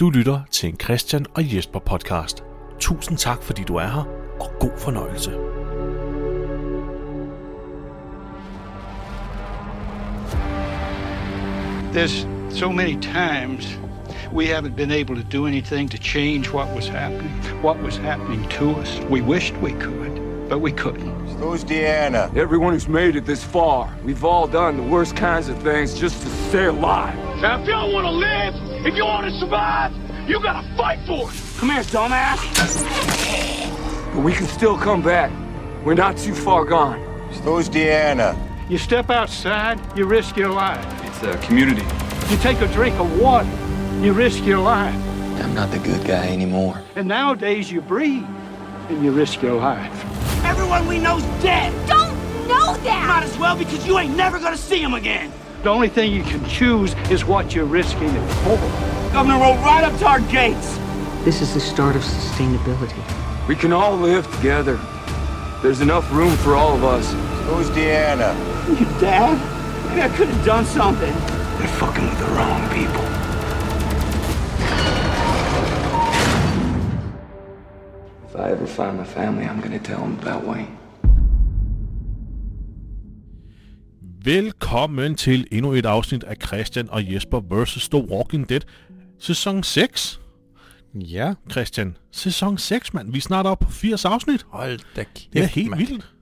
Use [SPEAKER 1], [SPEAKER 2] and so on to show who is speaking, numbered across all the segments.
[SPEAKER 1] Du lytter til en Christian og Jesper podcast. Tusind tak, fordi du er her, og god fornøjelse.
[SPEAKER 2] There's so many times we haven't been able to do anything to change what was happening, what was happening to us. We wished we could, but we couldn't.
[SPEAKER 3] Who's Deanna?
[SPEAKER 4] Everyone who's made it this far, we've all done the worst kinds of things just to stay alive.
[SPEAKER 5] Now, if y'all want to live, if you want to survive, you gotta fight for it.
[SPEAKER 4] Come here, dumbass. But we can still come back. We're not too far gone.
[SPEAKER 3] Who's Deanna?
[SPEAKER 2] You step outside, you risk your life.
[SPEAKER 6] It's a community.
[SPEAKER 2] You take a drink of water, you risk your life.
[SPEAKER 7] I'm not the good guy anymore.
[SPEAKER 2] And nowadays you breathe and you risk your life.
[SPEAKER 8] Everyone we know's dead.
[SPEAKER 9] don't know that!
[SPEAKER 8] Might as well because you ain't never gonna see him again.
[SPEAKER 2] The only thing you can choose is what you're risking it for.
[SPEAKER 8] Governor rolled right up to our gates.
[SPEAKER 10] This is the start of sustainability.
[SPEAKER 4] We can all live together. There's enough room for all of us.
[SPEAKER 3] Who's Deanna?
[SPEAKER 8] Your dad? Maybe I could have done something.
[SPEAKER 2] They're fucking with the wrong people.
[SPEAKER 4] If I ever find my family, I'm gonna tell them about Wayne.
[SPEAKER 1] Velkommen til endnu et afsnit af Christian og Jesper vs. The Walking Dead, sæson 6.
[SPEAKER 11] Ja,
[SPEAKER 1] Christian, sæson 6, mand. Vi er snart oppe på 80 afsnit.
[SPEAKER 11] hold da kæft,
[SPEAKER 1] Det er helt
[SPEAKER 11] mand.
[SPEAKER 1] vildt.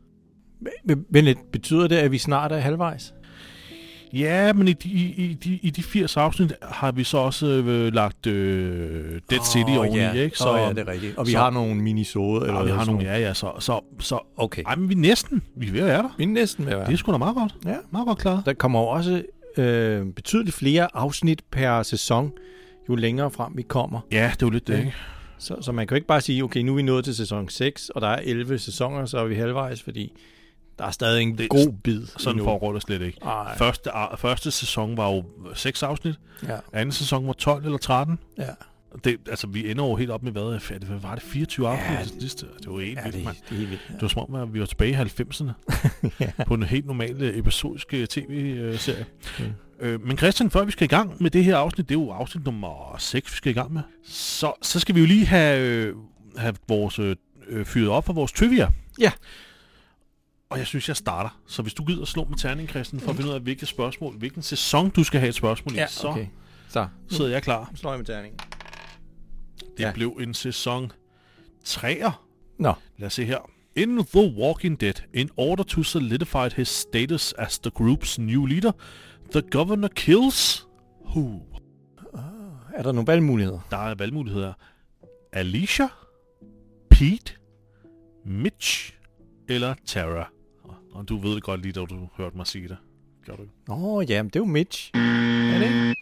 [SPEAKER 11] Men- Men lidt, betyder det, at vi snart er halvvejs?
[SPEAKER 1] Ja, men i de, i, i de, i de 80 afsnit har vi så også øh, lagt øh, Dead City oveni, ikke?
[SPEAKER 11] Så, oh, ja, det er rigtigt. Og vi
[SPEAKER 1] så-
[SPEAKER 11] så, har nogle minisoder.
[SPEAKER 1] Ja,
[SPEAKER 11] eller
[SPEAKER 1] vi har
[SPEAKER 11] sådan
[SPEAKER 1] nogle, ja, ja, så, så, så
[SPEAKER 11] Okay.
[SPEAKER 1] Ej, men vi er næsten, vi er ved at være der.
[SPEAKER 11] Vi er næsten ved at være.
[SPEAKER 1] Det er sgu da meget godt.
[SPEAKER 11] Ja.
[SPEAKER 1] Meget godt klaret.
[SPEAKER 11] Der kommer jo også øh, betydeligt flere afsnit per sæson, jo længere frem vi kommer.
[SPEAKER 1] Ja, det er jo lidt det, ikke?
[SPEAKER 11] Så, så man kan jo ikke bare sige, okay, nu er vi nået til sæson 6, og der er 11 sæsoner, så er vi halvvejs, fordi der er stadig en
[SPEAKER 1] Det-
[SPEAKER 11] god bid
[SPEAKER 1] Sådan
[SPEAKER 11] endnu.
[SPEAKER 1] foregår det slet ikke.
[SPEAKER 11] Ej.
[SPEAKER 1] Første, a- første sæson var jo 6 afsnit.
[SPEAKER 11] Ja.
[SPEAKER 1] Anden sæson var 12 eller 13.
[SPEAKER 11] Ja.
[SPEAKER 1] Det, altså, vi ender jo helt op med, hvad, er det, hvad var det, 24 afsnit? Ja, det, det, det, var helt
[SPEAKER 11] Ja,
[SPEAKER 1] vildt,
[SPEAKER 11] det,
[SPEAKER 1] mand.
[SPEAKER 11] det er helt vildt.
[SPEAKER 1] Det var som om, at vi var tilbage i 90'erne på en helt normal øh, episodisk øh, tv-serie. Øh, men Christian, før vi skal i gang med det her afsnit, det er jo afsnit nummer 6, vi skal i gang med, så, så skal vi jo lige have, øh, have vores, øh, øh, fyret op for vores trivia.
[SPEAKER 11] Ja.
[SPEAKER 1] Og jeg synes, jeg starter. Så hvis du gider slå med terning, Christian, for at finde ud af, hvilket spørgsmål, hvilken sæson du skal have et spørgsmål i,
[SPEAKER 11] Ja,
[SPEAKER 1] så
[SPEAKER 11] okay. Så,
[SPEAKER 1] sidder jeg klar.
[SPEAKER 11] slår jeg med terningen.
[SPEAKER 1] Det
[SPEAKER 11] Ja.
[SPEAKER 1] blev en sæson 3'er.
[SPEAKER 11] Nå,
[SPEAKER 1] Lad os se her. In The Walking Dead, in order to solidify his status as the group's new leader, the governor kills... Who?
[SPEAKER 11] er der nogle valgmuligheder?
[SPEAKER 1] Der er valgmuligheder. Alicia, Pete, Mitch eller Tara. Og du ved det godt lige, da du hørte mig sige det. Gør du ikke?
[SPEAKER 11] Nå, ja, men det er jo Mitch. Er det ikke?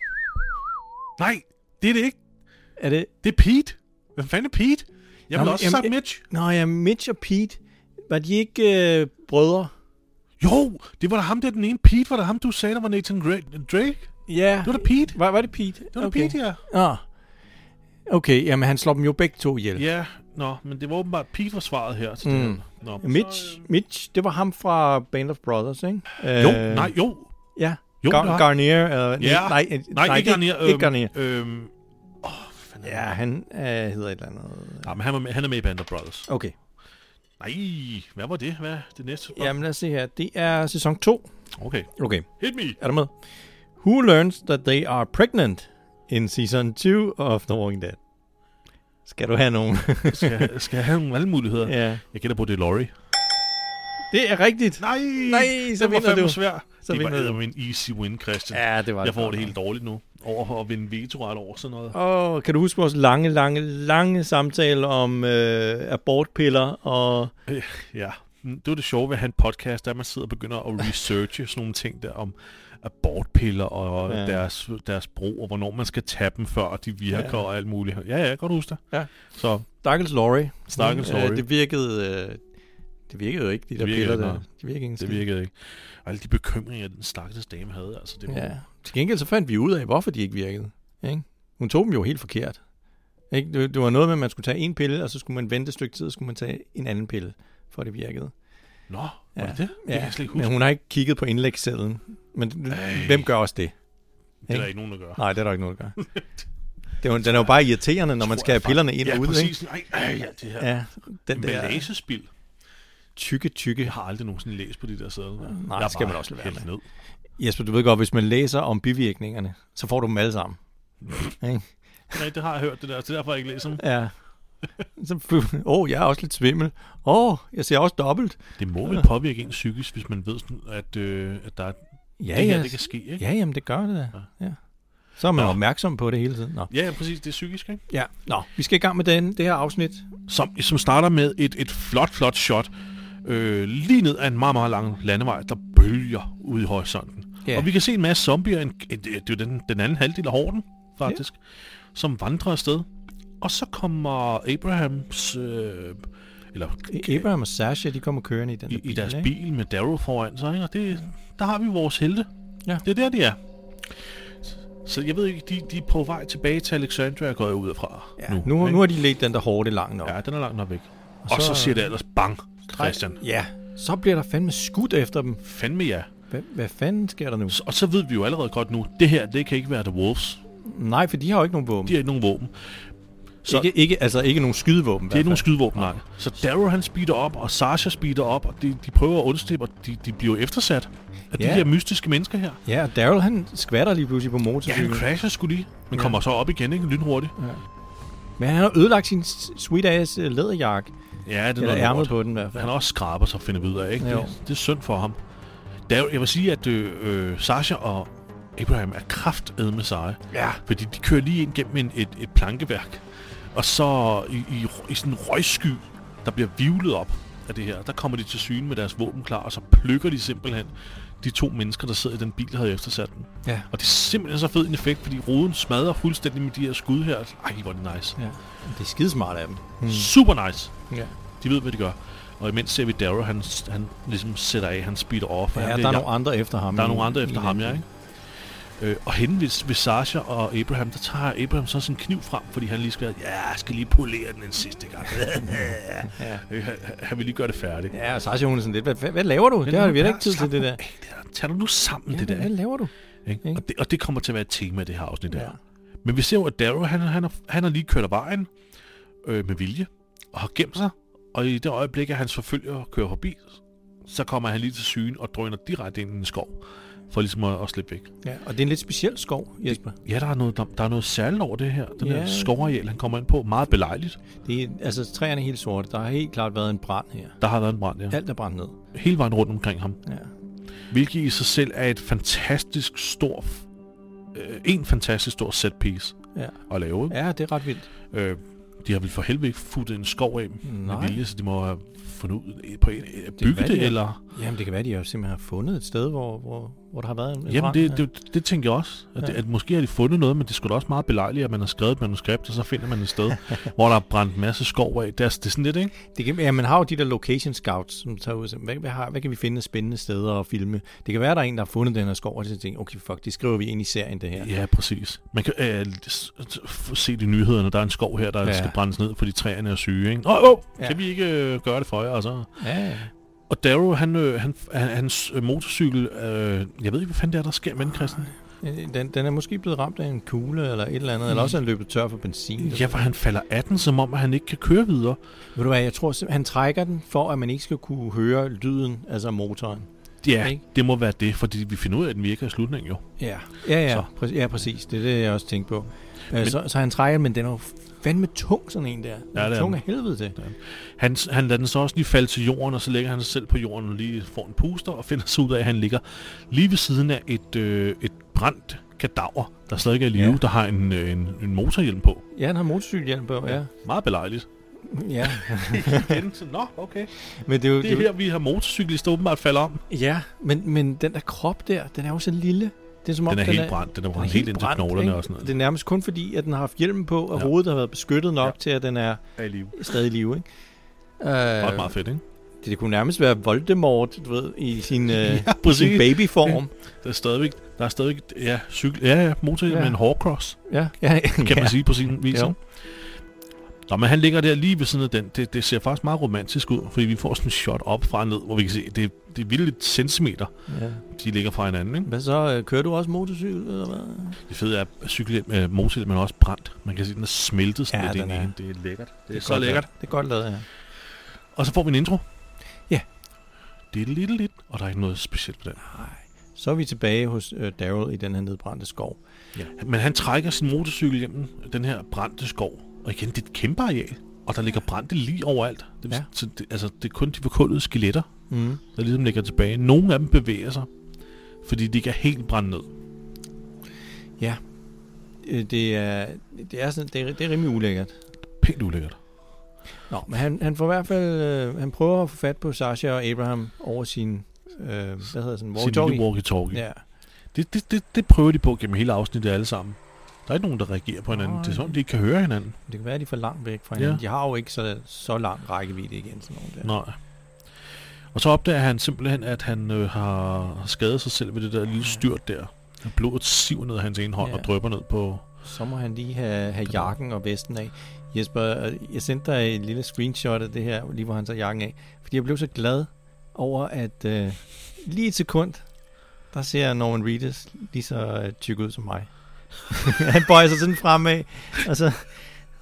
[SPEAKER 1] Nej, det er det ikke.
[SPEAKER 11] Er det?
[SPEAKER 1] Det er Pete. Hvem fanden er Pete? Jeg
[SPEAKER 11] Nå,
[SPEAKER 1] vil
[SPEAKER 11] men-
[SPEAKER 1] også
[SPEAKER 11] jamen,
[SPEAKER 1] sagt
[SPEAKER 11] jeg-
[SPEAKER 1] Mitch.
[SPEAKER 11] Nå ja, Mitch og Pete, var de ikke øh, brødre?
[SPEAKER 1] Jo, det var da ham der, den ene Pete, var da ham, du sagde, der var Nathan Gra- Drake.
[SPEAKER 11] Ja.
[SPEAKER 1] Det var da Pete.
[SPEAKER 11] Var, var det Pete?
[SPEAKER 1] Det var da Pete, ja.
[SPEAKER 11] Ah. Okay, jamen han slår dem jo begge to ihjel.
[SPEAKER 1] Ja, nå, men det var åbenbart Pete var svaret her. Til mm. det. her. Nå,
[SPEAKER 11] Mitch,
[SPEAKER 1] Så,
[SPEAKER 11] Mitch, det var ham fra Band of Brothers, ikke?
[SPEAKER 1] øh, jo, nej, jo.
[SPEAKER 11] Ja.
[SPEAKER 1] Jo,
[SPEAKER 11] Jo,
[SPEAKER 1] det var-
[SPEAKER 11] Gar- Garnier. Øh,
[SPEAKER 1] Ja.
[SPEAKER 11] nej, øh,
[SPEAKER 1] Nej, ikke Garnier.
[SPEAKER 11] Ikke, ikke Garnier.
[SPEAKER 1] Øhm, øhm,
[SPEAKER 11] Ja, han øh, hedder et eller andet.
[SPEAKER 1] nej, men han, var med, han er med i Band of Brothers.
[SPEAKER 11] Okay.
[SPEAKER 1] Nej, hvad var det? Hvad er det næste?
[SPEAKER 11] Jamen lad os se her. Det er sæson 2.
[SPEAKER 1] Okay,
[SPEAKER 11] Okay.
[SPEAKER 1] hit me.
[SPEAKER 11] Er du med? Who learns that they are pregnant in season 2 of The Walking Dead? Skal du have nogen?
[SPEAKER 1] Skal, skal jeg have nogle valgmuligheder?
[SPEAKER 11] ja.
[SPEAKER 1] Jeg gætter på, det er Laurie.
[SPEAKER 11] Det er rigtigt.
[SPEAKER 1] Nej,
[SPEAKER 11] Nej,
[SPEAKER 1] den
[SPEAKER 11] så
[SPEAKER 1] var
[SPEAKER 11] vinder
[SPEAKER 1] fandme
[SPEAKER 11] du.
[SPEAKER 1] Svær.
[SPEAKER 11] Så
[SPEAKER 1] det
[SPEAKER 11] vinder du.
[SPEAKER 1] var en easy win, Christian.
[SPEAKER 11] Ja, det var
[SPEAKER 1] jeg får det
[SPEAKER 11] godt
[SPEAKER 1] helt dårligt nu. Over at vinde vetoret over sådan noget.
[SPEAKER 11] Og kan du huske vores lange, lange, lange samtale om øh, abortpiller og...
[SPEAKER 1] Ja, Mm, det var det sjove ved at have en podcast, der man sidder og begynder at researche sådan nogle ting der om abortpiller og ja.
[SPEAKER 11] Ja.
[SPEAKER 1] deres, deres brug, og hvornår man skal tage dem, før de virker ja. og alt muligt. Ja, ja, jeg kan godt huske det.
[SPEAKER 11] Ja.
[SPEAKER 1] Så
[SPEAKER 11] Stakkels Laurie.
[SPEAKER 1] Stakkels
[SPEAKER 11] Hun,
[SPEAKER 1] Laurie.
[SPEAKER 11] det virkede... Øh, det virkede jo ikke, de der
[SPEAKER 1] virkede
[SPEAKER 11] piller
[SPEAKER 1] ikke
[SPEAKER 11] der.
[SPEAKER 1] noget.
[SPEAKER 11] Det virkede ikke en
[SPEAKER 1] det
[SPEAKER 11] skid.
[SPEAKER 1] virkede ikke. Og alle de bekymringer, den stakkels dame havde, altså det var...
[SPEAKER 11] Ja. Øhm, Til gengæld så fandt vi ud af, hvorfor de ikke virkede. Ikke? Hun tog dem jo helt forkert. Ikke? Det, det var noget med, at man skulle tage en pille, og så skulle man vente et stykke tid, og så skulle man tage en anden pille, for at det virkede.
[SPEAKER 1] Nå, var ja. det det? Det kan jeg slet ikke huske.
[SPEAKER 11] Men hun har ikke kigget på indlægssedlen. Men Ej. hvem gør også det?
[SPEAKER 1] Det er der ikke nogen, der gør.
[SPEAKER 11] Nej, det er der ikke noget, der gør. Det er, jo- den er jo bare irriterende, når man
[SPEAKER 1] Tror
[SPEAKER 11] skal have
[SPEAKER 1] jeg
[SPEAKER 11] pillerne ind
[SPEAKER 1] ja,
[SPEAKER 11] og ud.
[SPEAKER 1] præcis. Ikke? Ej, ej, ja, det her.
[SPEAKER 11] Ikke? Ja, den
[SPEAKER 1] Men
[SPEAKER 11] der
[SPEAKER 1] læsespild.
[SPEAKER 11] tykke, tykke.
[SPEAKER 1] Jeg har aldrig nogensinde læst på de der sæder.
[SPEAKER 11] Nej, det skal man også lade være
[SPEAKER 1] med.
[SPEAKER 11] med.
[SPEAKER 1] Ned.
[SPEAKER 11] Jesper, du ved godt, hvis man læser om bivirkningerne, så får du dem alle sammen. Ikke?
[SPEAKER 1] Nej, det har jeg hørt det der, så derfor har jeg ikke læst dem.
[SPEAKER 11] Ja. Så, åh, oh, jeg er også lidt svimmel. Åh, oh, jeg ser også dobbelt.
[SPEAKER 1] Det må vel påvirke en psykisk, hvis man ved, sådan, at, øh, at der er,
[SPEAKER 11] Ja,
[SPEAKER 1] det her,
[SPEAKER 11] ja.
[SPEAKER 1] det kan ske, ikke?
[SPEAKER 11] Ja, jamen det gør det da. Ja. Så er man
[SPEAKER 1] Nå.
[SPEAKER 11] opmærksom på det hele tiden. Nå.
[SPEAKER 1] Ja, ja, præcis. Det er psykisk, ikke?
[SPEAKER 11] Ja. Nå, vi skal i gang med den, det her afsnit.
[SPEAKER 1] Som, som starter med et, et flot, flot shot øh, lige ned ad en meget, meget lang landevej, der bølger ud i horisonten.
[SPEAKER 11] Ja.
[SPEAKER 1] Og vi kan se en masse zombier, en, en, det er jo den, den anden halvdel af horden, faktisk, som vandrer afsted. Og så kommer Abrahams, øh, eller
[SPEAKER 11] Okay. Abraham og Sasha, de kommer kørende i den der
[SPEAKER 1] i, i deres
[SPEAKER 11] ikke?
[SPEAKER 1] bil med Daryl foran sig, ikke? og det, der har vi vores helte.
[SPEAKER 11] Ja.
[SPEAKER 1] Det er der, de er. Så jeg ved ikke, de, de er på vej tilbage til Alexandria, går jeg ud fra
[SPEAKER 11] Ja. Nu, nu,
[SPEAKER 1] ikke?
[SPEAKER 11] har de let den der hårde langt nok.
[SPEAKER 1] Ja, den er langt nok væk. Og,
[SPEAKER 11] så-
[SPEAKER 1] og så, så siger det ellers bang, Christian.
[SPEAKER 11] Ja. Så bliver der fandme skudt efter dem.
[SPEAKER 1] Fandme ja.
[SPEAKER 11] Hvad, hvad fanden sker der nu?
[SPEAKER 1] Så- Og så ved vi jo allerede godt nu, det her, det kan ikke være The Wolves.
[SPEAKER 11] Nej, for de har jo ikke nogen våben.
[SPEAKER 1] De har ikke nogen våben.
[SPEAKER 11] Så... Ikke, ikke, altså ikke nogen skydevåben. i
[SPEAKER 1] Det er
[SPEAKER 11] hvert
[SPEAKER 1] ikke nogen
[SPEAKER 11] fald.
[SPEAKER 1] skydevåben, nej. Så Darrow han speeder op, og Sasha speeder op, og de, de prøver at undslippe, og de, de bliver jo eftersat af
[SPEAKER 11] Ja.
[SPEAKER 1] de her mystiske mennesker her.
[SPEAKER 11] Ja, og Daryl han skvatter lige pludselig på
[SPEAKER 1] Ja, han
[SPEAKER 11] motorcyklen.
[SPEAKER 1] crasher skulle lige, men kommer så op igen, ikke? Lynhurtigt.
[SPEAKER 11] Men han har ødelagt sin s- sweet ass øh, læderjakke.
[SPEAKER 1] Ja, det er
[SPEAKER 11] Eller
[SPEAKER 1] noget
[SPEAKER 11] ærmet
[SPEAKER 1] lort.
[SPEAKER 11] på den i hvert fald.
[SPEAKER 1] Han har også skraber sig finder vi ud af, ikke?
[SPEAKER 11] Jo.
[SPEAKER 1] Det, det er synd for ham. Der, jeg vil sige, at øh, øh, Sasha og Abraham er kraftedet med seje.
[SPEAKER 11] Ja.
[SPEAKER 1] Fordi de kører lige ind gennem en, et, et plankeværk. Og så i, i, i sådan en røgsky, der bliver vivlet op af det her, der kommer de til syne med deres våben klar, og så plukker de simpelthen de to mennesker, der sidder i den bil, der havde eftersat den.
[SPEAKER 11] Ja.
[SPEAKER 1] Og det er simpelthen så fed en effekt, fordi ruden smadrer fuldstændig med de her skud her. Ej, hvor er det nice.
[SPEAKER 11] ja. Det er skidesmart af dem.
[SPEAKER 1] Mm. Super nice.
[SPEAKER 11] Ja.
[SPEAKER 1] De ved, hvad de gør. Og imens ser vi Darrow, han, han ligesom sætter af, han speeder off.
[SPEAKER 11] Ja,
[SPEAKER 1] han,
[SPEAKER 11] der
[SPEAKER 1] det
[SPEAKER 11] er
[SPEAKER 1] jeg-
[SPEAKER 11] nogle andre efter ham.
[SPEAKER 1] der er
[SPEAKER 11] i-
[SPEAKER 1] nogle andre
[SPEAKER 11] i
[SPEAKER 1] efter
[SPEAKER 11] den
[SPEAKER 1] ham,
[SPEAKER 11] bil.
[SPEAKER 1] ja, ikke? Øh, og henne ved, ved Sasha og Abraham, der tager Abraham så sin kniv frem, fordi han lige skal, ja, jeg skal lige polere den en sidste gang. ja. øh, han- han vil lige gøre det færdigt. Ja.
[SPEAKER 11] Ja, og Sasha, hun er sådan lidt, hvad, hvad, hvad laver du? Det har vi da ikke tid til, det der.
[SPEAKER 1] Tag nu nu sammen,
[SPEAKER 11] Ja,
[SPEAKER 1] det
[SPEAKER 11] hvad,
[SPEAKER 1] der.
[SPEAKER 11] hvad laver du?
[SPEAKER 1] Ikke?
[SPEAKER 11] Ikke?
[SPEAKER 1] Og, det, og det kommer til at være et tema i det her afsnit der.
[SPEAKER 11] Ja.
[SPEAKER 1] Men vi ser jo, at Darrow, han, han, har, han har lige kørt af vejen øh, med vilje, og har gemt sig, og i det øjeblik, at hans forfølger kører forbi, så kommer han lige til syne og drøner direkte ind i en skov, for ligesom at, at slippe væk.
[SPEAKER 11] Ja, og det er en lidt speciel skov, Jesper.
[SPEAKER 1] Ja, der er noget, der, der er noget særligt over det her. Den
[SPEAKER 11] Ja.
[SPEAKER 1] ja. her skovareal, han kommer ind på. Meget belejligt.
[SPEAKER 11] Det er, altså, træerne er helt sorte. Der har helt klart været en brand her.
[SPEAKER 1] Der har været en brand, ja. ja.
[SPEAKER 11] Alt er brændt ned.
[SPEAKER 1] Hele vejen rundt omkring ham.
[SPEAKER 11] Ja.
[SPEAKER 1] Hvilket i sig selv er et fantastisk stor... Øh, en fantastisk stor set piece
[SPEAKER 11] Ja.
[SPEAKER 1] at lave. ikke?
[SPEAKER 11] ja, det er ret vildt.
[SPEAKER 1] Øh, de har vel for helvede ikke futtet en skov af med
[SPEAKER 11] Nej.
[SPEAKER 1] vilje, så de må have fundet ud på en, øh, bygge
[SPEAKER 11] hvad
[SPEAKER 1] det,
[SPEAKER 11] de
[SPEAKER 1] det
[SPEAKER 11] har-
[SPEAKER 1] eller...
[SPEAKER 11] Jamen, det kan være, de har simpelthen har fundet et sted, hvor, hvor, hvor der har været en, en
[SPEAKER 1] Jamen,
[SPEAKER 11] brand.
[SPEAKER 1] det,
[SPEAKER 11] ja.
[SPEAKER 1] det, det tænker jeg også. At,
[SPEAKER 11] Ja.
[SPEAKER 1] ja. at måske har de fundet noget, men det skulle da også meget belejligt, at man har skrevet et manuskript, og så finder man et sted, hvor der er brændt en masse skov af. Det er, det er sådan lidt, ikke?
[SPEAKER 11] Det kan, ja, man har jo de der location scouts, som tager ud og siger, hvad, hvad, har, hvad kan vi finde af spændende steder at filme? Det kan være, der er en, der har fundet den her skov, og så tænker, okay, fuck, det skriver vi ind i serien, det her.
[SPEAKER 1] Ja, præcis. Man kan øh, s- f- se de nyhederne, der er en skov her, der
[SPEAKER 11] Ja.
[SPEAKER 1] ja. skal brændes ned, fordi træerne er syge. Ikke? Åh, oh, oh,
[SPEAKER 11] Ja.
[SPEAKER 1] ja. kan vi ikke øh, gøre det for jer? Og, så.
[SPEAKER 11] Ja, ja.
[SPEAKER 1] og Darrow, han, øh, han, han, hans øh, motorcykel, øh, jeg ved ikke, hvad fanden det er, der sker med den, Christian.
[SPEAKER 11] Øh, Den, den er måske blevet ramt af en kugle eller et eller andet, mm. eller også er han løbet tør for benzin.
[SPEAKER 1] Ja, for han falder af den, som om at han ikke kan køre videre.
[SPEAKER 11] Ved du hvad, jeg tror simpelthen, han trækker den, for at man ikke skal kunne høre lyden, altså motoren.
[SPEAKER 1] Ja,
[SPEAKER 11] Ikke?
[SPEAKER 1] det må være det, fordi vi finder ud af, at den virker i slutningen jo.
[SPEAKER 11] Ja, ja, ja,
[SPEAKER 1] Så.
[SPEAKER 11] præ- ja præcis. Det er det, jeg også tænkte på. Men, så, så han trækker, men den er jo fandme tung, sådan en der. Den
[SPEAKER 1] det er
[SPEAKER 11] tung af
[SPEAKER 1] den.
[SPEAKER 11] helvede til.
[SPEAKER 1] Han, han lader den så også lige falde til jorden, og så lægger han sig selv på jorden og lige får en puster, og finder sig ud af, at han ligger lige ved siden af et, øh, et brændt kadaver, der stadig er i live,
[SPEAKER 11] Ja.
[SPEAKER 1] ja. der har en, øh, en, en motorhjelm på.
[SPEAKER 11] Ja, han har motorcykelhjelm på, ja.
[SPEAKER 1] Meget belejligt.
[SPEAKER 11] ja.
[SPEAKER 1] Igen, så, Nå, okay.
[SPEAKER 11] Men det er jo,
[SPEAKER 1] Det
[SPEAKER 11] jo-
[SPEAKER 1] er her, vi har motorcyklister åbenbart falder om.
[SPEAKER 11] Ja, men, men den der krop der, den er jo så lille. Det er som om,
[SPEAKER 1] Den er helt brændt. Den er brændt helt ind til knoglerne
[SPEAKER 11] ikke?
[SPEAKER 1] og sådan noget.
[SPEAKER 11] Det er nærmest kun fordi, at den har haft hjelmen på, og ja.
[SPEAKER 1] Ja.
[SPEAKER 11] hovedet har været beskyttet nok ja. til, at den er
[SPEAKER 1] er i live.
[SPEAKER 11] stadig i live. Ikke? Øh,
[SPEAKER 1] Også meget fedt, ikke?
[SPEAKER 11] det, det kunne nærmest være Voldemort, du ved, i sin, øh, ja,
[SPEAKER 1] præcis.
[SPEAKER 11] sin babyform.
[SPEAKER 1] Der er stadigvæk, der er stadigvæk ja, cykel, ja, ja, motorhjelm ja.
[SPEAKER 11] Ja.
[SPEAKER 1] med en hårcross,
[SPEAKER 11] ja, ja,
[SPEAKER 1] kan ja.
[SPEAKER 11] ja.
[SPEAKER 1] man sige på sin vis.
[SPEAKER 11] Jo.
[SPEAKER 1] ikke? Nå, men han ligger der lige ved siden af den. Det, det ser faktisk meget romantisk ud, fordi vi får sådan en shot op fra ned, hvor vi kan se, det, det er vildt centimeter,
[SPEAKER 11] Ja.
[SPEAKER 1] de ligger fra hinanden. Ikke?
[SPEAKER 11] Hvad så? øh, Kører du også motorcykel, eller hvad?
[SPEAKER 1] Det fede er, at cyklen, øh, motorcyklen er også brændt. Man kan se, at den er smeltet sådan
[SPEAKER 11] Ja,
[SPEAKER 1] lidt
[SPEAKER 11] den
[SPEAKER 1] ind i
[SPEAKER 11] er-
[SPEAKER 1] den. Det er lækkert. Det er, det er så
[SPEAKER 11] Godt
[SPEAKER 1] lækkert.
[SPEAKER 11] lavet. Det er godt lavet, ja.
[SPEAKER 1] Og så får vi en intro.
[SPEAKER 11] Ja.
[SPEAKER 1] Det er lidt lidt, og der er ikke noget specielt på den.
[SPEAKER 11] Så er vi tilbage hos øh, Daryl i den her nedbrændte skov.
[SPEAKER 1] Ja. Men han trækker sin motorcykel gennem den her brændte skov. Og igen, det er et kæmpe areal. Og der ligger brændte lige overalt. Det,
[SPEAKER 11] Ja.
[SPEAKER 1] ja. så det, altså, det er kun de forkullede skeletter,
[SPEAKER 11] Mm.
[SPEAKER 1] der ligesom ligger tilbage. Nogle af dem bevæger sig, fordi de kan helt brænde ned.
[SPEAKER 11] Ja. Øh, Det er, det, er sådan, det, er, det er rimelig ulækkert.
[SPEAKER 1] Pænt ulækkert.
[SPEAKER 11] Nå, men han, han får i hvert fald, øh, han prøver at få fat på Sasha og Abraham over sin, øh, hvad hedder sådan,
[SPEAKER 1] Sin lille
[SPEAKER 11] walkie-talkie.
[SPEAKER 1] walkie-talkie. Ja.
[SPEAKER 11] Ja.
[SPEAKER 1] Det, det, det, det prøver de på gennem hele afsnittet alle sammen. Der er ikke nogen, der reagerer på hinanden.
[SPEAKER 11] Nej.
[SPEAKER 1] Det er sådan, de ikke kan høre hinanden.
[SPEAKER 11] Det kan være, at de er for langt væk fra hinanden. Ja.
[SPEAKER 1] Ja.
[SPEAKER 11] De har jo ikke så, så lang rækkevidde igen, sådan nogle der.
[SPEAKER 1] Nej. Og så opdager han simpelthen, at han øh, har skadet sig selv ved det der lille styrt der. Og blodet siver ned af hans ene hånd
[SPEAKER 11] Ja.
[SPEAKER 1] og drøber ned på...
[SPEAKER 11] Så må han lige have, have jakken og vesten af. Jesper, øh, jeg sendte dig et lille screenshot af det her, lige hvor han tager jakken af. Fordi jeg blev så glad over, at øh, lige et sekund, der ser Norman Reedus lige så øh, tyk ud som mig. han bøjer sig sådan fremad, og så,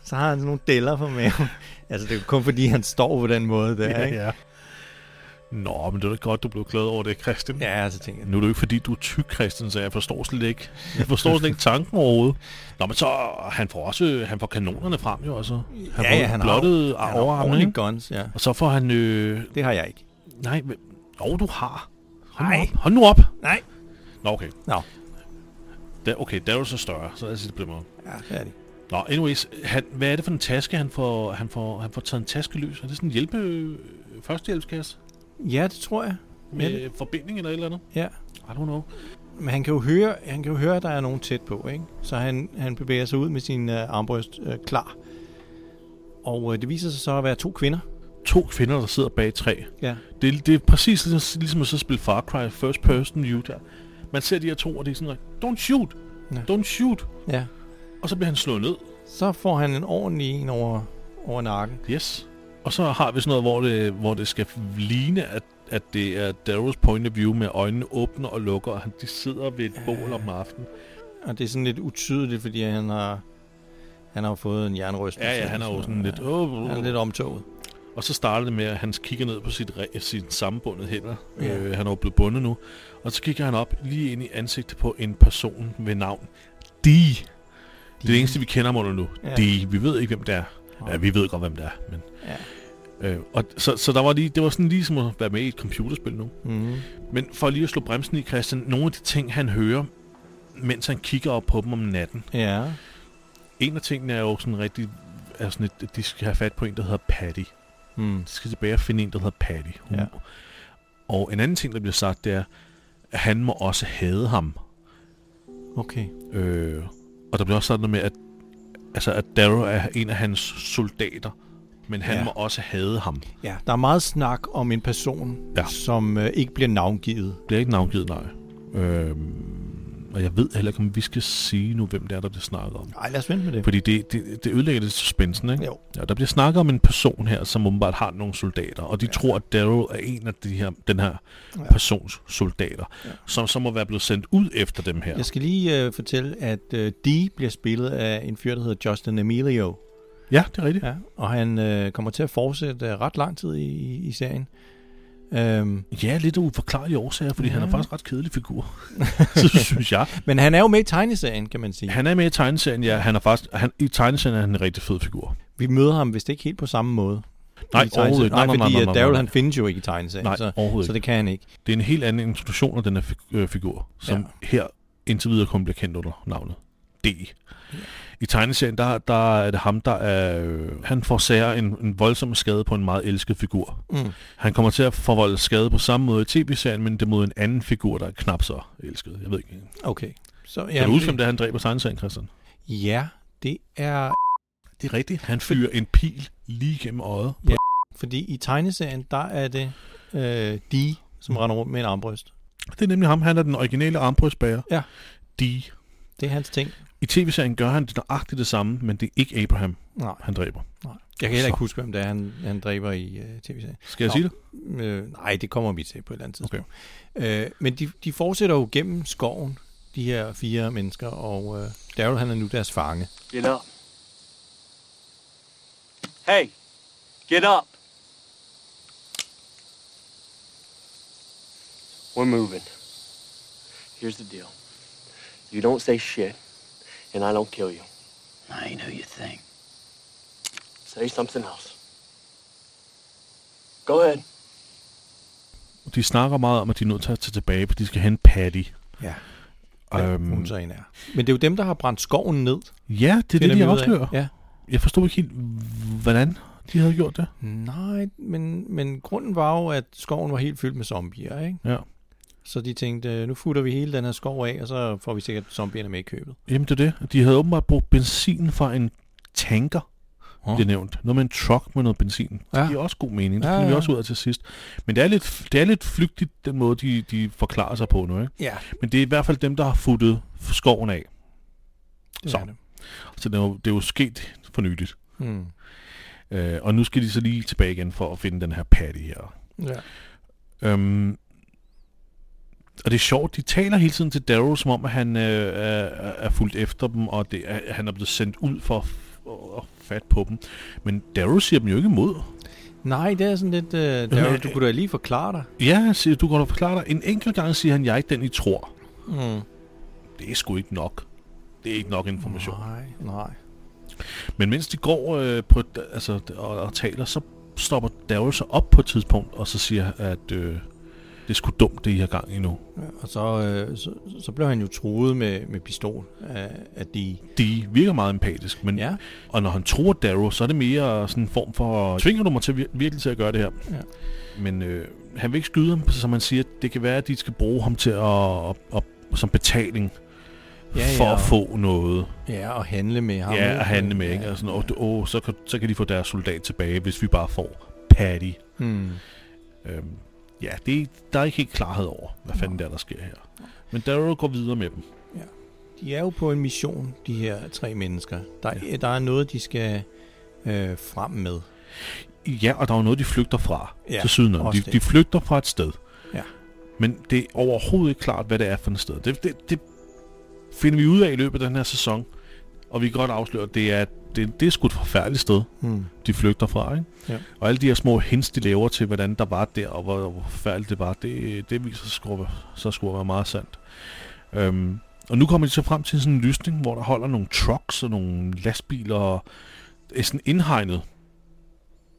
[SPEAKER 11] så har han sådan nogle deller på maven. altså, det er jo kun fordi, han står på den måde der, ikke?
[SPEAKER 1] ja. Nå, men det er da godt, du blev glad over det, Christian.
[SPEAKER 11] Ja, altså tænker jeg,
[SPEAKER 1] Nu er det jo ikke, fordi du er tyk, Christian, så jeg forstår slet ikke. Jeg forstår slet ikke tanken overhovedet. Nå, men så han får også øh, han får kanonerne frem jo også. Han
[SPEAKER 11] Ja,
[SPEAKER 1] får
[SPEAKER 11] ja, han har jo-
[SPEAKER 1] blottet
[SPEAKER 11] han har
[SPEAKER 1] overarmen,
[SPEAKER 11] ordentlige
[SPEAKER 1] ikke?
[SPEAKER 11] guns, ja.
[SPEAKER 1] Og så får han... Øh,
[SPEAKER 11] Det har jeg ikke.
[SPEAKER 1] nej, men- jo, du har. Hold
[SPEAKER 11] Nej.
[SPEAKER 1] nu op. Hold nu op.
[SPEAKER 11] Nej.
[SPEAKER 1] Nå, okay.
[SPEAKER 11] Nå,
[SPEAKER 1] Der, okay, der er jo så større, så lad os sige det på den måde.
[SPEAKER 11] ja, det er det.
[SPEAKER 1] Nå, anyways, han, hvad er det for en taske, han får, han får, han får taget en taske løs? Er det sådan en hjælpe, øh, førstehjælpskasse
[SPEAKER 11] Ja, det tror jeg.
[SPEAKER 1] med
[SPEAKER 11] Ja,
[SPEAKER 1] øh, forbinding eller et eller andet?
[SPEAKER 11] Ja.
[SPEAKER 1] I don't know.
[SPEAKER 11] Men han kan jo høre, han kan jo høre at der er nogen tæt på, ikke? Så han, han bevæger sig ud med sin øh, armbryst øh, klar. Og øh, det viser sig så at være to kvinder.
[SPEAKER 1] To kvinder, der sidder bag et træ.
[SPEAKER 11] Ja.
[SPEAKER 1] Det, det er præcis ligesom, ligesom at så spille Far Cry First Person View der. Man ser de her to, og det er sådan, don't shoot,
[SPEAKER 11] Ja.
[SPEAKER 1] don't shoot.
[SPEAKER 11] ja.
[SPEAKER 1] Og så bliver han slået ned.
[SPEAKER 11] Så får han en ordentlig en over, over nakken.
[SPEAKER 1] Yes. Og så har vi sådan noget, hvor det, hvor det skal ligne, at, at det er Darrows point of view med øjnene åbne og lukker, og han, de sidder ved et bål om aftenen.
[SPEAKER 11] Og det er sådan lidt utydeligt, fordi han har, han har fået en jernrystelse.
[SPEAKER 1] Ja, ja, han er jo
[SPEAKER 11] Så,
[SPEAKER 1] sådan lidt...
[SPEAKER 11] ja,
[SPEAKER 1] Oh,
[SPEAKER 11] Han er lidt omtoget.
[SPEAKER 1] Og så starter det med, at han kigger ned på sit, re- sit sammenbundet hænder.
[SPEAKER 11] Ja.
[SPEAKER 1] Ja. Øh, han er jo blevet bundet nu. Og så kigger han op lige ind i ansigtet på en person ved navn D. Det er det eneste, vi kender ham under nu.
[SPEAKER 11] Ja.
[SPEAKER 1] Ja. D. Vi ved ikke, hvem det er. Ja, vi ved godt, hvem det er. Men... Ja. Øh, og så, så der var lige, det var sådan lige som at være med i et computerspil nu.
[SPEAKER 11] Mm-hmm.
[SPEAKER 1] Men for lige at slå bremsen i, Christian, nogle af de ting, han hører, mens han kigger op på dem om natten.
[SPEAKER 11] Ja.
[SPEAKER 1] En af tingene er jo sådan rigtig, er sådan et, de skal have fat på en, der hedder Patty.
[SPEAKER 11] Mm.
[SPEAKER 1] De skal tilbage og finde en, der hedder Patty. Hun.
[SPEAKER 11] Ja.
[SPEAKER 1] Ja. Og en anden ting, der bliver sagt, det er, at han må også hade ham.
[SPEAKER 11] Okay.
[SPEAKER 1] Øh, og der bliver også sagt noget med, at, altså, at Darrow er en af hans soldater, men han
[SPEAKER 11] Ja.
[SPEAKER 1] ja. må også hade ham.
[SPEAKER 11] Ja, der er meget snak om en person,
[SPEAKER 1] Ja.
[SPEAKER 11] som øh, ikke bliver navngivet.
[SPEAKER 1] Det er ikke navngivet, nej. Øh, og jeg ved heller ikke, om vi skal sige nu, hvem det er, der bliver snakket om.
[SPEAKER 11] Nej, lad os vente med det.
[SPEAKER 1] Fordi det, det, det ødelægger lidt suspensen, ikke?
[SPEAKER 11] Jo.
[SPEAKER 1] Ja, der bliver snakket om en person her, som åbenbart har nogle soldater, og de ja. tror, at Daryl er en af de her, den her ja. persons soldater, ja. som så må være blevet sendt ud efter dem her.
[SPEAKER 11] Jeg skal lige øh, fortælle, at øh, Dee bliver spillet af en fyr, der hedder Justin Emilio.
[SPEAKER 1] Ja, det er rigtigt. Ja.
[SPEAKER 11] Ja, og han øh, kommer til at fortsætte øh, ret lang tid i, i, i serien. Øhm,
[SPEAKER 1] ja, lidt af uforklarlige årsager, fordi ja. han er faktisk en ret kedelig figur, så synes jeg.
[SPEAKER 11] men han er jo med i tegneserien, kan man sige.
[SPEAKER 1] Han er med i tegneserien, ja. Han er faktisk, han, I tegneserien er han en rigtig fed figur.
[SPEAKER 11] Vi møder ham vist ikke helt på samme måde.
[SPEAKER 1] Nej,
[SPEAKER 11] i tegneserien.
[SPEAKER 1] overhovedet ikke.
[SPEAKER 11] Nej,
[SPEAKER 1] Nej, nej, nej,
[SPEAKER 11] fordi
[SPEAKER 1] nej,
[SPEAKER 11] øh,
[SPEAKER 1] nej,
[SPEAKER 11] Daryl
[SPEAKER 1] nej.
[SPEAKER 11] han findes jo ikke i tegneserien,
[SPEAKER 1] Nej,
[SPEAKER 11] så,
[SPEAKER 1] overhovedet
[SPEAKER 11] så det kan han ikke.
[SPEAKER 1] Det er en helt anden introduktion af den her fi- øh, figur, som ja. her indtil videre kun bliver kendt under navnet D. I tegneserien, der, der er det ham, der er... Øh, han forsager en, en voldsom skade på en meget elsket figur.
[SPEAKER 11] Mm.
[SPEAKER 1] Han kommer til at forvolde skade på samme måde i tv-serien, men det mod en anden figur, der er knap så elsket. Jeg ved ikke. Kan
[SPEAKER 11] Okay. Så, jamen,
[SPEAKER 1] du huske, hvem det er, han dræber i tegneserien, Christian?
[SPEAKER 11] Ja, det er...
[SPEAKER 1] Det er rigtigt. Han fyrer en pil lige gennem øjet.
[SPEAKER 11] Ja. Fordi i tegneserien, der er det øh, Dee,
[SPEAKER 1] Mm.
[SPEAKER 11] som render rundt med en armbryst.
[SPEAKER 1] Det er nemlig ham. Han er den originale armbrystbærer.
[SPEAKER 11] Ja.
[SPEAKER 1] De.
[SPEAKER 11] Det er hans ting.
[SPEAKER 1] I tv-serien gør han det nøjagtigt det samme, men det er ikke Abraham,
[SPEAKER 11] Nej,
[SPEAKER 1] han dræber.
[SPEAKER 11] nej. Jeg kan heller ikke
[SPEAKER 1] Så.
[SPEAKER 11] huske, hvem det er, han, han dræber i øh, tv-serien.
[SPEAKER 1] Skal jeg
[SPEAKER 11] Nå.
[SPEAKER 1] sige det?
[SPEAKER 11] Øh, nej, det kommer vi til på et eller andet tidspunkt. Okay. Øh, men de, de fortsætter jo gennem skoven, de her fire mennesker, og øh, Daryl han er nu deres fange.
[SPEAKER 4] Get up. Hey, get up. We're moving. Here's the deal you don't say shit, and I don't kill you.
[SPEAKER 8] I ain't who you think.
[SPEAKER 4] Say something else. Go ahead.
[SPEAKER 1] De snakker meget om, at de er nødt til at tage tilbage, fordi de skal hente Patty.
[SPEAKER 11] Ja.
[SPEAKER 1] Øhm.
[SPEAKER 11] Øhm. Hun så en er. Men det er jo dem, der har brændt skoven ned.
[SPEAKER 1] Ja, det er det,
[SPEAKER 11] finder
[SPEAKER 1] de
[SPEAKER 11] vi ud af.
[SPEAKER 1] afslører.
[SPEAKER 11] Ja.
[SPEAKER 1] Jeg forstod ikke helt, hvordan de havde gjort det.
[SPEAKER 11] Nej, men, men grunden var jo, at skoven var helt fyldt med zombier, ikke?
[SPEAKER 1] Ja.
[SPEAKER 11] Så de tænkte, "Øh, nu futter vi hele den her skov af, og så får vi sikkert zombierne med i købet.
[SPEAKER 1] Jamen, det er det. De havde åbenbart brugt benzin fra en tanker,
[SPEAKER 11] Åh.
[SPEAKER 1] oh. det er nævnt. Noget med en truck med noget benzin. Ja.
[SPEAKER 11] Ja.
[SPEAKER 1] Det giver også god mening. Det
[SPEAKER 11] Ja,
[SPEAKER 1] finder ja, ja. vi
[SPEAKER 11] ja.
[SPEAKER 1] også ud af til sidst. Men det er lidt, det er lidt flygtigt, den måde, de, de forklarer sig på nu, ikke?
[SPEAKER 11] Ja,
[SPEAKER 1] Men det er i hvert fald dem, der har futtet skoven af.
[SPEAKER 11] det
[SPEAKER 1] Så.
[SPEAKER 11] er det.
[SPEAKER 1] Så det er jo, det er jo sket for nyligt.
[SPEAKER 11] Mm.
[SPEAKER 1] Øh, og nu skal de så lige tilbage igen for at finde den her Patty her.
[SPEAKER 11] Ja.
[SPEAKER 1] Øhm, og det er sjovt, de taler hele tiden til Daryl, som om at han øh, er, er er fulgt efter dem, og det er, han er blevet sendt ud for at f- at fat på dem. Men Daryl siger dem jo ikke imod.
[SPEAKER 11] Nej, det er sådan lidt, øh, Daryl, du kunne da lige forklare dig.
[SPEAKER 1] Ja, han siger, du kan da forklare dig. En enkelt gang siger han, jeg er ikke den, I tror.
[SPEAKER 11] Mm.
[SPEAKER 1] Det er sgu ikke nok. Det er ikke nok information.
[SPEAKER 11] Nej, nej.
[SPEAKER 1] Men mens de går øh, på, d- altså, d- og, og taler, så stopper Daryl sig op på et tidspunkt, og så siger, at øh, det er sgu dumt, det I har gang i nu.
[SPEAKER 11] Og så, øh, så, så blev han jo truet med, med pistol af, af de...
[SPEAKER 1] De virker meget empatisk, men
[SPEAKER 11] Ja.
[SPEAKER 1] og når han tror Daryl, så er det mere sådan en form for, tvinger du mig til vir- virkelig til at gøre det her?
[SPEAKER 11] Ja.
[SPEAKER 1] Men øh, han vil ikke skyde ham, så som han siger, det kan være, at de skal bruge ham til at, at, at som betaling
[SPEAKER 11] Ja,
[SPEAKER 1] for
[SPEAKER 11] ja.
[SPEAKER 1] at få noget
[SPEAKER 11] Ja, og handle med ham.
[SPEAKER 1] ja,
[SPEAKER 11] ikke? Altså.
[SPEAKER 1] at handle med. Ikke? Og sådan, åh, du- åh, så, kan, så kan de få deres soldat tilbage, hvis vi bare får Patty.
[SPEAKER 11] Mm.
[SPEAKER 1] Øhm, ja, det, er- der er ikke helt klarhed over, hvad fanden der, er, der sker her. Men Daryl går videre med dem.
[SPEAKER 11] De er jo på en mission, de her tre mennesker. Der, ja. der er noget, de skal øh, frem med.
[SPEAKER 1] Ja, og der er jo noget, de flygter fra ja,
[SPEAKER 11] Ja,
[SPEAKER 1] til syden. af. De,
[SPEAKER 11] også det.
[SPEAKER 1] de flygter fra et sted.
[SPEAKER 11] Ja.
[SPEAKER 1] Men det er overhovedet ikke klart, hvad det er for et sted. Det, det, det finder vi ud af i løbet af den her sæson. Og vi kan godt afsløre, at det er, det, det er sgu et forfærdeligt sted,
[SPEAKER 11] Mm.
[SPEAKER 1] de flygter fra. Ikke?
[SPEAKER 11] Ja.
[SPEAKER 1] Og alle de her små hints, de laver til, hvordan der var der, og hvor, hvor forfærdeligt det var, det, det viser sig sgu at være- så skulle være meget sandt. Øhm, og nu kommer de så frem til sådan en lysning, hvor der holder nogle trucks og nogle lastbiler, og det er sådan indhegnet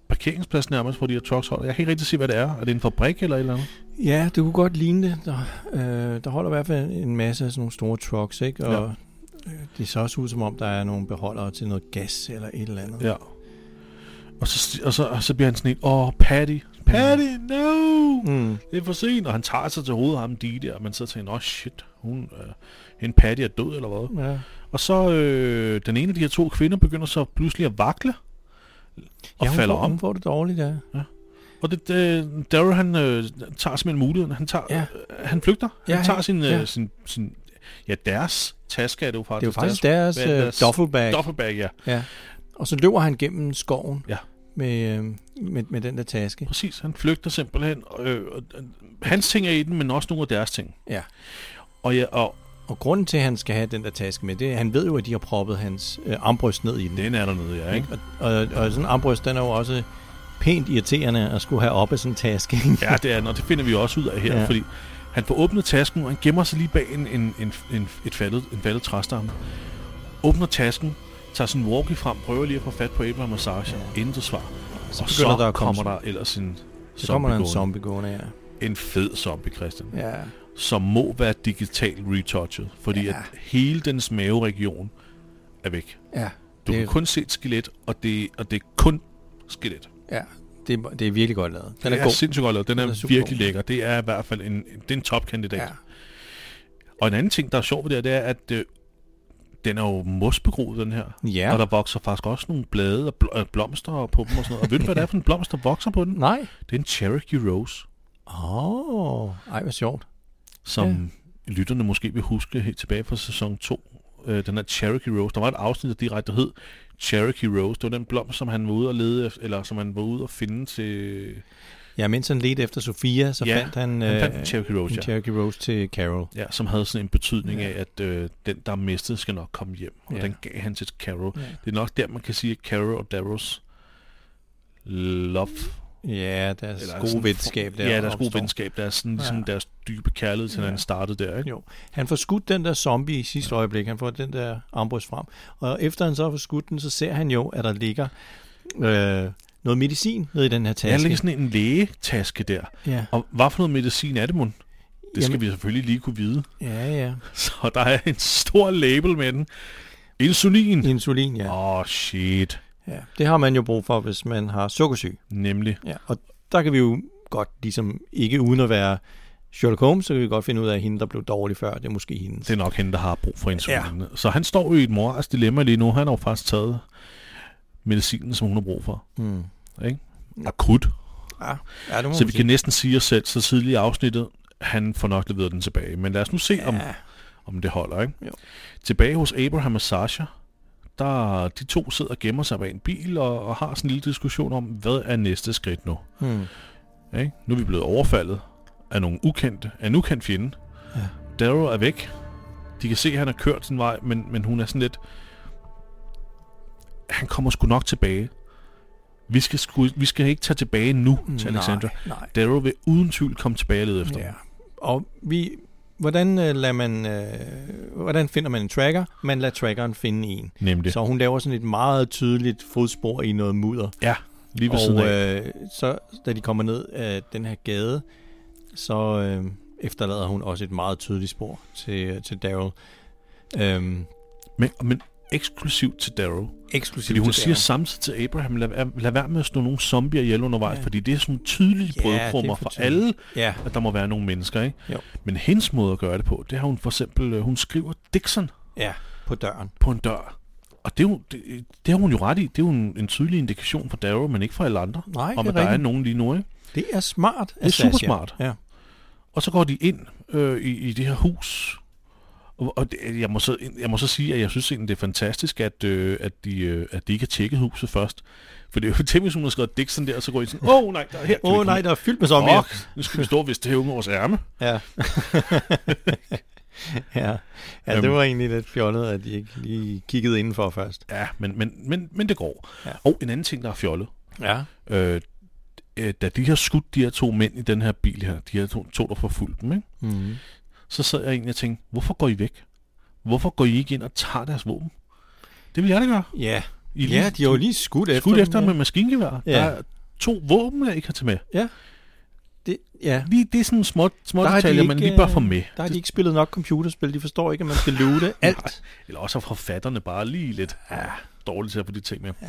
[SPEAKER 1] parkeringsplads nærmest, hvor de her trucks holder. Jeg kan ikke rigtig se, hvad det er. Er det en fabrik eller et eller andet?
[SPEAKER 11] Ja, det kunne godt ligne det. Der, øh, der holder i hvert fald en masse af sådan nogle store trucks, ikke? Og
[SPEAKER 1] Ja.
[SPEAKER 11] ja. det ser også ud, som om der er nogle beholdere til noget gas eller et eller andet.
[SPEAKER 1] Ja. Og så, og så, og så bliver han sådan en, åh, Patty. Patty, no!
[SPEAKER 11] Mm.
[SPEAKER 1] Det er for sent, og han tager sig til hovedet ham, de der, men så tænker han, åh shit, hun, øh, hende Patty er død eller hvad?
[SPEAKER 11] ja.
[SPEAKER 1] Og så øh, den ene af de her to kvinder begynder så pludselig at vakle og
[SPEAKER 11] ja,
[SPEAKER 1] ja,
[SPEAKER 11] hun
[SPEAKER 1] falder
[SPEAKER 11] får,
[SPEAKER 1] om.
[SPEAKER 11] Hun får det dårligt, ja.
[SPEAKER 1] Og det, det, Daryl, han øh, tager simpelthen muligheden. Han, tager, ja.
[SPEAKER 11] Ja.
[SPEAKER 1] øh, han flygter. Ja,
[SPEAKER 11] Ja,
[SPEAKER 1] han tager
[SPEAKER 11] han-
[SPEAKER 1] sin, øh, ja.
[SPEAKER 11] ja.
[SPEAKER 1] sin, sin, ja, deres taske er det jo
[SPEAKER 11] Det er jo
[SPEAKER 1] faktisk.
[SPEAKER 11] faktisk deres,
[SPEAKER 1] hvad er det,
[SPEAKER 11] deres øh, duffelbag.
[SPEAKER 1] Duffelbag, ja.
[SPEAKER 11] Ja. Og så løber han gennem skoven
[SPEAKER 1] Ja.
[SPEAKER 11] med, øh, med, med den der taske.
[SPEAKER 1] Præcis, han flygter simpelthen. Øh, og, øh, hans ting er i den, men også nogle af deres ting.
[SPEAKER 11] Ja.
[SPEAKER 1] Og, ja, og
[SPEAKER 11] Og grunden til, at han skal have den der taske med, det er, han ved jo, at de har proppet hans øh, armbryst ned i den.
[SPEAKER 1] den er dernede, ja, ikke?
[SPEAKER 11] Ikke? Og, og, og sådan en armbryst, den er jo også pænt irriterende at skulle have op af sådan en taske. ikke?
[SPEAKER 1] Ja, det er den, og det finder vi også ud af her, ja.
[SPEAKER 11] Ja.
[SPEAKER 1] fordi han får åbnet tasken, og han gemmer sig lige bag en, en, en, en, et faldet, en faldet træstamme. Åbner tasken, tager sin walkie frem, prøver lige at få fat på Abraham og Sasha, ja. intet svar. Så og så
[SPEAKER 11] begynder der
[SPEAKER 1] der
[SPEAKER 11] at komme
[SPEAKER 1] kommer der ellers en
[SPEAKER 11] Så kommer der en
[SPEAKER 1] zombie.
[SPEAKER 11] zombie gående, ja.
[SPEAKER 1] gående. En fed zombie, Christian. Ja.
[SPEAKER 11] ja.
[SPEAKER 1] Som må være digitalt retouchet, fordi ja.
[SPEAKER 11] Ja.
[SPEAKER 1] at hele dens maveregion er væk.
[SPEAKER 11] Ja,
[SPEAKER 1] Du
[SPEAKER 11] Det-
[SPEAKER 1] kan kun se et skelet, og det, og det er kun skelet.
[SPEAKER 11] ja. Det, er, det er virkelig godt lavet. Den
[SPEAKER 1] Den
[SPEAKER 11] er,
[SPEAKER 1] er, er
[SPEAKER 11] god.
[SPEAKER 1] sindssygt godt lavet. Den,
[SPEAKER 11] Den
[SPEAKER 1] er,
[SPEAKER 11] er
[SPEAKER 1] er
[SPEAKER 11] super
[SPEAKER 1] virkelig
[SPEAKER 11] god.
[SPEAKER 1] lækker. Det er i hvert fald en, det er en topkandidat.
[SPEAKER 11] Ja.
[SPEAKER 1] Og en anden ting, der er sjovt ved det, her, det er, at øh, den er jo mosbegroet, den her.
[SPEAKER 11] Ja.
[SPEAKER 1] Og der vokser faktisk også nogle blade og bl- øh, blomster på dem og sådan noget. Og ved du, hvad det er for en blomst, der vokser på den?
[SPEAKER 11] Nej.
[SPEAKER 1] Det er en Cherokee Rose,
[SPEAKER 11] Åh, oh, ej, hvor sjovt.
[SPEAKER 1] som lytterne måske vil huske helt tilbage fra sæson 2, øh, den her Cherokee Rose. Der var et afsnit, der direkte hed Cherokee Rose. Det var den blomst, som han var ude og lede, efter- eller som han var ude og finde til...
[SPEAKER 11] Ja, mens han ledte efter Sofia, så
[SPEAKER 1] Ja,
[SPEAKER 11] fandt han,
[SPEAKER 1] han
[SPEAKER 11] øh,
[SPEAKER 1] fandt en Cherokee Rose,
[SPEAKER 11] en
[SPEAKER 1] ja.
[SPEAKER 11] Cherokee Rose til Carol.
[SPEAKER 1] Ja, som havde sådan en betydning af, at øh, den, der er mistet, skal nok komme hjem. Og
[SPEAKER 11] Ja.
[SPEAKER 1] den gav han til Carol.
[SPEAKER 11] Ja.
[SPEAKER 1] Det er nok der, man kan sige, at Carol og Darrows love.
[SPEAKER 11] Ja, deres
[SPEAKER 1] eller
[SPEAKER 11] Eller
[SPEAKER 1] sådan-
[SPEAKER 11] gode venskab der.
[SPEAKER 1] Ja, deres gode
[SPEAKER 11] opstår.
[SPEAKER 1] venskab. Deres, sådan,
[SPEAKER 11] Ja.
[SPEAKER 1] ligesom deres dybe kærlighed til, ja. han startede der. Ikke?
[SPEAKER 11] Jo. Han får skudt den der zombie i sidste ja. øjeblik. Han får den der armbrøst frem. Og efter han så får skudt den, så ser han jo, at der ligger øh, noget medicin nede i den her taske.
[SPEAKER 1] Jeg lægger sådan en lægetaske der.
[SPEAKER 11] Ja.
[SPEAKER 1] Og hvad for noget medicin er det, mon? Det skal
[SPEAKER 11] Jamen-
[SPEAKER 1] vi selvfølgelig lige kunne vide.
[SPEAKER 11] ja, ja.
[SPEAKER 1] Så der er en stor label med den. Insulin. Åh,
[SPEAKER 11] Insulin, ja.
[SPEAKER 1] oh, shit.
[SPEAKER 11] ja. Det har man jo brug for, hvis man har sukkersyg.
[SPEAKER 1] Nemlig.
[SPEAKER 11] Ja. Og der kan vi jo godt, ligesom ikke uden at være Sherlock Holmes, så kan vi godt finde ud af, at hende, der blev dårlig før, det er måske hendes.
[SPEAKER 1] Det er nok hende, der har brug for insulin. Ja. Så han står jo i et morals dilemma lige nu. Han har jo faktisk taget medicinen, som hun har brug for.
[SPEAKER 11] Mm.
[SPEAKER 1] Ikke? Akut.
[SPEAKER 11] Ja, ja, det må
[SPEAKER 1] Så
[SPEAKER 11] man
[SPEAKER 1] vi
[SPEAKER 11] sige.
[SPEAKER 1] kan næsten sige os selv, så tidligt i afsnittet, han får nok leveret den tilbage. Men lad os nu se, ja. om, om det holder. Ikke?
[SPEAKER 11] Jo.
[SPEAKER 1] Tilbage hos Abraham og Sasha, der de to sidder og gemmer sig bag en bil og, og har sådan en lille diskussion om, hvad er næste skridt nu?
[SPEAKER 11] Hmm.
[SPEAKER 1] Ikke? Nu er vi blevet overfaldet af nogle ukendte, af en ukendt fjende. Ja. Darrow er væk. De kan se, at han har kørt sin vej, men, men hun er sådan lidt... Han kommer sgu nok tilbage. Vi skal, sku, vi skal ikke tage tilbage nu til
[SPEAKER 11] Mm, Nej,
[SPEAKER 1] Alexandra.
[SPEAKER 11] nej.
[SPEAKER 1] Darrow vil uden tvivl komme tilbage og lede efter.
[SPEAKER 11] Ja.
[SPEAKER 1] Ja.
[SPEAKER 11] Og vi, hvordan, øh, lader man, øh, hvordan finder man en tracker? Man lader trackeren finde en.
[SPEAKER 1] Nemlig.
[SPEAKER 11] Så hun laver sådan et meget tydeligt fodspor i noget mudder.
[SPEAKER 1] ja, lige ved siden
[SPEAKER 11] Og
[SPEAKER 1] af.
[SPEAKER 11] øh, så, da de kommer ned af den her gade, så øh, efterlader hun også et meget tydeligt spor til, øh, til Daryl. Øhm,
[SPEAKER 1] Men, men eksklusivt til Darrow.
[SPEAKER 11] eksklusivt
[SPEAKER 1] Fordi hun
[SPEAKER 11] til
[SPEAKER 1] siger
[SPEAKER 11] Daryl.
[SPEAKER 1] samtidig til Abraham, lad, være- lad være med at slå nogle zombier ihjel undervejs, ja. fordi det er sådan tydelige
[SPEAKER 11] Ja, det er
[SPEAKER 1] brødkrummer
[SPEAKER 11] for
[SPEAKER 1] for
[SPEAKER 11] tydeligt.
[SPEAKER 1] alle,
[SPEAKER 11] Ja,
[SPEAKER 1] at der må være nogle mennesker, ikke?
[SPEAKER 11] Jo.
[SPEAKER 1] Men hendes måde at gøre det på, det har hun for eksempel, øh, hun skriver Dixon
[SPEAKER 11] ja, på døren.
[SPEAKER 1] på en dør. Og det, er jo, det, det har hun jo ret i. Det er jo en, en tydelig indikation for Darrow, men ikke for alle andre.
[SPEAKER 11] Nej,
[SPEAKER 1] om
[SPEAKER 11] det er
[SPEAKER 1] at der er
[SPEAKER 11] rigtigt.
[SPEAKER 1] nogen lige nu, ikke?
[SPEAKER 11] Det er smart. Det
[SPEAKER 1] er supersmart.
[SPEAKER 11] Ja.
[SPEAKER 1] Og så går de ind øh, i, i det her hus. Og, og det, jeg, må så, jeg må så sige, at jeg synes egentlig, det er fantastisk, at, øh, at, de, øh, at de ikke har tjekket huset først. For det er jo tænkt, hvis hun har skrevet Dixon der, og så går I sådan, åh oh, nej, der er her. kan vi
[SPEAKER 11] Åh oh,
[SPEAKER 1] komme
[SPEAKER 11] nej,
[SPEAKER 1] ind."
[SPEAKER 11] der er fyldt med zombier.
[SPEAKER 1] Fuck, nu skal vi stå hvis det her unge vores ærme.
[SPEAKER 11] Ja. ja. ja, det
[SPEAKER 1] Øhm.
[SPEAKER 11] var egentlig lidt fjollet, at de ikke lige kiggede indenfor først.
[SPEAKER 1] Ja, men, men, men, men det går.
[SPEAKER 11] Ja.
[SPEAKER 1] Ja. Og en anden ting, der er fjollet.
[SPEAKER 11] Ja.
[SPEAKER 1] Øh, øh, da de har skudt de her to mænd i den her bil her, de her to, to der forfulgte dem, ikke?
[SPEAKER 11] Mm.
[SPEAKER 1] så sad jeg egentlig og tænkte, hvorfor går I væk? Hvorfor går I ikke ind og tager deres våben? Det vil jeg da gøre.
[SPEAKER 11] Ja.
[SPEAKER 1] I er
[SPEAKER 11] ja, de har jo lige skudt efter
[SPEAKER 1] skudt efter
[SPEAKER 11] dem,
[SPEAKER 1] med maskingevær.
[SPEAKER 11] Ja.
[SPEAKER 1] Ja. Der er to våben, jeg ikke har til med.
[SPEAKER 11] Ja. Det, ja.
[SPEAKER 1] Lige, det er sådan små, små
[SPEAKER 11] Der har de
[SPEAKER 1] detaljer, man
[SPEAKER 11] ikke,
[SPEAKER 1] lige bør få
[SPEAKER 11] øh,
[SPEAKER 1] med.
[SPEAKER 11] Der har de ikke spillet nok computerspil. De forstår ikke, at man skal loote alt.
[SPEAKER 1] Eller også er forfatterne bare lige lidt ja. dårlige til at få de ting med. Ja.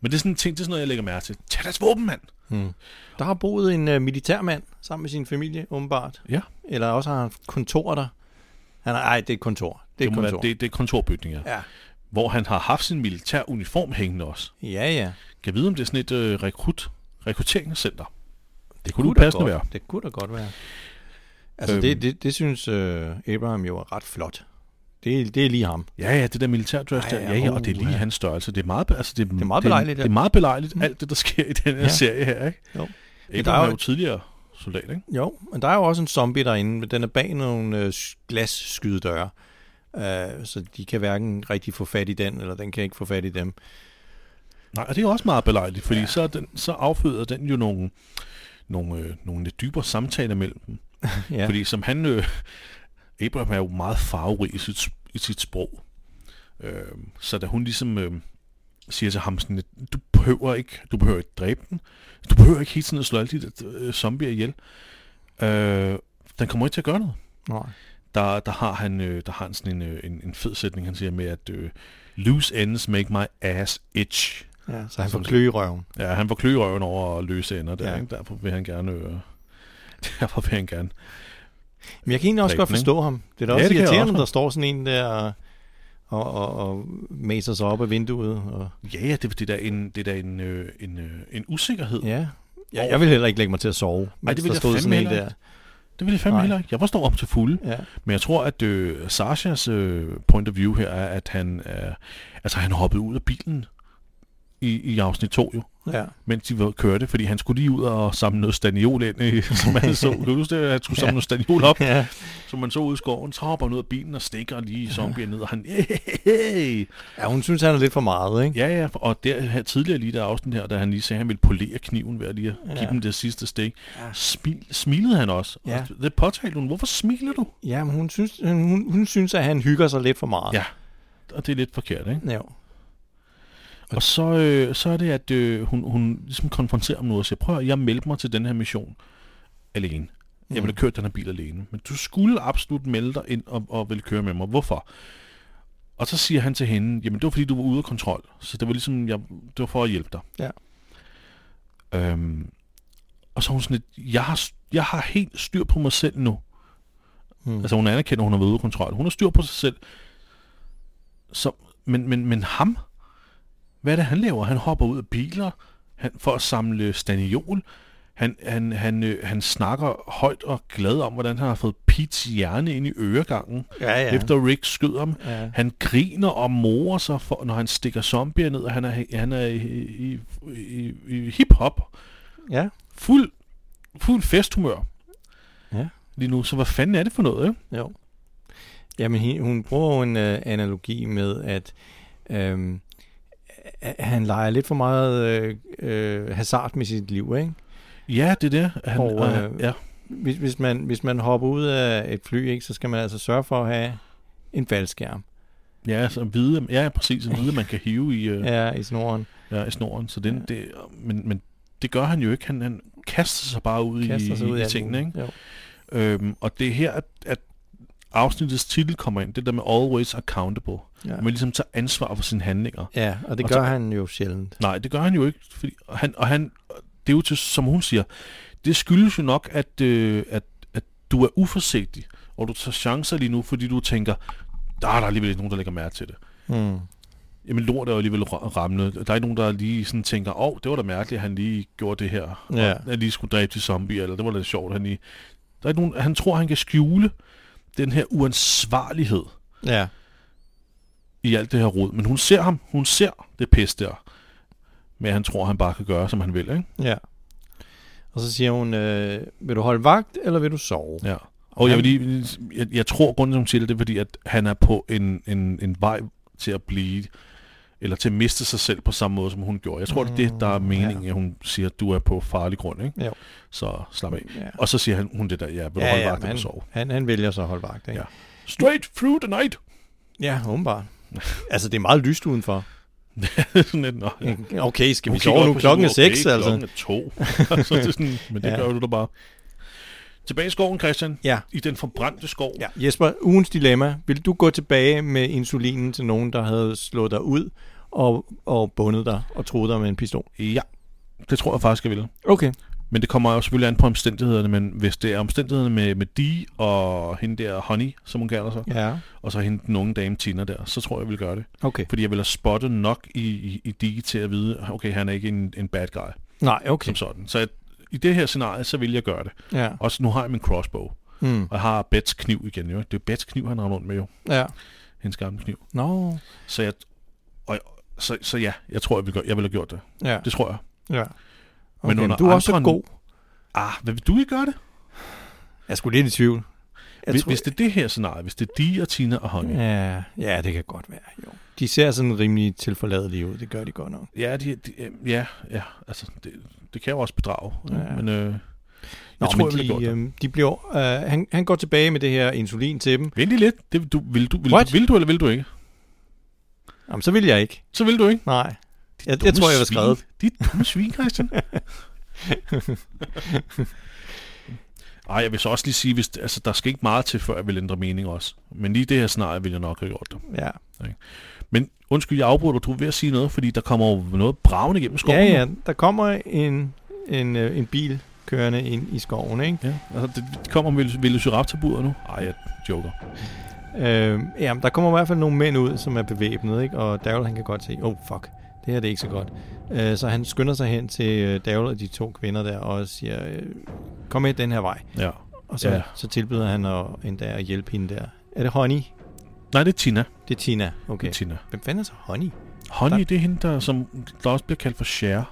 [SPEAKER 1] Men det er sådan en ting, det er sådan noget, jeg lægger mærke til. Tag deres våben, mand!
[SPEAKER 11] Der har boet en uh, militærmand sammen med sin familie, åbenbart.
[SPEAKER 1] Ja,
[SPEAKER 11] Eller også har han haft kontor der. Han har, ej, det er et kontor. Det er
[SPEAKER 1] det,
[SPEAKER 11] et
[SPEAKER 1] må være,
[SPEAKER 11] kontor.
[SPEAKER 1] det, det er kontorbygninger.
[SPEAKER 11] Ja.
[SPEAKER 1] Hvor han har haft sin militær uniform hængende også.
[SPEAKER 11] ja, ja.
[SPEAKER 1] Kan vide, om det er sådan et øh, rekrut, rekrutteringscenter. Det, det kunne
[SPEAKER 11] da
[SPEAKER 1] det passende
[SPEAKER 11] godt,
[SPEAKER 1] være.
[SPEAKER 11] Det kunne da godt være. Altså,
[SPEAKER 1] Øhm.
[SPEAKER 11] det, det, det synes øh, Abraham jo er ret flot. Det, er- det er lige ham.
[SPEAKER 1] Ja, ja, det der militærdress
[SPEAKER 11] Ej,
[SPEAKER 1] der,
[SPEAKER 11] ja,
[SPEAKER 1] ja, ja, og det er lige
[SPEAKER 11] uha.
[SPEAKER 1] hans størrelse. Det er meget, be- altså, det, det
[SPEAKER 11] er meget belejligt, ja. Mm.
[SPEAKER 1] Det, det er meget belejligt, alt det, der sker i den her
[SPEAKER 11] Ja.
[SPEAKER 1] ja. serie her, ikke?
[SPEAKER 11] Jo. Men
[SPEAKER 1] Abraham
[SPEAKER 11] der
[SPEAKER 1] er
[SPEAKER 11] er
[SPEAKER 1] jo,
[SPEAKER 11] jo-
[SPEAKER 1] tidligere soldat, ikke?
[SPEAKER 11] Jo, men der er jo også en zombie derinde, men den er bag nogle øh, s- glasskydedøre. Øh, så de kan hverken rigtig få fat i den, eller den kan ikke få fat i dem.
[SPEAKER 1] Nej, og det er også meget belejligt, fordi ja. så, er den, så afføder den jo nogle, nogle, øh, nogle lidt dybere samtaler mellem dem.
[SPEAKER 11] Ja,
[SPEAKER 1] Ja. Fordi som han, øh, Abraham er jo meget farverig i sit, i sit sprog. Øh, så da hun ligesom øh, siger til ham sådan, lidt, du behøver ikke, du behøver ikke dræbe den, du behøver ikke hele tiden at slå alle de der, øh, zombier ihjel. Øh, den kommer ikke til at gøre noget.
[SPEAKER 11] Nej.
[SPEAKER 1] Der, der har han, øh, der har han sådan en, øh, en, en fed sætning, han siger med, at øh, loose ends make my ass itch.
[SPEAKER 11] ja så han får klø i røven.
[SPEAKER 1] Ja, han får klø i røven over at løse ender der,
[SPEAKER 11] Ja.
[SPEAKER 1] ja. ikke? Derfor vil han gerne... Øh, derfor vil han gerne...
[SPEAKER 11] Men jeg kan egentlig også
[SPEAKER 1] Dræbe
[SPEAKER 11] godt
[SPEAKER 1] den, ikke?
[SPEAKER 11] forstå ham. Det er da
[SPEAKER 1] Ja,
[SPEAKER 11] også
[SPEAKER 1] det kan jeg
[SPEAKER 11] irriterende,
[SPEAKER 1] også.
[SPEAKER 11] der står sådan en der og, og, og maser sig op af vinduet. Og,
[SPEAKER 1] Ja, ja, det, det er da en, det er da en, øh, en, øh, en usikkerhed. Ja.
[SPEAKER 11] ja. Jeg, jeg vil heller ikke lægge mig til at sove, mens
[SPEAKER 1] det vil
[SPEAKER 11] der
[SPEAKER 1] jeg
[SPEAKER 11] stod
[SPEAKER 1] fandme
[SPEAKER 11] sådan en
[SPEAKER 1] heller
[SPEAKER 11] der.
[SPEAKER 1] Det vil jeg fandme
[SPEAKER 11] Nej.
[SPEAKER 1] heller ikke. Jeg forstår om til fulde.
[SPEAKER 11] Ja.
[SPEAKER 1] Men jeg tror, at øh, Sashas øh, point of view her er, at han, øh, altså, han hoppede ud af bilen i, i afsnit 2 jo,
[SPEAKER 11] ja.
[SPEAKER 1] mens de var- kørte, fordi han skulle lige ud og samle noget staniol ind, i, som han så. Kan Du huske det, at han skulle samle noget staniol op,
[SPEAKER 11] ja.
[SPEAKER 1] som man så ud i skoven, så hopper han ud af bilen og stikker lige zombier ned, og han, hey!
[SPEAKER 11] Ja, hun synes, han er lidt for meget, ikke?
[SPEAKER 1] Ja, ja, og der, her, tidligere lige der afsnit her, da han lige sagde, at han ville polere kniven ved at lige at give
[SPEAKER 11] Ja.
[SPEAKER 1] dem det sidste stik, smil, smilede han også.
[SPEAKER 11] Ja.
[SPEAKER 1] Og det påtalte hun, hvorfor smiler du?
[SPEAKER 11] Ja, men hun synes, hun, hun, hun synes, at han hygger sig lidt for meget.
[SPEAKER 1] Ja. Og det er lidt forkert, ikke?
[SPEAKER 11] ja.
[SPEAKER 1] Og så, øh, så er det, at øh, hun, hun ligesom konfronterer ham noget og siger, prøv at høre, jeg meldte mig til den her mission alene. Jeg ville have kørt den her bil alene. Men du skulle absolut melde dig ind og, og ville køre med mig. Hvorfor? Og så siger han til hende, jamen det var fordi, du var ude af kontrol. Så det var ligesom, jeg, det var for at hjælpe dig.
[SPEAKER 11] Ja.
[SPEAKER 1] Øhm, og så er hun sådan lidt, jeg har, jeg har helt styr på mig selv nu. Mm. Altså hun anerkender, at hun har været ude af kontrol. Hun har styr på sig selv. Så, men, men, men ham, hvad er det, han laver? Han hopper ud af biler han, for at samle staniol. Han, han, han, øh, han snakker højt og glad om, hvordan han har fået Pete's hjerne ind i øregangen,
[SPEAKER 11] Ja, ja.
[SPEAKER 1] efter Rick skød ham.
[SPEAKER 11] Ja.
[SPEAKER 1] Han griner og morer sig, for, når han stikker zombier ned, og han er, han er i, i, i, i hip-hop.
[SPEAKER 11] Ja.
[SPEAKER 1] Fuld, fuld festhumør
[SPEAKER 11] Ja.
[SPEAKER 1] lige nu. Så hvad fanden er det for noget, ikke?
[SPEAKER 11] Jo. Jamen, he- hun bruger jo en øh, analogi med, at øhm, a- han leger lidt for meget øh, øh, hazard med sit liv, ikke?
[SPEAKER 1] Ja, det er det. Han,
[SPEAKER 11] Og,
[SPEAKER 1] og, øh,
[SPEAKER 11] øh,
[SPEAKER 1] ja.
[SPEAKER 11] Hvis, hvis, man, hvis man hopper ud af et fly, ikke, så skal man altså sørge for at have en faldskærm
[SPEAKER 1] Ja, så vide, ja, præcis. En vide, man kan hive i, øh, ja.
[SPEAKER 11] ja, i snoren.
[SPEAKER 1] Ja, i snoren. Så den, det, men, men det gør han jo ikke. Han, han kaster sig bare ud
[SPEAKER 11] Kaster
[SPEAKER 1] i,
[SPEAKER 11] sig ud
[SPEAKER 1] i,
[SPEAKER 11] af
[SPEAKER 1] tingene. Ikke?
[SPEAKER 11] Jo.
[SPEAKER 1] Øhm, og det er her, at, at afsnittets titel kommer ind. Det der med always accountable.
[SPEAKER 11] Ja.
[SPEAKER 1] Ja. Man ligesom tager ansvar for sine handlinger.
[SPEAKER 11] ja, og det
[SPEAKER 1] Og
[SPEAKER 11] gør
[SPEAKER 1] så-
[SPEAKER 11] han jo sjældent.
[SPEAKER 1] Nej, det gør han jo ikke. Fordi, og, han, og han, det er jo til, som hun siger, det skyldes jo nok, at, øh, at, at du er uforsigtig, og du tager chancer lige nu, fordi du tænker, der er der alligevel ikke nogen, der lægger mærke til det.
[SPEAKER 11] Mm.
[SPEAKER 1] Jamen lort er jo alligevel ra- rammende. Der er ikke nogen, der lige sådan tænker, åh, oh, det var da mærkeligt, at han lige gjorde det her.
[SPEAKER 11] Ja.
[SPEAKER 1] Og at han lige skulle dræbe de zombier, eller det var da sjovt, han lige... Der er ikke nogen, han tror, han kan skjule den her uansvarlighed
[SPEAKER 11] Ja.
[SPEAKER 1] i alt det her rod. Men hun ser ham, hun ser det pis der. Men han tror, han bare kan gøre, som han vil, ikke?
[SPEAKER 11] Ja. Og så siger hun, øh, vil du holde vagt, eller vil du sove?
[SPEAKER 1] Ja. Og jeg, vil lige, jeg, jeg tror, grunden til, at hun siger det, det er fordi, at han er på en, en, en vej til at blive, eller til at miste sig selv på samme måde, som hun gjorde. Jeg tror, det er det, der er meningen, Mm, ja. at hun siger, at du er på farlig grund, ikke?
[SPEAKER 11] Jo.
[SPEAKER 1] Så slap af.
[SPEAKER 11] Ja.
[SPEAKER 1] Og så siger han, hun det der, ja, vil du ja, holde vagt,
[SPEAKER 11] han,
[SPEAKER 1] ja, sove?
[SPEAKER 11] han, han vælger så at holde vagt, ikke?
[SPEAKER 1] Ja. Straight through the night!
[SPEAKER 11] Ja, åbenbart. altså, det er meget lyst udenfor.
[SPEAKER 1] sådan lidt, nå, ja.
[SPEAKER 11] Okay, skal
[SPEAKER 1] Hun kigger
[SPEAKER 11] vi sove
[SPEAKER 1] op
[SPEAKER 11] nu?
[SPEAKER 1] på sit
[SPEAKER 11] Klokken er
[SPEAKER 1] ur,
[SPEAKER 11] seks,
[SPEAKER 1] okay,
[SPEAKER 11] altså.
[SPEAKER 1] Klokken er to. altså, det er sådan, men det
[SPEAKER 11] Ja.
[SPEAKER 1] ja. gør du da bare. Tilbage i skoven, Christian.
[SPEAKER 11] Ja.
[SPEAKER 1] I den forbrændte skov.
[SPEAKER 11] Ja. Jesper, ugens dilemma. Vil du gå tilbage med insulinen til nogen, der havde slået dig ud og, og bundet dig og troet dig med en pistol?
[SPEAKER 1] ja. Det tror jeg faktisk, jeg ville.
[SPEAKER 11] Okay.
[SPEAKER 1] Men det kommer jo selvfølgelig an på omstændighederne, men hvis det er omstændighederne med, med Dee og hende der Honey, som hun kalder sig, ja.
[SPEAKER 11] Ja,
[SPEAKER 1] og så hende den unge dame Tina der, så tror jeg, jeg vil gøre det.
[SPEAKER 11] okay.
[SPEAKER 1] Fordi jeg vil have spottet nok i, i, i Dee til at vide, okay, han er ikke en, en bad guy,
[SPEAKER 11] Nej, okay.
[SPEAKER 1] som sådan. Så jeg, i det her scenarie, så vil jeg gøre det.
[SPEAKER 11] Ja.
[SPEAKER 1] Også nu har jeg min crossbow,
[SPEAKER 11] Mm.
[SPEAKER 1] og jeg har Bets kniv igen jo. ikke? Det er Bets kniv, han har rundt med jo.
[SPEAKER 11] ja.
[SPEAKER 1] Hendes gamle kniv.
[SPEAKER 11] Nå.
[SPEAKER 1] Så jeg, og, så, så ja, jeg tror, jeg vil, gøre, jeg vil have gjort det.
[SPEAKER 11] Ja.
[SPEAKER 1] Det tror jeg.
[SPEAKER 11] ja.
[SPEAKER 1] Men
[SPEAKER 11] Okay,
[SPEAKER 1] under
[SPEAKER 11] du er også
[SPEAKER 1] andre-
[SPEAKER 11] god.
[SPEAKER 1] Ah, hvad vil du ikke gøre det?
[SPEAKER 11] Jeg er sgu lidt i tvivl. Jeg
[SPEAKER 1] Hvis,
[SPEAKER 11] tror- Mm.
[SPEAKER 1] hvis det er det her scenarie, hvis det er Dee og Tina og Honey,
[SPEAKER 11] Ja, ja, det kan godt være, jo. De ser sådan rimelig tilforladelige ud, det gør de godt nok.
[SPEAKER 1] Ja, de, de, øh, ja, ja, altså, det, det kan jo også bedrage.
[SPEAKER 11] Ja.
[SPEAKER 1] Ja. Men øh, jeg
[SPEAKER 11] Nå,
[SPEAKER 1] tror, jeg
[SPEAKER 11] men
[SPEAKER 1] ville have
[SPEAKER 11] de,
[SPEAKER 1] gjort det.
[SPEAKER 11] øhm, de bliver, øh, han, han går tilbage med det her insulin til dem.
[SPEAKER 1] Vent lige lidt. Det, du, vil, du, vil,
[SPEAKER 11] øh- What?
[SPEAKER 1] du, vil du, eller vil du ikke?
[SPEAKER 11] Jamen, så vil jeg ikke.
[SPEAKER 1] Så vil du ikke.
[SPEAKER 11] Nej. Jeg,
[SPEAKER 1] Dumme
[SPEAKER 11] jeg tror, jeg var
[SPEAKER 1] svin.
[SPEAKER 11] skrevet.
[SPEAKER 1] De dumme svin, Christian. Ej, jeg vil så også lige sige, hvis, altså, der skal ikke meget til, før jeg vil ændre mening også. Men lige i det her scenarie vil jeg nok have gjort det.
[SPEAKER 11] Ja.
[SPEAKER 1] Men undskyld, jeg afbryder, dig. du er ved at sige noget, fordi der kommer jo noget bravende igennem skoven.
[SPEAKER 11] ja, ja, der kommer en, en, øh, en bil kørende ind i skoven, ikke?
[SPEAKER 1] ja. Altså, det, det kommer med velociraptorbuder nu. Ej, jeg joker.
[SPEAKER 11] Øh, jamen, der kommer i hvert fald nogle mænd ud, som er bevæbnet, ikke? Og Daryl, han kan godt se, oh fuck, det her det er ikke så godt. Øh, så han skynder sig hen til øh, Daryl og de to kvinder der, og siger, øh, kom med den her vej.
[SPEAKER 1] Ja.
[SPEAKER 11] Og så,
[SPEAKER 1] Ja.
[SPEAKER 11] ja. så tilbyder han at, endda at hjælpe hende der. Er det Honey?
[SPEAKER 1] Nej, det er Tina.
[SPEAKER 11] Det er Tina. Okay.
[SPEAKER 1] Det er Tina.
[SPEAKER 11] Hvem fanden er så Honey?
[SPEAKER 1] Honey,
[SPEAKER 11] Der-
[SPEAKER 1] det er hende, der, som, der også bliver kaldt for Cher,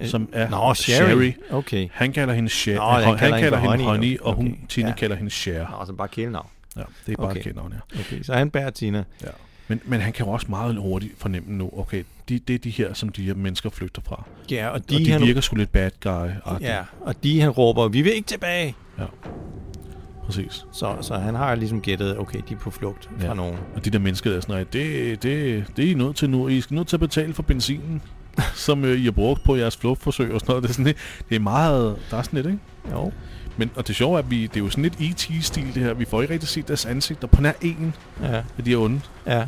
[SPEAKER 11] Øh,
[SPEAKER 1] som er
[SPEAKER 11] Nå, Sherry.
[SPEAKER 1] Sherry.
[SPEAKER 11] Okay.
[SPEAKER 1] Han kalder hende Cher.
[SPEAKER 11] Nå, han
[SPEAKER 1] han,
[SPEAKER 11] kalder
[SPEAKER 1] kalder
[SPEAKER 11] hende for
[SPEAKER 1] hende
[SPEAKER 11] Honey,
[SPEAKER 1] Honey, og hun,
[SPEAKER 11] okay.
[SPEAKER 1] Tina
[SPEAKER 11] Ja.
[SPEAKER 1] kalder hende Cher.
[SPEAKER 11] Nå, så bare kælenavn.
[SPEAKER 1] Ja, det er bare
[SPEAKER 11] Okay.
[SPEAKER 1] okay. kendt navn her.
[SPEAKER 11] Okay, så han bærer Tina.
[SPEAKER 1] Ja. Men, men han kan jo også meget hurtigt fornemme nu, okay, de, det er de her, som de her mennesker flygter fra.
[SPEAKER 11] Ja, og
[SPEAKER 1] De, og de
[SPEAKER 11] han,
[SPEAKER 1] virker sgu lidt bad guy
[SPEAKER 11] Ja, og de han råber, vi vil ikke tilbage.
[SPEAKER 1] Præcis.
[SPEAKER 11] Så, så han har ligesom gættet, okay, de er på flugt ja.
[SPEAKER 1] Ja.
[SPEAKER 11] fra nogen.
[SPEAKER 1] Og de der mennesker der er sådan, nej, det, det, det er I nødt til nu. I skal nødt til at betale for benzinen, som øh, I har brugt på jeres flugtforsøg og sådan noget. Det er, sådan lidt, det er meget... Der er sådan lidt, ikke?
[SPEAKER 11] Jo.
[SPEAKER 1] Men, og det sjove er, at vi, det er jo sådan lidt E.T.-stil det her. Vi får ikke rigtig set deres ansigter på nær en
[SPEAKER 11] Ja,
[SPEAKER 1] af de her onde.
[SPEAKER 11] ja. Ja.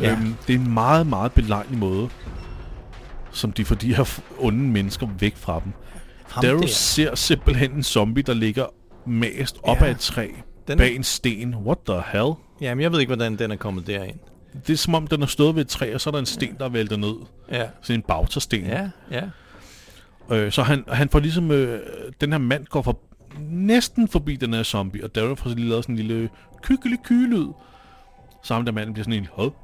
[SPEAKER 1] Ja. Øhm, det er en meget, meget belejlig måde, som de får de her f- onde mennesker væk fra dem.
[SPEAKER 11] Ham
[SPEAKER 1] Daryl
[SPEAKER 11] der.
[SPEAKER 1] ser simpelthen en zombie, der ligger mast op
[SPEAKER 11] Ja.
[SPEAKER 1] ja. af et træ
[SPEAKER 11] Den
[SPEAKER 1] den
[SPEAKER 11] er-
[SPEAKER 1] bag en sten. What the hell?
[SPEAKER 11] Jamen, jeg ved ikke, hvordan den er kommet derind.
[SPEAKER 1] Det er som om, den har stået ved et træ, og så er der en sten, der vælter ned.
[SPEAKER 11] Ja.
[SPEAKER 1] Sådan en bautasten.
[SPEAKER 11] Ja, ja.
[SPEAKER 1] Øh, så han, han får ligesom... Øh, den her mand går for, næsten forbi den her zombie, og Daryl får så lige lavet sådan en lille kykkelig kylyd. Så ham der manden bliver sådan en... Hov.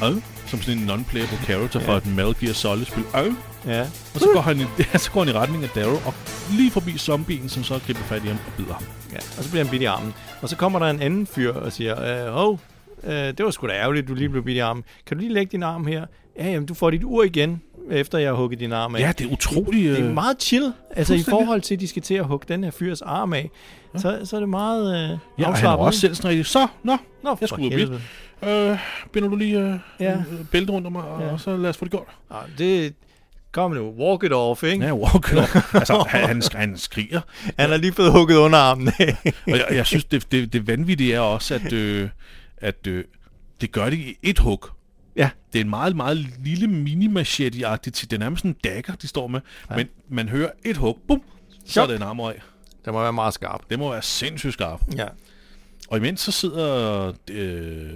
[SPEAKER 1] Hov. Som sådan en non-playable character fra et Metal Gear Solid-spil. Hov.
[SPEAKER 11] Ja.
[SPEAKER 1] Og så går, han i, så går han i retning af Daryl, og lige forbi zombien, som så griber fat i ham og bider ham.
[SPEAKER 11] ja. Og så bliver han bidt i armen. Og så kommer der en anden fyr og siger, øh, hov, øh, det var sgu da ærgerligt, du lige blev bidt i armen. Kan du lige lægge din arm her? Ja, jamen, du får dit ur igen, efter jeg har hugget din arm af.
[SPEAKER 1] Ja, det er utroligt...
[SPEAKER 11] Det er
[SPEAKER 1] øh,
[SPEAKER 11] meget chill. Altså i
[SPEAKER 1] fuldstændig.
[SPEAKER 11] forhold til, at de skal til at hugge den her fyrs arm af, så, så er det
[SPEAKER 1] Ja, og
[SPEAKER 11] meget øh,
[SPEAKER 1] han var
[SPEAKER 11] afslappet.
[SPEAKER 1] også selv sådan rigtig, så, nå,
[SPEAKER 11] Nå, for
[SPEAKER 1] jeg skulle ud og
[SPEAKER 11] helvede.
[SPEAKER 1] bide. Øh, binder du lige øh,
[SPEAKER 11] Ja.
[SPEAKER 1] ja. bælte rundt om mig, og
[SPEAKER 11] Ja.
[SPEAKER 1] ja. så lad os få det godt.
[SPEAKER 11] Nå, det kom nu, walk it off, ikke? Ja.
[SPEAKER 1] Ja, walk it off. altså, han, han, sk- han skriger.
[SPEAKER 11] Han har lige fået hugget under armen af.
[SPEAKER 1] Og jeg, jeg synes, det, det, det vanvittige er også, at, øh, at øh, det gør det i et hug.
[SPEAKER 11] ja.
[SPEAKER 1] Det er en meget, meget lille mini machete Det er nærmest sådan en dagger, de står med. Ja. Men man hører et hug, bum, så er
[SPEAKER 11] Chok.
[SPEAKER 1] det en arm af.
[SPEAKER 11] Det må være meget skarp.
[SPEAKER 1] Det må være sindssygt skarpt.
[SPEAKER 11] Ja.
[SPEAKER 1] Og imens så sidder øh,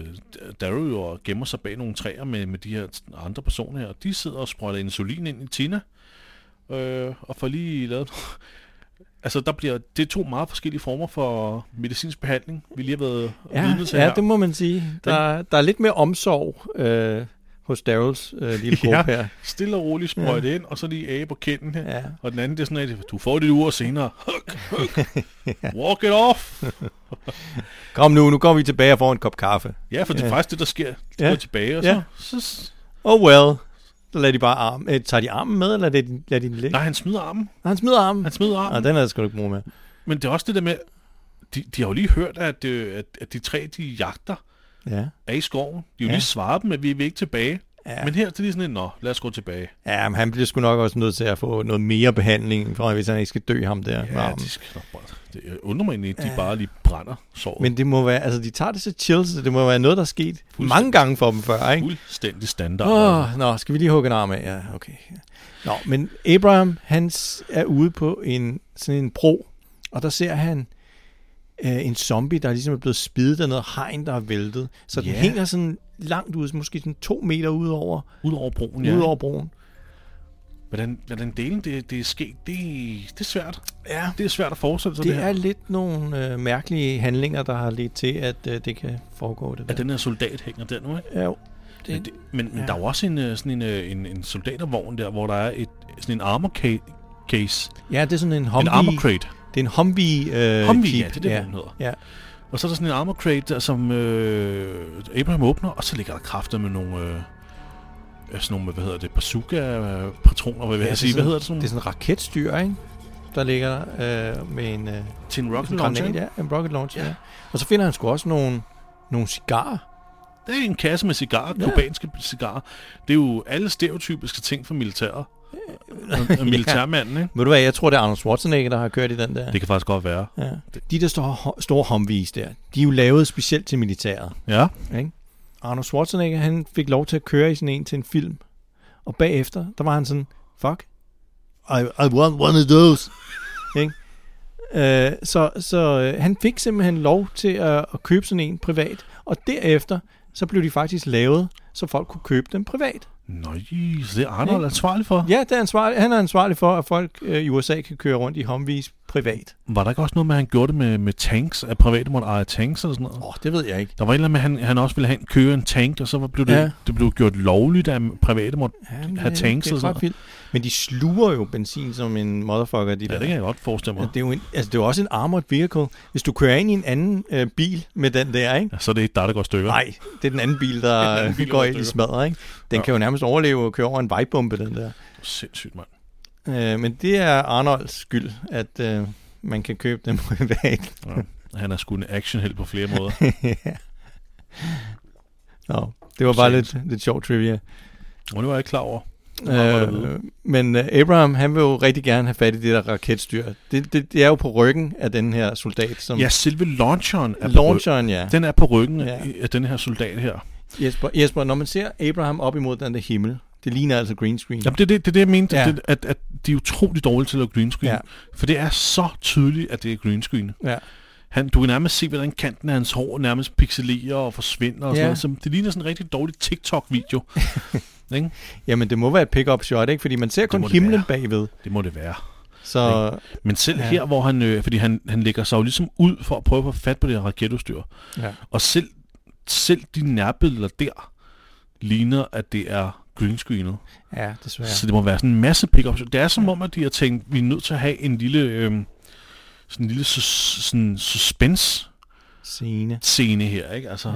[SPEAKER 1] Daryl jo og gemmer sig bag nogle træer med, med de her t- andre personer her, og de sidder og sprøjter insulin ind i Tina, øh, og får lige lavet... altså, der bliver, det er to meget forskellige former for medicinsk behandling, vi lige har været
[SPEAKER 11] Ja,
[SPEAKER 1] vidne til
[SPEAKER 11] ja
[SPEAKER 1] her.
[SPEAKER 11] det må man sige. Der, der er lidt mere omsorg øh, hos Daryls øh, lille gruppe ja. her.
[SPEAKER 1] stille og roligt sprøjte ja. ind, og så lige abe på kinden her.
[SPEAKER 11] Ja.
[SPEAKER 1] Ja. Og den anden, det er sådan, at du får dit ur senere. Huk, huk. Walk it off!
[SPEAKER 11] Kom nu, nu går vi tilbage og får en kop kaffe.
[SPEAKER 1] Ja, for det er
[SPEAKER 11] Ja.
[SPEAKER 1] faktisk det, der sker. Du
[SPEAKER 11] Ja.
[SPEAKER 1] ja. går tilbage, og så,
[SPEAKER 11] Ja.
[SPEAKER 1] ja. så...
[SPEAKER 11] Oh well. Så lader de bare arm. Øh, tager de armen med, eller lader de, lader de den ligge?
[SPEAKER 1] Nej, han smider armen.
[SPEAKER 11] Han smider armen.
[SPEAKER 1] Han smider armen.
[SPEAKER 11] Nej, den er jeg sgu da ikke bruge med.
[SPEAKER 1] Men det er også det der med, de, de har jo lige hørt, at, øh, at, at de tre, de jagter,
[SPEAKER 11] Ja.
[SPEAKER 1] er i skoven. De har jo
[SPEAKER 11] Ja.
[SPEAKER 1] ja. lige svaret dem, at vi er ikke tilbage.
[SPEAKER 11] Ja.
[SPEAKER 1] Ja. Men her det er de sådan, lidt, nå, lad os gå tilbage.
[SPEAKER 11] Ja, men han bliver sgu nok også nødt til at få noget mere behandling, for hvis han ikke skal dø ham der. med
[SPEAKER 1] Ja,
[SPEAKER 11] armen.
[SPEAKER 1] de skal nok bare... Det jeg undrer mig egentlig, at de ja. bare lige brænder såret. Men
[SPEAKER 11] Men det må være, altså de tager det så chill, så det må være noget, der er sket mange gange for dem før, ikke?
[SPEAKER 1] Fuldstændig standard. Oh.
[SPEAKER 11] Åh, nå, skal vi lige hugge en arm af? Ja, okay. Nå, men Abraham, han s- er ude på en, sådan en bro, og der ser han øh, en zombie, der ligesom er blevet spidet af noget hegn, der er væltet. Så den
[SPEAKER 1] Ja.
[SPEAKER 11] hænger sådan langt ud, måske sådan to meter ud over,
[SPEAKER 1] Udover broen,
[SPEAKER 11] ja.
[SPEAKER 1] ja.
[SPEAKER 11] ud over broen.
[SPEAKER 1] Hvordan, hvordan delen det, det er sket, det, det er svært.
[SPEAKER 11] Ja,
[SPEAKER 1] Det er svært at forestille sig det,
[SPEAKER 11] det
[SPEAKER 1] det her.
[SPEAKER 11] er lidt nogle øh, mærkelige handlinger, der har ledt til, at øh, det kan foregå det
[SPEAKER 1] At
[SPEAKER 11] der.
[SPEAKER 1] den her soldat hænger der nu, ikke?
[SPEAKER 11] Ja, jo.
[SPEAKER 1] Men,
[SPEAKER 11] det,
[SPEAKER 1] det, men, men
[SPEAKER 11] ja.
[SPEAKER 1] der er jo også en, øh, sådan en, øh, en, en soldatervogn der, hvor der er et, sådan en armor ca- case.
[SPEAKER 11] ja, det er sådan en
[SPEAKER 1] En
[SPEAKER 11] Humvee.
[SPEAKER 1] armor crate.
[SPEAKER 11] Det er en Humvee. Øh,
[SPEAKER 1] Humvee,
[SPEAKER 11] jeep.
[SPEAKER 1] ja, det er det,
[SPEAKER 11] ja.
[SPEAKER 1] den hedder.
[SPEAKER 11] Ja.
[SPEAKER 1] Og så er der sådan en armor crate, der, som øh, Abraham åbner, og så ligger der kræfter med nogle... Øh, øh, sådan nogle, hvad hedder det, bazooka-patroner, hvad, ja,
[SPEAKER 11] Ja,
[SPEAKER 1] jeg
[SPEAKER 11] det er
[SPEAKER 1] sige, hvad
[SPEAKER 11] sådan-
[SPEAKER 1] hedder det, sådan,
[SPEAKER 11] Det er sådan en raketstyr, ikke? Der ligger øh, med en, øh,
[SPEAKER 1] til en rocket
[SPEAKER 11] en
[SPEAKER 1] launcher.
[SPEAKER 11] granat,
[SPEAKER 1] ikke?
[SPEAKER 11] ja, en rocket launcher. Ja. Ja. Og så finder han sgu også nogle, nogle cigarer.
[SPEAKER 1] Det er en kasse med cigarer,
[SPEAKER 11] Ja.
[SPEAKER 1] ja. kubanske cigarer. Det er jo alle stereotypiske ting for militæret. Og- og militærmanden, ikke?
[SPEAKER 11] Ved du hvad, jeg tror, det er Arnold Schwarzenegger, der har kørt i den der.
[SPEAKER 1] Det kan faktisk godt være.
[SPEAKER 11] Ja. De der store, ho- store Humvees der, de er jo lavet specielt til militæret.
[SPEAKER 1] Ja.
[SPEAKER 11] Ikke? Arnold Schwarzenegger, han fik lov til at køre i sådan en til en film. Og bagefter, der var han sådan, fuck, I, I want one of those. ikke? Øh, så så øh, han fik simpelthen lov til at, at købe sådan en privat. Og derefter, så blev de faktisk lavet, så folk kunne købe dem privat.
[SPEAKER 1] Nå, jeez, det er Arnold ansvarlig for.
[SPEAKER 11] Ja, det er ansvarlig, han er ansvarlig for, at folk øh, i USA kan køre rundt i Humvees privat.
[SPEAKER 1] Var der ikke også noget med, at han gjorde det med, med tanks, at private måtte eje tanks eller sådan noget?
[SPEAKER 11] Åh, oh, det ved jeg ikke.
[SPEAKER 1] Der var et eller andet med, at han, han også ville have, købe en tank, og så var- blev det,
[SPEAKER 11] Ja.
[SPEAKER 1] ja. det blev gjort lovligt, at private måtte...
[SPEAKER 11] Jamen,
[SPEAKER 1] Have tanks
[SPEAKER 11] det
[SPEAKER 1] og
[SPEAKER 11] er
[SPEAKER 1] sådan
[SPEAKER 11] ret vildt. Men de sluger jo benzin som en motherfucker, de
[SPEAKER 1] Ja,
[SPEAKER 11] der.
[SPEAKER 1] det kan jeg godt forestille
[SPEAKER 11] Ja,
[SPEAKER 1] mig.
[SPEAKER 11] det, er jo en, altså, det er jo også en armored vehicle. Hvis du kører ind i en anden øh, bil med den der, ikke?
[SPEAKER 1] Ja, så er det ikke dig, der går i stykker.
[SPEAKER 11] Nej, det er den anden bil, der
[SPEAKER 1] Den anden bil, der
[SPEAKER 11] går
[SPEAKER 1] går i
[SPEAKER 11] ind i
[SPEAKER 1] stykker.
[SPEAKER 11] smadret, ikke? Den
[SPEAKER 1] Ja.
[SPEAKER 11] kan jo nærmest overleve og køre over en vejbombe, den der.
[SPEAKER 1] Sindssygt, mand.
[SPEAKER 11] Øh, men det er Arnolds skyld, at øh, man kan købe den privat.
[SPEAKER 1] Han er sgu en actionheld på flere måder.
[SPEAKER 11] Nå, det var bare lidt, lidt sjov trivia.
[SPEAKER 1] Og det var jeg ikke klar over. godt at
[SPEAKER 11] Øh, men øh, Abraham, han vil jo rigtig gerne have fat i det der raketstyr. Det, det, det er jo på ryggen af den her soldat, som...
[SPEAKER 1] Ja, selve launcheren er på
[SPEAKER 11] Launcheren, ja.
[SPEAKER 1] ryggen. Den er på ryggen
[SPEAKER 11] Ja.
[SPEAKER 1] ja. af den her soldat her.
[SPEAKER 11] Jesper, Jesper, når man ser Abraham op imod den der himmel, det ligner altså green screen.
[SPEAKER 1] Jamen, det er det, det, er det jeg mente,
[SPEAKER 11] Ja.
[SPEAKER 1] ja. det, at, at de er utrolig dårlige til at lave green screen.
[SPEAKER 11] Ja.
[SPEAKER 1] Ja. For det er så tydeligt, at det er green screen.
[SPEAKER 11] Ja.
[SPEAKER 1] Han, du kan nærmest se, hvordan kanten af hans hår nærmest pixelerer og forsvinder. Og
[SPEAKER 11] Ja.
[SPEAKER 1] sådan noget. Så det ligner sådan en rigtig dårlig TikTok-video. Ikke?
[SPEAKER 11] Jamen, det må være et pick-up shot, ikke? Fordi man ser kun
[SPEAKER 1] må det
[SPEAKER 11] himlen
[SPEAKER 1] være.
[SPEAKER 11] bagved.
[SPEAKER 1] Det må det være.
[SPEAKER 11] Så
[SPEAKER 1] Men selv
[SPEAKER 11] Ja.
[SPEAKER 1] ja. her, hvor han... Øh, fordi han, han lægger sig jo ligesom ud for at prøve at få fat på det her raketudstyr.
[SPEAKER 11] ja.
[SPEAKER 1] Og selv, selv de nærbilleder der ligner, at det er greenscreenet.
[SPEAKER 11] ja,
[SPEAKER 1] Ja.
[SPEAKER 11] desværre.
[SPEAKER 1] Så det må være sådan en masse pick-up. Det er som om, at de har tænkt, vi er nødt til at have en lille... Øh, sådan en lille sus- sådan suspense-scene
[SPEAKER 11] Scene.
[SPEAKER 1] her, ikke? Altså,
[SPEAKER 11] Ja.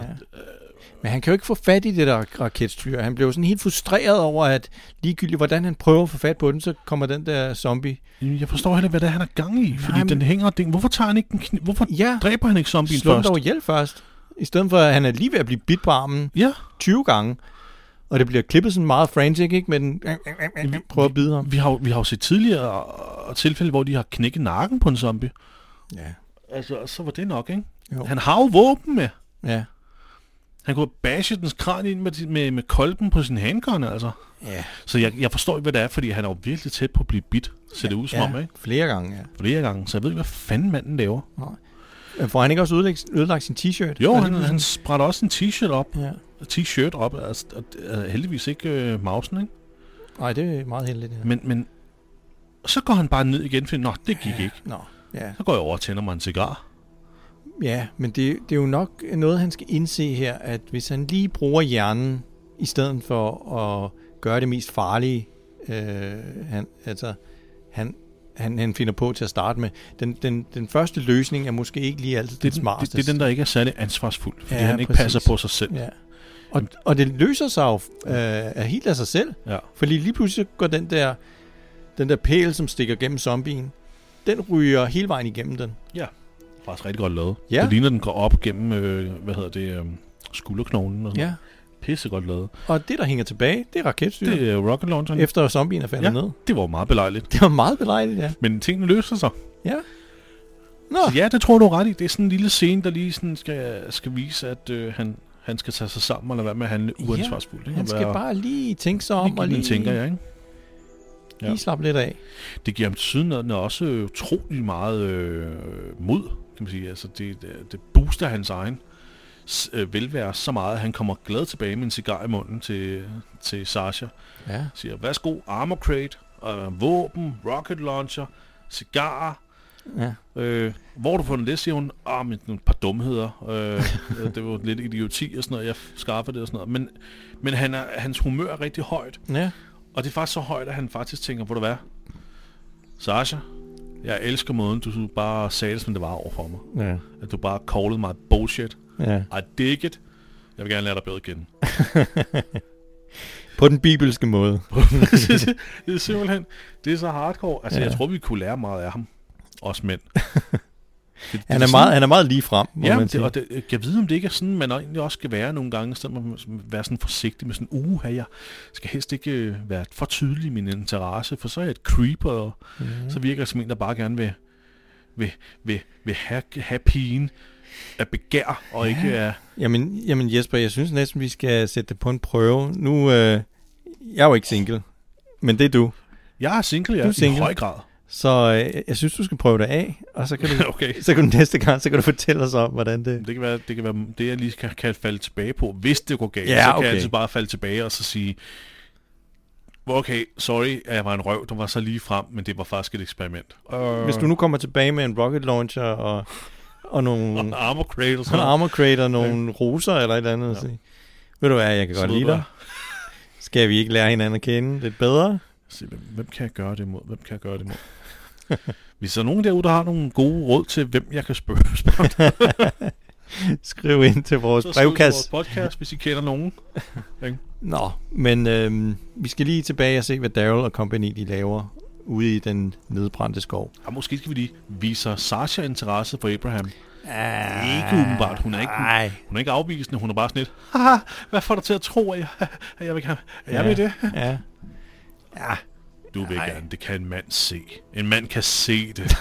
[SPEAKER 11] Men han kan jo ikke få fat i det der raketstyr. Han blev sådan helt frustreret over, at ligegyldigt hvordan han prøver at få fat på den, så kommer den der zombie.
[SPEAKER 1] Jamen, Jeg forstår heller ikke, hvad det er, han har gang i. Fordi
[SPEAKER 11] Nej, men-
[SPEAKER 1] den hænger og ding. Hvorfor tager han ikke den kni- Hvorfor
[SPEAKER 11] Ja.
[SPEAKER 1] dræber han ikke zombien
[SPEAKER 11] Slå den
[SPEAKER 1] først?
[SPEAKER 11] dog ihjel først. I stedet for, at han er lige ved at blive bidt på armen
[SPEAKER 1] Ja,
[SPEAKER 11] 20 gange. Og det bliver klippet sådan meget frantic, ikke? Med den prøver at bide ham.
[SPEAKER 1] vi har, jo- vi har jo set tidligere øh, tilfælde, hvor de har knækket nakken på en zombie.
[SPEAKER 11] Ja.
[SPEAKER 1] Altså, og så var det nok, ikke?
[SPEAKER 11] Jo.
[SPEAKER 1] Jo. Han har jo våben med.
[SPEAKER 11] Ja.
[SPEAKER 1] Han kunne bashe dens kran ind med, de- med, med kolben på sin handgun, altså.
[SPEAKER 11] Ja.
[SPEAKER 1] Så jeg, jeg forstår ikke, hvad det er, fordi han er jo virkelig tæt på at blive bit, ser ja, det ud som ja. om, ikke?
[SPEAKER 11] Flere gange, ja.
[SPEAKER 1] Flere gange, så jeg ved ikke, hvad fanden manden laver.
[SPEAKER 11] Men Øh, Får han ikke også ødelagt, ødelagt sin t-shirt?
[SPEAKER 1] Jo,
[SPEAKER 11] Og
[SPEAKER 1] han,
[SPEAKER 11] lige
[SPEAKER 1] han sprætter også en t-shirt op.
[SPEAKER 11] Ja.
[SPEAKER 1] T-shirt op, altså, og, og, heldigvis ikke øh, mausen, ikke?
[SPEAKER 11] Nej, det er meget heldigt, ja.
[SPEAKER 1] Men, men så går han bare ned igen, for nå, det gik ikke.
[SPEAKER 11] Nå, ja.
[SPEAKER 1] Så går jeg over og tænder mig en cigar.
[SPEAKER 11] Ja, men det, det er jo nok noget, han skal indse her, at hvis han lige bruger hjernen, i stedet for at gøre det mest farlige, øh, han, altså, han, han, han finder på til at starte med. Den, den, den første løsning er måske ikke lige altid
[SPEAKER 1] Det,
[SPEAKER 11] den
[SPEAKER 1] er den- det,
[SPEAKER 11] smarteste.
[SPEAKER 1] det er den, der ikke er særlig ansvarsfuld, fordi
[SPEAKER 11] Ja,
[SPEAKER 1] ja, han ikke
[SPEAKER 11] præcis.
[SPEAKER 1] præcis. passer på sig selv.
[SPEAKER 11] Ja. Og, og det løser sig jo øh, af helt af sig selv.
[SPEAKER 1] Ja.
[SPEAKER 11] Fordi lige pludselig går den der, den der pæl, som stikker gennem zombien, den ryger hele vejen igennem den.
[SPEAKER 1] Ja, det er faktisk rigtig godt lavet.
[SPEAKER 11] Ja.
[SPEAKER 1] Ja. Det ligner, den går op gennem, øh, hvad hedder det, øh, skulderknoglen og sådan
[SPEAKER 11] Ja.
[SPEAKER 1] Pisse godt lavet.
[SPEAKER 11] Og det, der hænger tilbage, det er raketstyret.
[SPEAKER 1] Det er rocket launcheren.
[SPEAKER 11] Efter zombien er faldet
[SPEAKER 1] ja,
[SPEAKER 11] ned.
[SPEAKER 1] det var jo meget belejligt.
[SPEAKER 11] Det var meget belejligt, ja.
[SPEAKER 1] Men tingene løser sig.
[SPEAKER 11] Ja. Nå,
[SPEAKER 1] Så ja, det tror du er ret i. Det er sådan en lille scene, der lige sådan skal, skal vise, at øh, han, han skal tage sig sammen og lade være med at handle uansvarsfuldt.
[SPEAKER 11] han skal
[SPEAKER 1] være,
[SPEAKER 11] bare lige tænke sig om og
[SPEAKER 1] lige...
[SPEAKER 11] lige,
[SPEAKER 1] give den en tænker, ja, ikke?
[SPEAKER 11] lige
[SPEAKER 1] ja.
[SPEAKER 11] slappe lidt af.
[SPEAKER 1] det giver ham til syden også øh, utrolig meget øh, mod, kan man sige. Altså, det, det- det booster hans egen s- øh, velvære så meget, at han kommer glad tilbage med en cigar i munden til, til Sasha.
[SPEAKER 11] Ja.
[SPEAKER 1] Siger, værsgo, armor crate, øh, våben, rocket launcher, cigarer.
[SPEAKER 11] Ja.
[SPEAKER 1] Øh, hvor har du fundet det, siger hun. Ah, men nogle par dumheder. Øh, øh, det var lidt idioti og sådan noget, jeg skaffer det og sådan noget. Men, men han er, hans humør er rigtig højt.
[SPEAKER 11] ja.
[SPEAKER 1] Og det er faktisk så højt, at han faktisk tænker, hvor du hvad? Sasha, jeg elsker måden, du bare sagde det, som det var over for mig.
[SPEAKER 11] Ja.
[SPEAKER 1] At du bare callede mig bullshit.
[SPEAKER 11] ja.
[SPEAKER 1] I dig it. Jeg vil gerne lære dig bedre igen.
[SPEAKER 11] På den bibelske måde.
[SPEAKER 1] det er simpelthen, det er så hardcore. Altså,
[SPEAKER 11] Ja.
[SPEAKER 1] ja. jeg tror, vi kunne lære meget af ham. Os mænd. Det,
[SPEAKER 11] Han er meget, han er meget lige frem, må
[SPEAKER 1] Ja,
[SPEAKER 11] man
[SPEAKER 1] men det,
[SPEAKER 11] sige.
[SPEAKER 1] og det, jeg ved, om det ikke er sådan, man egentlig også skal være nogle gange, i stedet for at være sådan forsigtig med sådan, uha, jeg skal helst ikke øh, være for tydelig i min interesse, for så er jeg et creeper, og
[SPEAKER 11] Mhm.
[SPEAKER 1] mm. så virker jeg som en, der bare gerne vil, vil, vil, vil have, have pigen af begær, og ja. ikke af...
[SPEAKER 11] Jamen, jamen Jesper, jeg synes næsten, vi skal sætte det på en prøve. Nu, øh, jeg er jo ikke single, men det er du.
[SPEAKER 1] Jeg er single, jeg
[SPEAKER 11] Du er
[SPEAKER 1] er
[SPEAKER 11] single.
[SPEAKER 1] i høj grad.
[SPEAKER 11] Så øh, jeg synes, du skal prøve det af, og så kan du,
[SPEAKER 1] Okay.
[SPEAKER 11] så kan du næste gang, så kan du fortælle os om, hvordan det...
[SPEAKER 1] Det kan, være, det kan være det, jeg lige kan, kan falde tilbage på. Hvis det går galt,
[SPEAKER 11] Ja,
[SPEAKER 1] så kan
[SPEAKER 11] okay.
[SPEAKER 1] jeg altid bare falde tilbage og så sige, Okay, sorry, at jeg var en røv, der var så lige frem, men det var faktisk et eksperiment. Og
[SPEAKER 11] Hvis du nu kommer tilbage med en rocket launcher og, og nogle
[SPEAKER 1] Armor Cradle,
[SPEAKER 11] sådan en armor crate og nogle roser eller et eller andet. Ja. Sige. Ved du hvad, jeg kan godt
[SPEAKER 1] Smid
[SPEAKER 11] lide dig.
[SPEAKER 1] bare.
[SPEAKER 11] Skal vi ikke lære hinanden at kende lidt bedre?
[SPEAKER 1] Se, hvem, hvem kan jeg gøre det mod? Hvem kan jeg gøre det mod? Hvis der er nogen derude, der har nogle gode råd til, hvem jeg kan spørge, spørge om,
[SPEAKER 11] Skriv ind til vores
[SPEAKER 1] så skriv til vores
[SPEAKER 11] brevkasse.
[SPEAKER 1] podcast, hvis I kender nogen.
[SPEAKER 11] Nå, men øhm, vi skal lige tilbage og se, hvad Daryl og company de laver ude i den nedbrændte skov.
[SPEAKER 1] Og måske skal vi lige vise Sasha interesse for Abraham.
[SPEAKER 11] Ah.
[SPEAKER 1] Ikke umiddelbart. Hun er ikke,
[SPEAKER 11] Nej.
[SPEAKER 1] hun er ikke afvisende. Hun er bare sådan lidt, Haha, hvad får dig til at tro, at jeg, at jeg vil gerne? at Jeg vil det.
[SPEAKER 11] Ja.
[SPEAKER 1] Du vil gerne. Det kan en mand se. En mand kan se det. det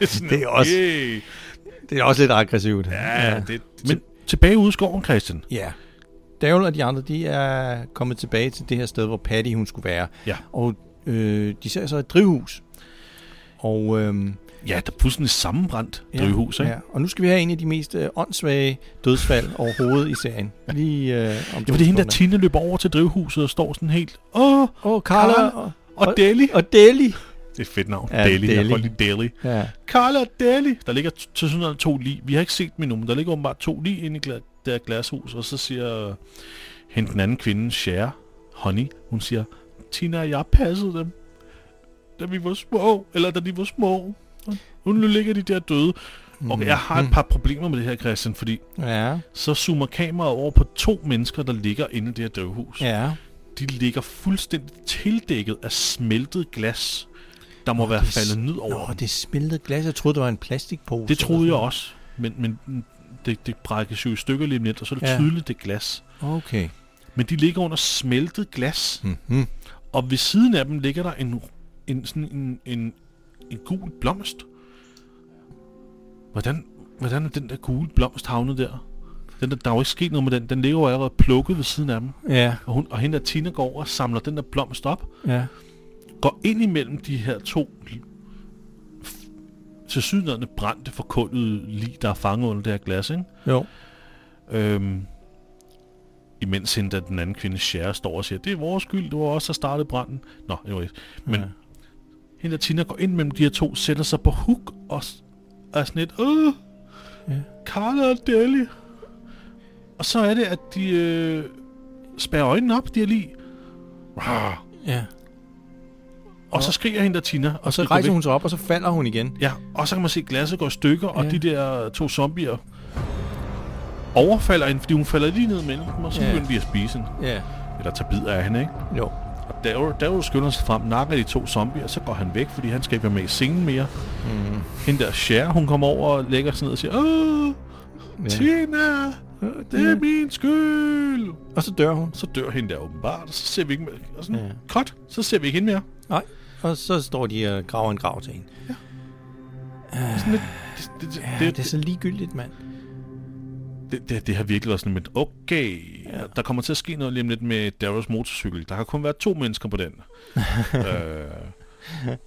[SPEAKER 1] er, sådan,
[SPEAKER 11] Det er også-
[SPEAKER 1] "Yay."
[SPEAKER 11] Det er også lidt aggressivt.
[SPEAKER 1] Ja, det, men tilbage ude i skoven, Christian.
[SPEAKER 11] Ja. Daryl og de andre, de er kommet tilbage til det her sted, hvor Patty hun skulle være.
[SPEAKER 1] Ja.
[SPEAKER 11] Og øh, de ser så et drivhus. Og, øhm,
[SPEAKER 1] Ja, der er pludselig sammenbrændt ja, drivhus, ikke? Ja.
[SPEAKER 11] og nu skal vi have en af de mest øh, åndssvage dødsfald overhovedet i serien. Lige øh, om
[SPEAKER 1] Jo, det er hende, der Tine løber over til drivhuset og står sådan helt, åh,
[SPEAKER 11] Åh, oh, Carla,
[SPEAKER 1] Carla
[SPEAKER 11] og,
[SPEAKER 1] og Deli.
[SPEAKER 11] og Deli.
[SPEAKER 1] Det er et fedt navn.
[SPEAKER 11] Ja,
[SPEAKER 1] Ja, Deli. Jeg
[SPEAKER 11] Deli.
[SPEAKER 1] kan godt lide Deli.
[SPEAKER 11] Ja.
[SPEAKER 1] Carla og Deli. Der ligger t- til sådan to lige. Vi har ikke set dem endnu, men der ligger åbenbart to lige inde i gla- det her glashus. Og så siger øh, hende den anden kvinde, Cher, Honey, hun siger, Tina og jeg passede dem, da vi var små. Eller da de var små. Og nu ligger de der døde. Okay, jeg har
[SPEAKER 11] Mm.
[SPEAKER 1] et par problemer med det her, Christian, fordi
[SPEAKER 11] Ja.
[SPEAKER 1] så zoomer kameraet over på to mennesker, der ligger inde i det her drivhus.
[SPEAKER 11] Ja.
[SPEAKER 1] De ligger fuldstændig tildækket af smeltet glas, der må være faldet ned over.
[SPEAKER 11] Nå,
[SPEAKER 1] dem.
[SPEAKER 11] det er smeltet glas. Jeg troede, det var en plastikpose.
[SPEAKER 1] Det troede jeg
[SPEAKER 11] eller
[SPEAKER 1] også, men, men mm, det, det brækkes jo i stykker lige om lidt, og så er det
[SPEAKER 11] Ja.
[SPEAKER 1] ja. tydeligt, det er glas.
[SPEAKER 11] sådan noget. Okay.
[SPEAKER 1] Men de ligger under smeltet glas,
[SPEAKER 11] Mm-hmm.
[SPEAKER 1] og ved siden af dem ligger der en, en, sådan en, en, en gul blomst. Hvordan, hvordan er den der gule blomst havnet der? Den der, der er jo ikke sket noget med den. Den ligger jo allerede plukket ved siden af dem.
[SPEAKER 11] Ja.
[SPEAKER 1] Og, hun, og hende der Tina går over og samler den der blomst op,
[SPEAKER 11] Ja.
[SPEAKER 1] går ind imellem de her to til sydnerne brændte forkullede lig, der er fanget under det her glas, ikke?
[SPEAKER 11] Jo.
[SPEAKER 1] Øhm, imens hende, der den anden kvinde, Cher, står og siger, det er vores skyld, du var også der startede branden. Nå, anyways. Men ja. hende og Tina går ind mellem de her to, sætter sig på huk og s- er sådan lidt, øh,
[SPEAKER 11] Ja.
[SPEAKER 1] Carla og Deli. Og så er det, at de øh, spærrer øjnene op, de her lige.
[SPEAKER 11] Ja.
[SPEAKER 1] Og så skriger hende der Tina. Og,
[SPEAKER 11] Og så
[SPEAKER 1] de går
[SPEAKER 11] rejser
[SPEAKER 1] væk.
[SPEAKER 11] hun sig op, og så falder hun igen.
[SPEAKER 1] Ja, og så kan man se, at glasset går i stykker, og
[SPEAKER 11] Ja.
[SPEAKER 1] de der to zombier overfalder hende, fordi hun falder lige ned mellem dem, og så
[SPEAKER 11] Ja.
[SPEAKER 1] begynder de at spise hende.
[SPEAKER 11] Ja.
[SPEAKER 1] Eller tage bidder af hende, ikke?
[SPEAKER 11] Jo.
[SPEAKER 1] Og Daryl, Daryl skynder sig frem, nakker de to zombier, og så går han væk, fordi han skal ikke være med i scenen mere. Mm. Hende der Cher, hun kommer over og lægger sig ned og siger, Åh,
[SPEAKER 11] Ja.
[SPEAKER 1] Tina, det er min skyld.
[SPEAKER 11] Og så dør hun.
[SPEAKER 1] Så dør hende der åbenbart, og så ser vi ikke mere. Og sådan,
[SPEAKER 11] Ja.
[SPEAKER 1] ja. cut, så ser vi ikke hende mere.
[SPEAKER 11] Nej. Og så står de og graver en grav til hende.
[SPEAKER 1] Det, det, det,
[SPEAKER 11] Ja,
[SPEAKER 1] det,
[SPEAKER 11] det er så ligegyldigt, mand.
[SPEAKER 1] det, det, det har virkelig været sådan, men okay, ja. der kommer til at ske noget lige om lidt med Daryls motorcykel. Der har kun været to mennesker på den. øh,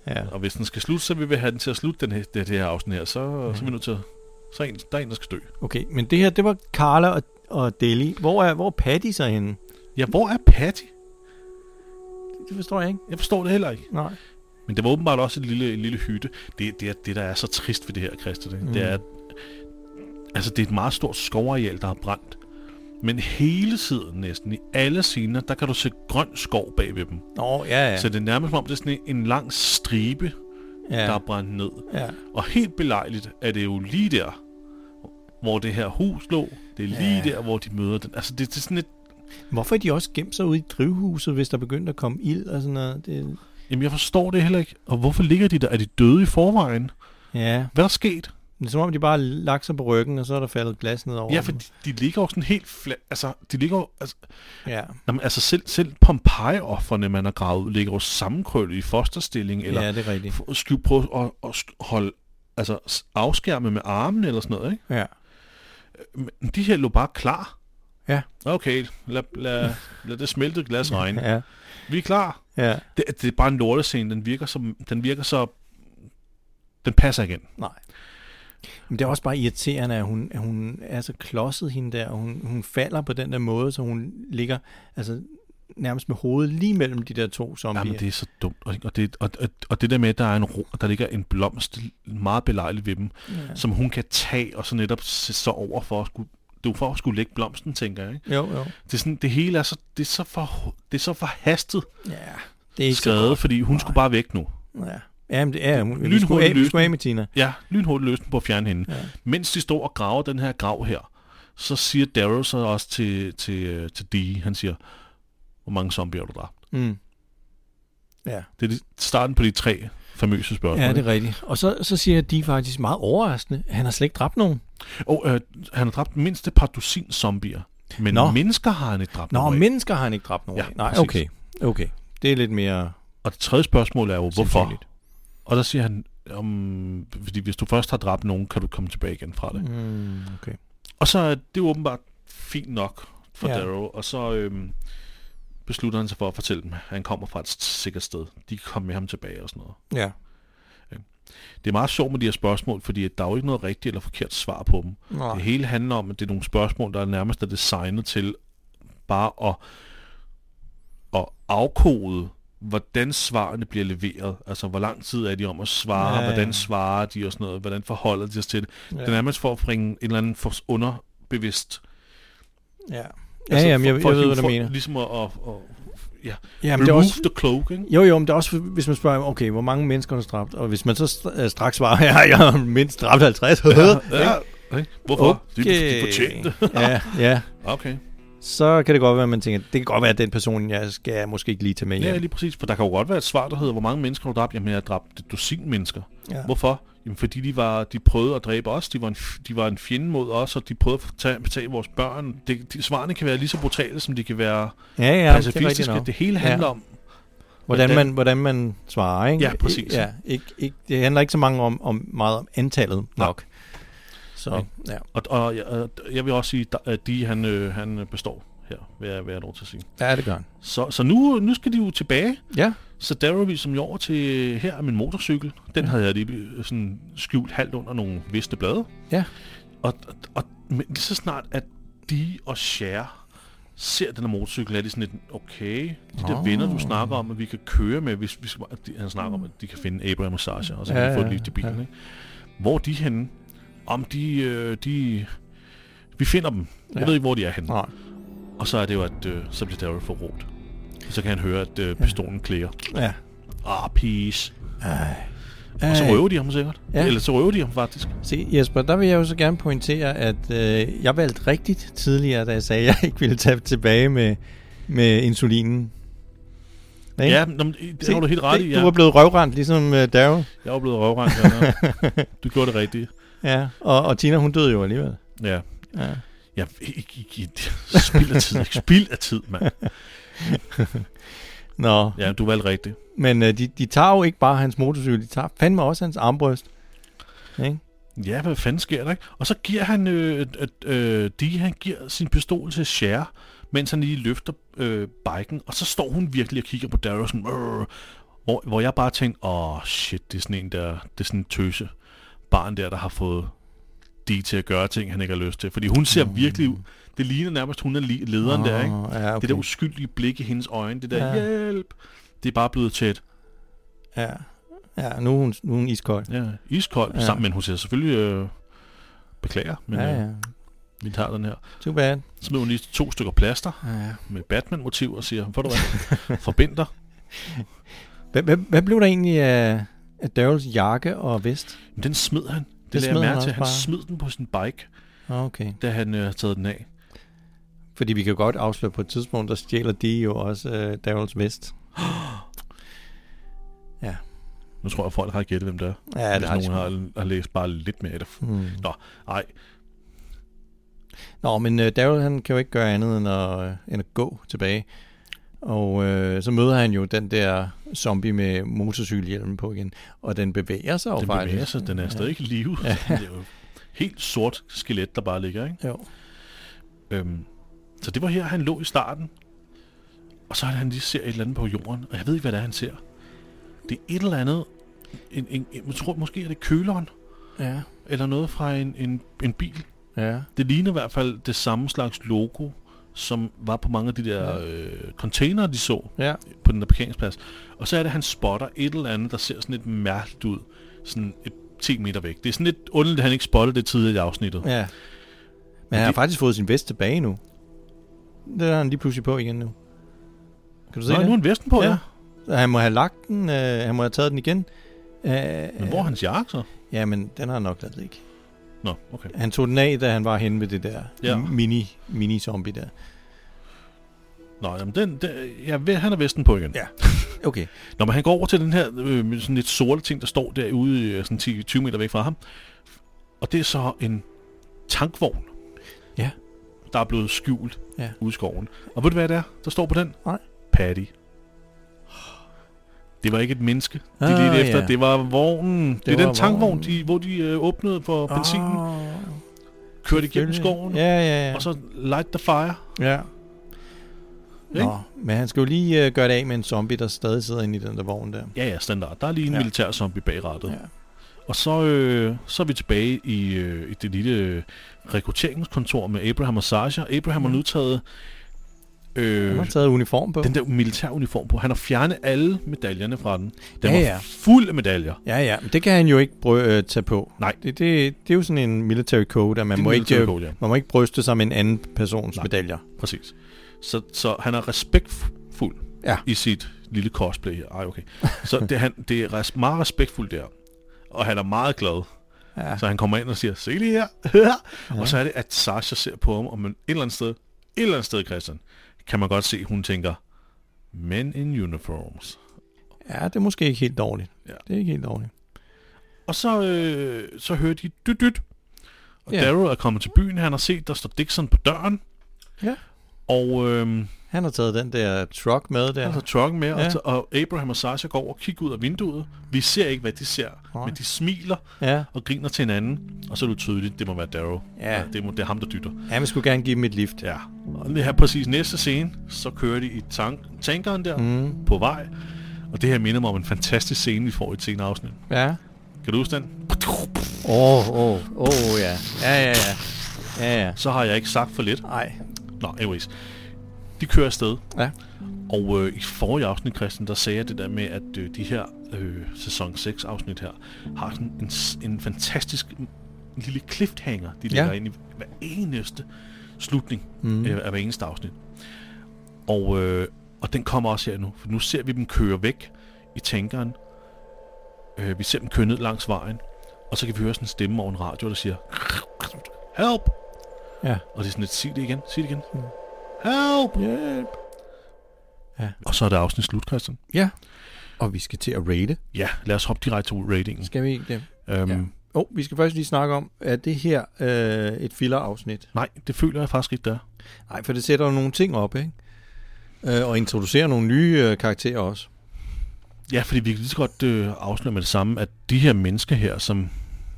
[SPEAKER 11] Ja.
[SPEAKER 1] og hvis den skal slutte, så vil vi have den til at slutte den her, det, det her afsnit her. Så, så er vi nødt til at... Så er en, der er en, der skal dø.
[SPEAKER 11] Okay, men det her, det var Carla og, og Deli. Hvor er, hvor er Patty så henne?
[SPEAKER 1] Ja, hvor er Patty?
[SPEAKER 11] Det forstår jeg ikke.
[SPEAKER 1] Jeg forstår det heller ikke.
[SPEAKER 11] Nej.
[SPEAKER 1] Men det var åbenbart også en lille, en lille hytte. Det, det, er, det, der er så trist ved det her, Christian, mm. det er, at altså, det er et meget stort skovareal, der er brændt. Men hele tiden næsten, i alle scener, der kan du se grøn skov bag ved dem.
[SPEAKER 11] Nå, ja, ja.
[SPEAKER 1] Så det er nærmest som om, det er sådan en, en lang stribe, ja.
[SPEAKER 11] ja.
[SPEAKER 1] der er brændt ned.
[SPEAKER 11] Ja.
[SPEAKER 1] Og helt belejligt er det jo lige der, hvor det her hus lå. Det er lige ja. der, hvor de møder den. Altså, det, det er sådan et...
[SPEAKER 11] Hvorfor er de også gemt sig ude i drivhuset, hvis der begyndte at komme ild og sådan noget? Det,
[SPEAKER 1] Jamen, jeg forstår det heller ikke. Og hvorfor ligger de der? Er de døde i forvejen?
[SPEAKER 11] ja,
[SPEAKER 1] Hvad er der sket?
[SPEAKER 11] det er som om, de bare har lagt sig på ryggen, og så er der faldet glas ned over
[SPEAKER 1] Ja, for
[SPEAKER 11] dem.
[SPEAKER 1] de, de ligger jo sådan helt flat. Altså, de ligger jo... Altså,
[SPEAKER 11] Ja,
[SPEAKER 1] jamen, altså selv, selv Pompeji-offerne, man har gravet, ud, ligger jo sammenkrøllet i fosterstilling, eller
[SPEAKER 11] ja, det er rigtigt.
[SPEAKER 1] f- skal prøve at, at sk- holde altså, s- afskærme med armen eller sådan noget, ikke?
[SPEAKER 11] Ja.
[SPEAKER 1] Men de her lå bare klar.
[SPEAKER 11] Ja.
[SPEAKER 1] Okay, lad, lad, lad det smeltede glas regne.
[SPEAKER 11] Ja,
[SPEAKER 1] Vi er klar.
[SPEAKER 11] ja.
[SPEAKER 1] Det, det er bare en lortescene. Den virker, som, den virker så... Den passer igen.
[SPEAKER 11] Nej. Men det er også bare irriterende, at hun, at hun er så klodset hende der, og hun, hun falder på den der måde, så hun ligger, altså nærmest med hovedet lige mellem de der to zombier.
[SPEAKER 1] Jamen, det er så dumt. Og, og, det, og, og, og det der med, at der, er en ro, der ligger en blomst meget belejligt ved dem, ja. som hun kan tage og så netop sætte sig over for at skulle det er jo for at skulle lægge blomsten, tænker jeg. Ikke?
[SPEAKER 11] Jo, jo.
[SPEAKER 1] Det, er sådan, det hele er så, det er så, for, det er så forhastet
[SPEAKER 11] Ja, det er ikke så
[SPEAKER 1] skrevet,
[SPEAKER 11] godt.
[SPEAKER 1] fordi hun skulle bare væk nu.
[SPEAKER 11] Ja. Jamen, det er jo... Vi
[SPEAKER 1] Lynhurtig
[SPEAKER 11] skulle af- vi
[SPEAKER 1] løsning.
[SPEAKER 11] skulle af med Tina.
[SPEAKER 1] Ja, lynhurtigt løsning på at fjerne hende. Ja. Mens de står og graver den her grav her, så siger Darrow så også til, til, øh, til Dee, han siger, hvor mange zombier har du dræbt?
[SPEAKER 11] Mm. Ja.
[SPEAKER 1] Det er det- starten på de tre famøse spørgsmål.
[SPEAKER 11] ja, det
[SPEAKER 1] ikke?
[SPEAKER 11] er rigtigt. Og så, så siger de faktisk meget overraskende, at han har slet ikke dræbt nogen.
[SPEAKER 1] Og øh, han har dræbt mindst et par dusin zombier. Men
[SPEAKER 11] Nå.
[SPEAKER 1] Nå. mennesker har han ikke dræbt.
[SPEAKER 11] Nå,
[SPEAKER 1] nogen af.
[SPEAKER 11] mennesker har han ikke dræbt nogen
[SPEAKER 1] Ja,
[SPEAKER 11] af. Nej,
[SPEAKER 1] præcis.
[SPEAKER 11] okay. Okay. Det er lidt mere...
[SPEAKER 1] Og det tredje spørgsmål er jo, hvorfor?
[SPEAKER 11] Sandsynligt.
[SPEAKER 1] Og der siger han, om, fordi hvis du først har dræbt nogen, kan du komme tilbage igen fra det. Mm.
[SPEAKER 11] Mm, okay.
[SPEAKER 1] Og så er det jo åbenbart fint nok for
[SPEAKER 11] Ja.
[SPEAKER 1] ja. Darrow, og så øhm, beslutter han sig for at fortælle dem, at han kommer fra et s- sikkert sted. De kan komme med ham tilbage og sådan noget.
[SPEAKER 11] Ja.
[SPEAKER 1] Det er meget sjovt med de her spørgsmål, fordi at der er jo ikke noget rigtigt eller forkert svar på dem.
[SPEAKER 11] Nej.
[SPEAKER 1] Det hele handler om, at det er nogle spørgsmål, der er nærmest er designet til bare at, at afkode, hvordan svarene bliver leveret. Altså, hvor lang tid er de om at svare,
[SPEAKER 11] Ja,
[SPEAKER 1] ja,
[SPEAKER 11] ja.
[SPEAKER 1] hvordan svarer de og sådan noget, hvordan forholder de sig til det. Ja. Det er nærmest for at bringe en eller anden for underbevidst.
[SPEAKER 11] Ja. Ja, jamen, jeg, jeg,
[SPEAKER 1] Altså, for,
[SPEAKER 11] jeg ved,
[SPEAKER 1] hive
[SPEAKER 11] hvad du
[SPEAKER 1] folk-
[SPEAKER 11] mener.
[SPEAKER 1] Ligesom at, at, at ja,
[SPEAKER 11] Jamen,
[SPEAKER 1] remove
[SPEAKER 11] det er
[SPEAKER 1] også...
[SPEAKER 11] også,
[SPEAKER 1] the cloak, ikke?
[SPEAKER 11] jo, jo, men det er også, hvis man spørger, okay, hvor mange mennesker har du dræbt? Og hvis man så st- øh, straks svarer, ja, jeg har mindst dræbt 50.
[SPEAKER 1] Ja, ikke? Hvorfor? Okay. De, de fortjente det.
[SPEAKER 11] ja, ja.
[SPEAKER 1] Okay.
[SPEAKER 11] Så kan det godt være, at man tænker, det kan godt være, at den person, jeg skal jeg måske ikke lige tage med
[SPEAKER 1] Ja,
[SPEAKER 11] hjem.
[SPEAKER 1] lige præcis. For der kan jo godt være et svar, der hedder, hvor mange mennesker har du dræbt? Jamen, jeg har dræbt et dusin mennesker.
[SPEAKER 11] Ja.
[SPEAKER 1] Hvorfor? Jamen, fordi de, var, de prøvede at dræbe os. De var, en, f- de var en fjende mod os, og de prøvede at tage, tage vores børn. Det, de, svarene kan være lige så brutale, som de kan være
[SPEAKER 11] Ja, ja, det
[SPEAKER 1] ja,
[SPEAKER 11] er rigtigt
[SPEAKER 1] pacifistiske.
[SPEAKER 11] nok.
[SPEAKER 1] Det, det hele handler ja.
[SPEAKER 11] Ja.
[SPEAKER 1] om...
[SPEAKER 11] Hvordan
[SPEAKER 1] hvordan-
[SPEAKER 11] man, hvordan man svarer, ikke?
[SPEAKER 1] Ja, præcis.
[SPEAKER 11] Ja, ikke, ikke, det handler ikke så mange om, om meget om antallet nok. Så, ja.
[SPEAKER 1] Og, og, jeg- og jeg vil også sige, at de, han, øh, han består her, vil jeg, vil jeg have lov til at sige.
[SPEAKER 11] Ja, det gør han.
[SPEAKER 1] Så, så nu, nu skal de jo tilbage.
[SPEAKER 11] Ja.
[SPEAKER 1] Så Darrow viser mig over til, her er min motorcykel. Den havde jeg lige øh, sådan skjult halvt under nogle visne blade.
[SPEAKER 11] Ja.
[SPEAKER 1] Og, og, og men lige så snart, at de og Cher ser den her motorcykel, er de sådan lidt, okay, de der
[SPEAKER 11] Nå.
[SPEAKER 1] venner, du snakker om, at vi kan køre med, hvis, hvis at de, han snakker om, at de kan finde Abraham og Sasha, og så kan
[SPEAKER 11] Ja,
[SPEAKER 1] de få et
[SPEAKER 11] ja,
[SPEAKER 1] liv til bilen.
[SPEAKER 11] ja.
[SPEAKER 1] Ja. Ikke? Hvor er de henne? Om de, øh, de... Vi finder dem. Jeg
[SPEAKER 11] Ja.
[SPEAKER 1] ved ikke, hvor de er henne.
[SPEAKER 11] Nej.
[SPEAKER 1] Og så er det jo, at øh, så bliver Daryl forrådt. Og så kan han høre, at øh, pistolen klikker.
[SPEAKER 11] Ja.
[SPEAKER 1] Ah, peace.
[SPEAKER 11] Og
[SPEAKER 1] Og så røver de ham sikkert.
[SPEAKER 11] Ja.
[SPEAKER 1] Ja. Eller så røver de ham faktisk.
[SPEAKER 11] Se, Jesper, der vil jeg jo så gerne pointere, at øh, jeg valgte rigtigt tidligere, da jeg sagde, at jeg ikke ville tage tilbage med, med insulinen. Ikke?
[SPEAKER 1] Ja, nå, men, øh, det
[SPEAKER 11] Se,
[SPEAKER 1] har du helt ret
[SPEAKER 11] det-
[SPEAKER 1] i.
[SPEAKER 11] Du var
[SPEAKER 1] Ja.
[SPEAKER 11] blevet røvrendt, ligesom uh, Daryl.
[SPEAKER 1] Jeg er blevet røvrendt. Ja. Du gjorde det rigtigt.
[SPEAKER 11] Ja, og, og Tina, hun døde jo alligevel.
[SPEAKER 1] Ja.
[SPEAKER 11] Ja.
[SPEAKER 1] Jeg ikke, ikke, ikke. Spild af tid. Spild af tid, mand.
[SPEAKER 11] Nå,
[SPEAKER 1] Ja, du valgte rigtigt.
[SPEAKER 11] men uh, de, de tager jo ikke bare hans motorcykel, de tager fandme også hans armbryst. Ikke?
[SPEAKER 1] Ja, hvad fanden sker der, ikke? Og så giver han, øh, øh, øh, de, han giver sin pistol til Cher, mens han lige løfter øh, biken, og så står hun virkelig og kigger på Daryl sådan, "Rrr", hvor, hvor jeg bare tænkte, åh oh, shit, det er sådan en der, det er sådan en tøse barn der, der har fået de til at gøre ting, han ikke har lyst til. Fordi hun ser virkelig, det ligner nærmest, hun er li- lederen oh, der, ikke?
[SPEAKER 11] Mm. Åh, Ja, okay.
[SPEAKER 1] Det der uskyldige blik i hendes øjne, det der,
[SPEAKER 11] Ja.
[SPEAKER 1] ja. hjælp, det er bare blevet til et,
[SPEAKER 11] ja. ja, nu er hun, nu er hun iskold.
[SPEAKER 1] ja, iskoldt,
[SPEAKER 11] Ja.
[SPEAKER 1] ja. sammen, men hun ser selvfølgelig, øh, beklager, men øh.
[SPEAKER 11] ja,
[SPEAKER 1] ja,
[SPEAKER 11] ja.
[SPEAKER 1] vi tager den her.
[SPEAKER 11] Too bad.
[SPEAKER 1] smed hun lige to stykker plaster
[SPEAKER 11] Ja.
[SPEAKER 1] med Batman-motiv og siger, får du hvad, forbind dig.
[SPEAKER 11] Hvad, hvad, hvad blev der egentlig af, af Daryls jakke og vest?
[SPEAKER 1] Men den smed han. Det,
[SPEAKER 11] Den
[SPEAKER 1] det
[SPEAKER 11] smed
[SPEAKER 1] lader jeg
[SPEAKER 11] han
[SPEAKER 1] mærke
[SPEAKER 11] også
[SPEAKER 1] til. Han
[SPEAKER 11] bare.
[SPEAKER 1] smed den på sin bike,
[SPEAKER 11] Ah, Okay.
[SPEAKER 1] da han øh, havde taget den af.
[SPEAKER 11] Fordi vi kan godt afsløre på et tidspunkt, der stjæler de jo også øh, Daryls vest. ja.
[SPEAKER 1] Nu tror jeg, at folk har gættet, hvem det er.
[SPEAKER 11] Ja, det
[SPEAKER 1] Hvis
[SPEAKER 11] har
[SPEAKER 1] nogen
[SPEAKER 11] de sgu.
[SPEAKER 1] har, Mm. har læst bare lidt mere af det.
[SPEAKER 11] Hmm.
[SPEAKER 1] Nå, nej.
[SPEAKER 11] Nå, men øh, Daryl han kan jo ikke gøre andet end at, øh, end at gå tilbage. Og øh, så møder han jo den der zombie med motorcykelhjelmen på igen. Og den bevæger sig jo
[SPEAKER 1] Den
[SPEAKER 11] faktisk.
[SPEAKER 1] bevæger sig. Den er stadig i live. Ja. Det er jo et helt sort skelet, der bare ligger, ikke?
[SPEAKER 11] Jo.
[SPEAKER 1] Øhm, så det var her, han lå i starten. Og så er det, han lige ser et eller andet på jorden, og jeg ved ikke, hvad det er, han ser. Det er et eller andet. En, en, en, jeg tror måske, er det køleren.
[SPEAKER 11] Ja.
[SPEAKER 1] eller noget fra en, en, en bil.
[SPEAKER 11] Ja.
[SPEAKER 1] Det ligner i hvert fald det samme slags logo, som var på mange af de der øh, container, de så
[SPEAKER 11] Ja.
[SPEAKER 1] på den der parkeringsplads. Og så er det, at han spotter et eller andet, der ser sådan lidt mærkeligt ud, sådan et 10 meter væk. Det er sådan lidt underligt, at han ikke spottede det tidligere i afsnittet. Ja.
[SPEAKER 11] Ja. Men han har
[SPEAKER 1] det-
[SPEAKER 11] faktisk fået sin vest tilbage nu. Det har han lige pludselig på igen nu. Kan du se
[SPEAKER 1] Nå,
[SPEAKER 11] det?
[SPEAKER 1] nu er han vesten på, ja. ja.
[SPEAKER 11] Og Han må have lagt den, øh, han må have taget den igen. Øh,
[SPEAKER 1] Men hvor er hans jakke så?
[SPEAKER 11] Ja, men den har han nok lavet ikke.
[SPEAKER 1] Nå, okay.
[SPEAKER 11] Han tog den af, da han var henne ved det der
[SPEAKER 1] Ja.
[SPEAKER 11] ja. mini, mini-zombie der.
[SPEAKER 1] Nå, jamen den, den ja, ve- han er vesten på igen.
[SPEAKER 11] Ja. Okay.
[SPEAKER 1] Når man han går over til den her øh, sådan lidt sorte ting, der står derude øh, sådan 10, 20 meter væk fra ham. Og det er så en tankvogn.
[SPEAKER 11] Ja.
[SPEAKER 1] Der er blevet skjult
[SPEAKER 11] Ja.
[SPEAKER 1] ude i skoven. Og ved du hvad det er, der står på den?
[SPEAKER 11] Nej.
[SPEAKER 1] Patty. Det var ikke et menneske. Det er
[SPEAKER 11] Ah,
[SPEAKER 1] lidt efter.
[SPEAKER 11] ja.
[SPEAKER 1] Det var vognen. Det, det er
[SPEAKER 11] var
[SPEAKER 1] den tankvogn,
[SPEAKER 11] vognen. Ah,
[SPEAKER 1] de, hvor de øh, åbnede for oh, benzinen, kørte igennem skoven,
[SPEAKER 11] Ja, ja, ja.
[SPEAKER 1] og så light the fire.
[SPEAKER 11] ja.
[SPEAKER 1] Ikke?
[SPEAKER 11] Nå, men han skal jo lige øh, gøre det af med en zombie, der stadig sidder inde i den der vogn der.
[SPEAKER 1] Ja, ja, standard. Der er lige en ja.
[SPEAKER 11] Ja.
[SPEAKER 1] militær zombie bag rattet.
[SPEAKER 11] Ja.
[SPEAKER 1] Og så, øh, så er vi tilbage i, øh, i det lille øh, rekrutteringskontor med Abraham og Sasha. Abraham har nu taget
[SPEAKER 11] Mm. Han har
[SPEAKER 1] øh,
[SPEAKER 11] taget uniform på.
[SPEAKER 1] den der militæruniform på. Han har fjernet alle medaljerne fra den. Den
[SPEAKER 11] Ja,
[SPEAKER 1] var
[SPEAKER 11] ja.
[SPEAKER 1] fuld af medaljer.
[SPEAKER 11] Ja, ja, men det kan han jo ikke brø- øh, tage på.
[SPEAKER 1] Nej.
[SPEAKER 11] Det, det, det er jo sådan en military code, at man,
[SPEAKER 1] Det er
[SPEAKER 11] må
[SPEAKER 1] en
[SPEAKER 11] ikke,
[SPEAKER 1] military
[SPEAKER 11] øh,
[SPEAKER 1] code, ja.
[SPEAKER 11] man må ikke bryste sig med en anden persons
[SPEAKER 1] Nej.
[SPEAKER 11] Nej. medaljer.
[SPEAKER 1] Præcis. Så, så han er respektfuld
[SPEAKER 11] Ja.
[SPEAKER 1] i sit lille cosplay her. Ej, okay. Så det, er han, det er res- meget respektfuldt der. Og han er meget glad.
[SPEAKER 11] Ja.
[SPEAKER 1] Så han kommer ind og siger, se lige her. og så er det, at Sasha ser på ham, og man, et eller andet sted, et eller andet sted, Christian, kan man godt se, hun tænker, men in uniforms.
[SPEAKER 11] Ja, det er måske ikke helt dårligt.
[SPEAKER 1] Ja.
[SPEAKER 11] Ja. Det er ikke helt dårligt.
[SPEAKER 1] Og så, øh, så hører de dyt, dyt. Og
[SPEAKER 11] Ja.
[SPEAKER 1] yeah. Daryl er kommet til byen, han har set, der står Dixon på døren.
[SPEAKER 11] Ja.
[SPEAKER 1] Og øh,
[SPEAKER 11] Han har taget den der truck med der.
[SPEAKER 1] Han tager trucken med, ja.
[SPEAKER 11] Ja.
[SPEAKER 1] og, og Abraham og Sasha går over og kigger ud af vinduet. Vi ser ikke, hvad de ser, Nej.
[SPEAKER 11] Nej.
[SPEAKER 1] men de smiler
[SPEAKER 11] Ja,
[SPEAKER 1] og griner til hinanden. Og så er det tydeligt, det må være Darrow.
[SPEAKER 11] Ja.
[SPEAKER 1] det, må, det er ham, der dytter.
[SPEAKER 11] ja man skulle gerne give dem et lift.
[SPEAKER 1] Ja. Og lige her præcis næste scene, så kører de i tank- tankeren der mm. på vej. Og det her minder mig om en fantastisk scene, vi får i et senere afsnit.
[SPEAKER 11] Ja.
[SPEAKER 1] Kan du huske den?
[SPEAKER 11] Åh, åh, åh, ja. Ja, ja, ja. Ja, ja.
[SPEAKER 1] Så har jeg ikke sagt for lidt.
[SPEAKER 11] Ej.
[SPEAKER 1] Nå, anyways. De kører afsted.
[SPEAKER 11] Ja.
[SPEAKER 1] Og øh, i forrige afsnit, Christian, der sagde jeg det der med, at øh, de her øh, sæson 6 afsnit her, har sådan en, s- en fantastisk m- lille cliffhanger, de lægger ind i hver eneste slutning mm. øh, af hver eneste afsnit. Og, øh, og den kommer også her nu, for nu ser vi dem køre væk i tankeren. Øh, vi ser dem køre ned langs vejen, og så kan vi høre sådan en stemme over en radio, der siger, Help!
[SPEAKER 11] Ja. Mm.
[SPEAKER 1] Og det er sådan lidt, sig det igen, sig det igen. Help!
[SPEAKER 11] Hjælp.
[SPEAKER 1] Og så er det afsnit slut, Christian.
[SPEAKER 11] Ja. Og vi skal til at rate.
[SPEAKER 1] Ja, lad os hoppe direkte til ratingen.
[SPEAKER 11] Skal vi ikke det?
[SPEAKER 1] Øhm, ja.
[SPEAKER 11] Ja. Åh, oh, vi skal først lige snakke om, er det her øh, et filler-afsnit?
[SPEAKER 1] Nej, det føler jeg faktisk ikke, der.
[SPEAKER 11] Nej, for det sætter jo nogle ting op, ikke? Øh, og introducerer nogle nye øh, karakterer også.
[SPEAKER 1] Ja, fordi vi kan lige så godt øh, afsløre med det samme, at de her mennesker her, som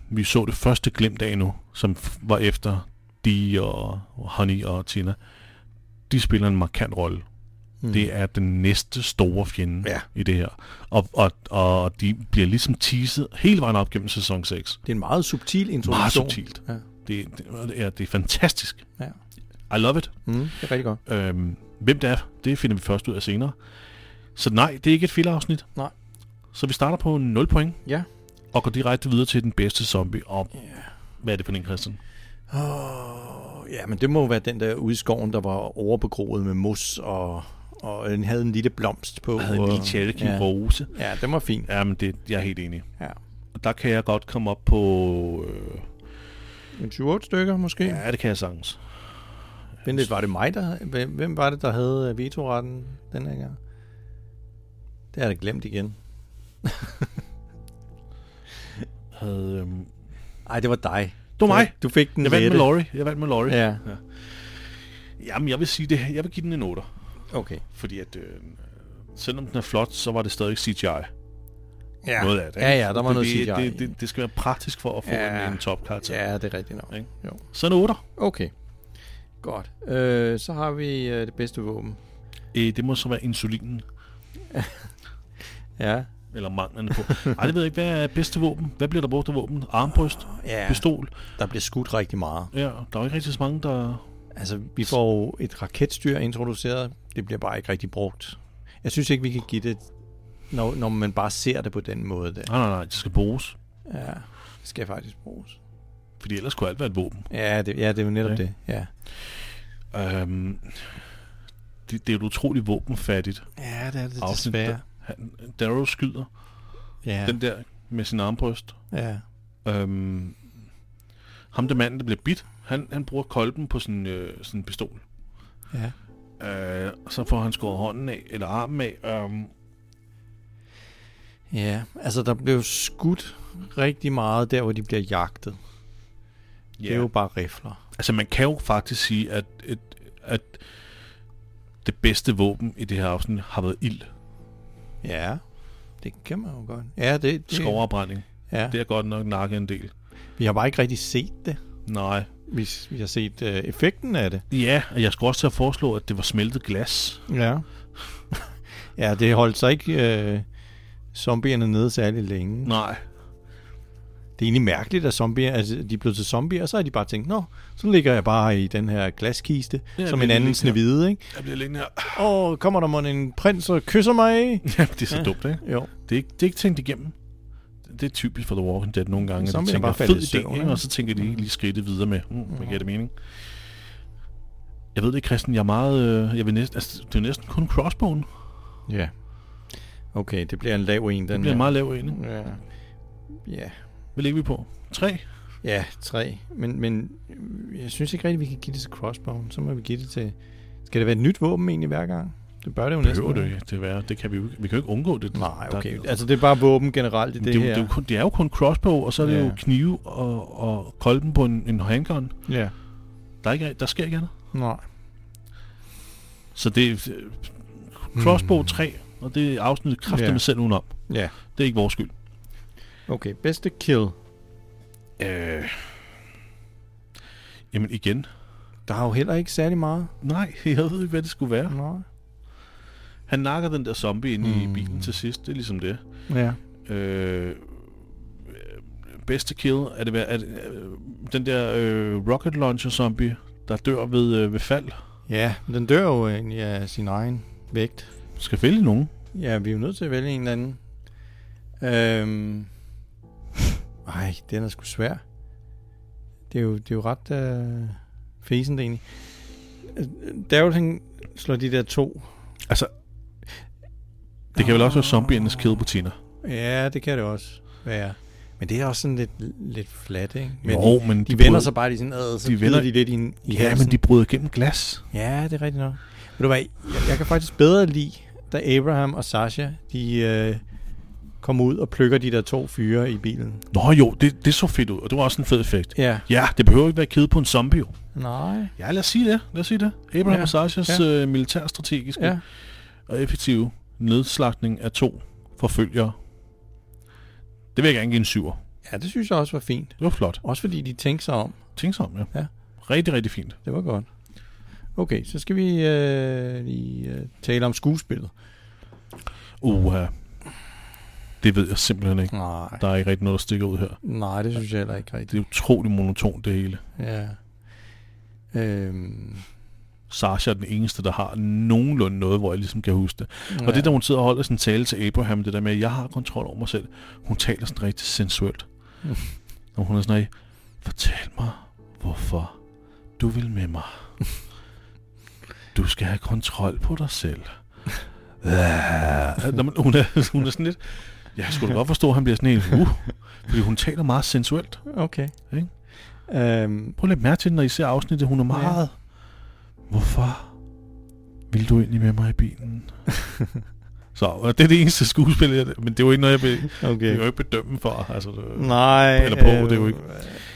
[SPEAKER 1] vi så det første glimt af nu, som f- var efter Dee og Honey og Tina, de spiller en markant rolle. Mm. Det er den næste store fjende
[SPEAKER 11] Ja.
[SPEAKER 1] i det her. Og, og, og de bliver ligesom teaset hele vejen op gennem sæson 6.
[SPEAKER 11] Det er en meget subtil introduktion.
[SPEAKER 1] Meget subtilt.
[SPEAKER 11] Ja.
[SPEAKER 1] Det, det, og det, er, det er fantastisk.
[SPEAKER 11] Ja.
[SPEAKER 1] I love it.
[SPEAKER 11] Mm, det er rigtig godt.
[SPEAKER 1] Øhm, hvem det er, det finder vi først ud af senere. Så nej, det er ikke et filler-afsnit.
[SPEAKER 11] Nej.
[SPEAKER 1] Så vi starter på 0 point
[SPEAKER 11] Ja.
[SPEAKER 1] og går direkte videre til den bedste zombie. Og hvad er det for en, Christian?
[SPEAKER 11] Oh, ja, men det må jo være den der ude i skoven, der var overbegroet med mos, og, og den havde en lille blomst på.
[SPEAKER 1] Jeg havde en
[SPEAKER 11] og,
[SPEAKER 1] lille tjælke ja.
[SPEAKER 11] ja.
[SPEAKER 1] rose.
[SPEAKER 11] ja, den var fin.
[SPEAKER 1] Jamen, det, jeg er helt enig.
[SPEAKER 11] Ja.
[SPEAKER 1] Og der kan jeg godt komme op på... Øh,
[SPEAKER 11] En 28 stykker måske. Ja.
[SPEAKER 1] ja, det kan jeg sagtens.
[SPEAKER 11] Vent lidt, var det mig, der havde, hvem- Hvem var det, der havde øh, vetoretten den her gang? Det har jeg da glemt igen.
[SPEAKER 1] Havde, øhm,
[SPEAKER 11] Ej, det var dig.
[SPEAKER 1] det var mig.
[SPEAKER 11] Du fik den
[SPEAKER 1] Jeg vandt med
[SPEAKER 11] lette.
[SPEAKER 1] Laurie. Jeg vandt med Laurie.
[SPEAKER 11] Ja,
[SPEAKER 1] Jamen, jeg vil sige det. Jeg vil give den en 8.
[SPEAKER 11] okay.
[SPEAKER 1] Fordi at... Øh, selvom den er flot, så var det stadig CGI.
[SPEAKER 11] Ja.
[SPEAKER 1] noget af det.
[SPEAKER 11] Ja,
[SPEAKER 1] ikke?
[SPEAKER 11] ja, der var
[SPEAKER 1] det, det,
[SPEAKER 11] noget CGI
[SPEAKER 1] Det, det, det skal være praktisk for at få ja.
[SPEAKER 11] Ja.
[SPEAKER 1] en, en topkarakter. Ja.
[SPEAKER 11] Ja, det er rigtigt nok.
[SPEAKER 1] Ikke?
[SPEAKER 11] Jo.
[SPEAKER 1] Så en 8.
[SPEAKER 11] Okay. Godt. Øh, så har vi øh, det bedste våben.
[SPEAKER 1] Øh, det må så være insulinen,
[SPEAKER 11] Ja.
[SPEAKER 1] eller manglen på. Ej, det ved jeg ikke. Hvad er bedste våben? Hvad bliver der brugt af våben? Armbryst?
[SPEAKER 11] Ja.
[SPEAKER 1] Pistol?
[SPEAKER 11] Der bliver skudt rigtig meget.
[SPEAKER 1] Ja, der er jo ikke rigtig så mange, der...
[SPEAKER 11] Altså, vi får jo et raketstyr introduceret. Det bliver bare ikke rigtig brugt. Jeg synes ikke, vi kan give det, når, når man bare ser det på den måde. Der.
[SPEAKER 1] Nej, nej, nej, det skal bruges.
[SPEAKER 11] Ja, det skal faktisk bruges.
[SPEAKER 1] Fordi ellers kunne alt være et våben.
[SPEAKER 11] Ja, det, ja, det er jo netop
[SPEAKER 1] Ja.
[SPEAKER 11] det. Ja.
[SPEAKER 1] Øhm, det, det er jo et utroligt våbenfattigt
[SPEAKER 11] ja, det er det
[SPEAKER 1] afsnit. der- Han, Darrow skyder
[SPEAKER 11] Ja,
[SPEAKER 1] ja. den der med sin armbryst.
[SPEAKER 11] ja.
[SPEAKER 1] Øhm, ham der manden, der bliver bit, han, han bruger kolben på sin, øh, sin pistol.
[SPEAKER 11] ja.
[SPEAKER 1] Øh, og så får han skåret hånden af, eller armen af. Øhm,
[SPEAKER 11] Ja, altså der blev skudt rigtig meget der, hvor de bliver jagtet. Yeah.
[SPEAKER 1] ja.
[SPEAKER 11] Det er jo bare rifler.
[SPEAKER 1] Altså man kan jo faktisk sige, at, et, at det bedste våben i det her afsnit har været ild.
[SPEAKER 11] Ja, det kan man jo godt. Ja, det, det
[SPEAKER 1] Skovafbrænding.
[SPEAKER 11] Ja.
[SPEAKER 1] Det er godt nok nakket en del.
[SPEAKER 11] Vi har bare ikke rigtig set det.
[SPEAKER 1] Nej.
[SPEAKER 11] Vi, vi har set øh, effekten af det.
[SPEAKER 1] Ja, og jeg skulle også til at foreslå, at det var smeltet glas.
[SPEAKER 11] Ja. ja, det holdt sig ikke øh, zombierne nede særlig længe.
[SPEAKER 1] Nej.
[SPEAKER 11] Det er egentlig mærkeligt, at zombier, altså, de er blevet til zombier, og så har de bare tænkt, nå, så ligger jeg bare i den her glaskiste,
[SPEAKER 1] Ja,
[SPEAKER 11] ja, som
[SPEAKER 1] det
[SPEAKER 11] en
[SPEAKER 1] er
[SPEAKER 11] anden
[SPEAKER 1] lidt-
[SPEAKER 11] snevide, ikke?
[SPEAKER 1] Jeg bliver liggende her.
[SPEAKER 11] Åh, kommer der måske en prins og kysser mig?
[SPEAKER 1] Jamen, det er så ja. dumt, ikke?
[SPEAKER 11] Jo.
[SPEAKER 1] Det er ikke, det er ikke tænkt igennem. Det er typisk for The Walking Dead nogle gange, at
[SPEAKER 11] Så
[SPEAKER 1] de
[SPEAKER 11] vil jeg
[SPEAKER 1] tænker,
[SPEAKER 11] bare
[SPEAKER 1] fed
[SPEAKER 11] falde i søvn,
[SPEAKER 1] idé, ikke?
[SPEAKER 11] ikke?
[SPEAKER 1] og så tænker de ikke lige skridtet videre med. Mm, mm. Giver det mening? Jeg ved det, ikke, Christian, jeg er meget... Øh, jeg vil næsten, altså, det er jo næsten kun crossbone. Det
[SPEAKER 11] Ja. Okay, det bliver en lav en, den
[SPEAKER 1] bliver
[SPEAKER 11] her.
[SPEAKER 1] meget lav egentlig.
[SPEAKER 11] Ja. Ja.
[SPEAKER 1] Hvad ligger vi på? 3?
[SPEAKER 11] Ja, tre. Men, men øh, jeg synes ikke rigtigt, vi kan give det til Crossbone. Så må vi give det til... Skal det være et nyt våben egentlig hver gang? Det bør det jo næsten.
[SPEAKER 1] Behøver det
[SPEAKER 11] være.
[SPEAKER 1] ikke, det være. Det kan vi, jo ikke- vi kan jo ikke undgå det.
[SPEAKER 11] Nej, okay.
[SPEAKER 1] Der, altså,
[SPEAKER 11] Altså, det er bare våben generelt i
[SPEAKER 1] det,
[SPEAKER 11] det,
[SPEAKER 1] det, er jo,
[SPEAKER 11] her.
[SPEAKER 1] det, er jo kun, det er jo kun crossbow, og så er det
[SPEAKER 11] Ja.
[SPEAKER 1] jo knive og, og kolben på en, en handgun.
[SPEAKER 11] Ja.
[SPEAKER 1] Der, er ikke, der sker ikke andet.
[SPEAKER 11] Nej.
[SPEAKER 1] Så det er øh, crossbow 3, og det er afsnittet kraftigt
[SPEAKER 11] Hmm. Ja.
[SPEAKER 1] med selv udenom.
[SPEAKER 11] Ja.
[SPEAKER 1] Det er ikke vores skyld.
[SPEAKER 11] Okay, bedste kill.
[SPEAKER 1] Øh. Jamen igen.
[SPEAKER 11] Der er jo heller ikke særlig meget.
[SPEAKER 1] Nej, jeg ved ikke, hvad det skulle være.
[SPEAKER 11] Nej.
[SPEAKER 1] Han nakker den der zombie ind i bilen til sidst. Det er ligesom det.
[SPEAKER 11] Ja.
[SPEAKER 1] Øh, øh, bedste kill, er det, hvad- er det øh, den der øh, rocket launcher zombie, der dør ved, øh, ved fald?
[SPEAKER 11] Ja, men den dør jo egentlig af sin egen vægt.
[SPEAKER 1] Skal vælge nogen.
[SPEAKER 11] Ja, vi er jo nødt til at vælge en eller anden. Øhm. Ej, den er sgu svær. Det er jo, det er jo ret øh, fæsent egentlig. Øh, Daryl, han slår de der to.
[SPEAKER 1] Altså, det kan vel også være zombiernes kill på Tina.
[SPEAKER 11] Ja, det kan det også være. Men det er også sådan lidt, lidt flat, ikke? Men
[SPEAKER 1] Jo,
[SPEAKER 11] de,
[SPEAKER 1] men
[SPEAKER 11] de,
[SPEAKER 1] de
[SPEAKER 11] vender
[SPEAKER 1] bryder-
[SPEAKER 11] sig bare i sådan, ad, så
[SPEAKER 1] de
[SPEAKER 11] de
[SPEAKER 1] vender-
[SPEAKER 11] vender de lidt i, en- i
[SPEAKER 1] Ja, men de bryder gennem glas.
[SPEAKER 11] Ja, det er rigtigt nok. Ved du hvad, jeg, jeg kan faktisk bedre lide, da Abraham og Sasha, de øh, kommer ud og plukker de der to fyre i bilen.
[SPEAKER 1] Nå jo, det, det så fedt ud, og det var også en fed effekt.
[SPEAKER 11] Ja.
[SPEAKER 1] Ja, det behøver ikke være kede på en zombie. jo.
[SPEAKER 11] Nej.
[SPEAKER 1] Ja, lad os sige det. Lad os sige det. Abraham ja.
[SPEAKER 11] Ja,
[SPEAKER 1] og Sashas ja. øh, militærstrategiske ja.
[SPEAKER 11] Ja.
[SPEAKER 1] og effektive nedslagtning af to forfølgere. Det vil jeg gerne give en syver.
[SPEAKER 11] ja, det synes jeg også var fint.
[SPEAKER 1] Det var flot.
[SPEAKER 11] Også fordi de tænkte sig om.
[SPEAKER 1] Tænksom, ja.
[SPEAKER 11] Ja.
[SPEAKER 1] Rigtig, rigtig fint.
[SPEAKER 11] Det var godt. Okay, så skal vi øh, lige øh, tale om skuespillet.
[SPEAKER 1] Uha. Det ved jeg simpelthen ikke.
[SPEAKER 11] Nej.
[SPEAKER 1] Der er ikke rigtig noget, der stikker ud her.
[SPEAKER 11] Nej, det synes jeg heller ikke
[SPEAKER 1] Det
[SPEAKER 11] rigtigt.
[SPEAKER 1] er utrolig monotont, det hele.
[SPEAKER 11] Ja. Øhm,
[SPEAKER 1] Sasha er den eneste, der har nogenlunde noget, hvor jeg ligesom kan huske det. Ja. Og det, der hun sidder og holder sin tale til Abraham, det der med, at jeg har kontrol over mig selv, hun taler sådan rigtig sensuelt. Og hun er sådan af, fortæl mig, hvorfor du vil med mig. Du skal have kontrol på dig selv. Ja. Nå, men hun, er, hun er sådan lidt, jeg skulle da godt forstå, at han bliver sådan helt, uh, fordi hun taler meget sensuelt.
[SPEAKER 11] okay.
[SPEAKER 1] Ikke?
[SPEAKER 11] Øhm,
[SPEAKER 1] Prøv at lægge mærke til, når I ser afsnittet, hun er meget... Hvorfor vil du egentlig med mig i bilen? Så og det er det eneste skudspil, jeg, men det er jo ikke noget, jeg vil, jeg vil jo
[SPEAKER 11] okay.
[SPEAKER 1] ikke bedømme for. Altså, det,
[SPEAKER 11] Nej. øh,
[SPEAKER 1] Eller på, det er jo ikke-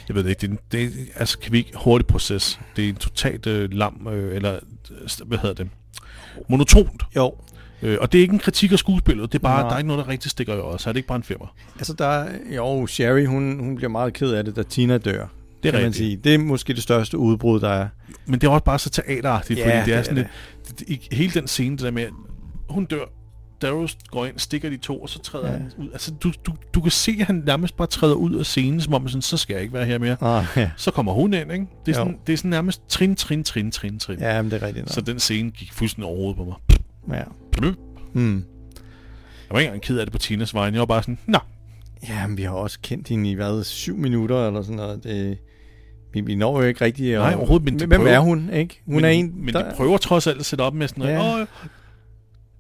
[SPEAKER 1] jeg ved det ikke, det, er en- det er- altså kan vi ikke hurtigt proces? Det er en totalt øh, lam, øh, eller øh, hvad hedder det? Monotont.
[SPEAKER 11] Jo,
[SPEAKER 1] Øh, og det er ikke en kritik af skuespillet, det er bare,
[SPEAKER 11] Nej.
[SPEAKER 1] der er ikke noget, der rigtig stikker i øjet, så er det ikke bare en femmer.
[SPEAKER 11] Altså der, er- jo, Sherry, hun, hun bliver meget ked af det, da Tina dør. Det
[SPEAKER 1] Det
[SPEAKER 11] kan
[SPEAKER 1] er
[SPEAKER 11] man
[SPEAKER 1] rigtigt.
[SPEAKER 11] sige. Det er måske det største udbrud, der er.
[SPEAKER 1] Men det er også bare så teateragtigt,
[SPEAKER 11] Ja,
[SPEAKER 1] fordi det
[SPEAKER 11] det
[SPEAKER 1] er
[SPEAKER 11] er
[SPEAKER 1] sådan lidt, det, det, i- hele den scene, det der med, at hun dør, Darrow går ind, stikker de to, og så træder ja.
[SPEAKER 11] Ja.
[SPEAKER 1] han ud. Altså, du, du, du kan se, at han nærmest bare træder ud af scenen, som om sådan, så skal jeg ikke være her mere.
[SPEAKER 11] Ah, ja.
[SPEAKER 1] Så kommer hun ind, ikke? Det er,
[SPEAKER 11] Jo.
[SPEAKER 1] sådan, det er sådan nærmest trin, trin, trin, trin, trin.
[SPEAKER 11] ja, men det er rigtigt. nok.
[SPEAKER 1] Så den scene gik fuldstændig overhovedet på mig.
[SPEAKER 11] ja.
[SPEAKER 1] Jeg
[SPEAKER 11] Mm.
[SPEAKER 1] var ikke engang ked af det på Tinas vegne. Jeg var bare sådan, nå,
[SPEAKER 11] Jamen, vi har også kendt hende i, hvad, syv minutter eller sådan noget. Det, vi, vi når jo ikke rigtigt.
[SPEAKER 1] Nej, overhovedet, men det
[SPEAKER 11] Hvem
[SPEAKER 1] prøver-
[SPEAKER 11] er hun, ikke? Hun
[SPEAKER 1] men,
[SPEAKER 11] er en,
[SPEAKER 1] men de prøver trods alt at sætte op med sådan noget.
[SPEAKER 11] Ja.
[SPEAKER 1] Ja. Åh,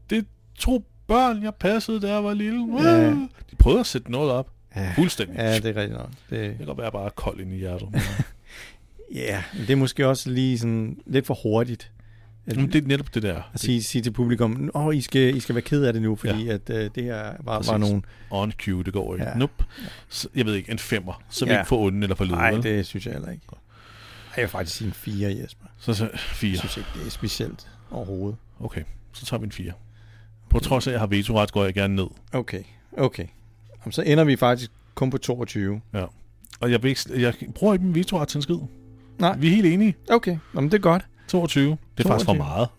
[SPEAKER 1] det er to børn, jeg passede, da jeg var lille.
[SPEAKER 11] Ja.
[SPEAKER 1] Ja. De prøvede at sætte noget op.
[SPEAKER 11] Ja.
[SPEAKER 1] Fuldstændig.
[SPEAKER 11] Ja, det er rigtigt nok.
[SPEAKER 1] Jeg
[SPEAKER 11] Det,
[SPEAKER 1] kan godt være bare kold ind i hjertet.
[SPEAKER 11] ja, men det er måske også lige sådan lidt for hurtigt. At,
[SPEAKER 1] Men det er netop det der.
[SPEAKER 11] at sige, sige til publikum, åh, I skal, I skal være ked af det nu, fordi ja. at øh, det her var, var
[SPEAKER 1] Præcis.
[SPEAKER 11] nogen...
[SPEAKER 1] On cue, det går ikke. Ja.
[SPEAKER 11] Ja.
[SPEAKER 1] Nope. Så, jeg ved ikke, en femmer. Så vi
[SPEAKER 11] Ja.
[SPEAKER 1] ikke får onden eller for lyde.
[SPEAKER 11] Nej,
[SPEAKER 1] vel?
[SPEAKER 11] det synes jeg heller ikke. Ej, jeg vil faktisk sige en 4, Jesper.
[SPEAKER 1] Så, så fire.
[SPEAKER 11] Jeg synes ikke, det er specielt overhovedet.
[SPEAKER 1] Okay, så tager vi en fire. På trods af, at jeg har vetoret, går jeg gerne ned.
[SPEAKER 11] Okay, okay. Jamen, så ender vi faktisk kun på 22.
[SPEAKER 1] Ja. Og jeg, vil ikke, jeg bruger ikke min vetoret til en skid.
[SPEAKER 11] Nej.
[SPEAKER 1] Vi er helt enige.
[SPEAKER 11] Okay, Jamen, det er godt.
[SPEAKER 1] 22. Det er 22. faktisk for
[SPEAKER 11] 22.
[SPEAKER 1] meget.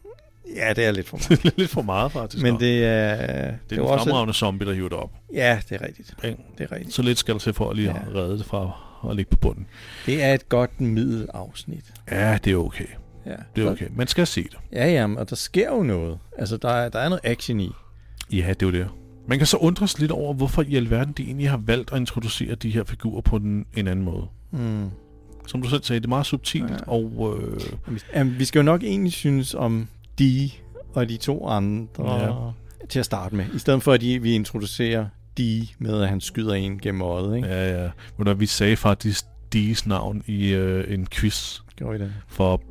[SPEAKER 11] Ja, det er lidt for meget.
[SPEAKER 1] Det er lidt for meget, faktisk.
[SPEAKER 11] Men
[SPEAKER 1] Nå.
[SPEAKER 11] det er... Det,
[SPEAKER 1] det er en fremragende zombie, der hiver det op.
[SPEAKER 11] Ja, det er rigtigt.
[SPEAKER 1] Bang.
[SPEAKER 11] Det er rigtigt.
[SPEAKER 1] Så lidt skal der til for at lige
[SPEAKER 11] Ja.
[SPEAKER 1] ja. redde det fra at ligge på bunden.
[SPEAKER 11] Det er et godt middelafsnit.
[SPEAKER 1] Ja, det er okay.
[SPEAKER 11] Ja.
[SPEAKER 1] Det er okay. Man skal se det.
[SPEAKER 11] Ja, ja, men- og der sker jo noget. Altså, der er, der er noget action i.
[SPEAKER 1] Ja, det er jo det. Man kan så undres lidt over, hvorfor i alverden de egentlig har valgt at introducere de her figurer på den, en anden måde.
[SPEAKER 11] Mm.
[SPEAKER 1] Som du selv sagde, det er meget subtilt, ja. og øh,
[SPEAKER 11] Jamen, vi skal jo nok egentlig synes om de og de to andre ja. til at starte med. I stedet for, at de, vi introducerer de med, at han skyder en gennem øjet, ikke? Ja.
[SPEAKER 1] ja, ja. Men da vi sagde faktisk Dees navn i øh, en quiz
[SPEAKER 11] Gjorde I det?
[SPEAKER 1] for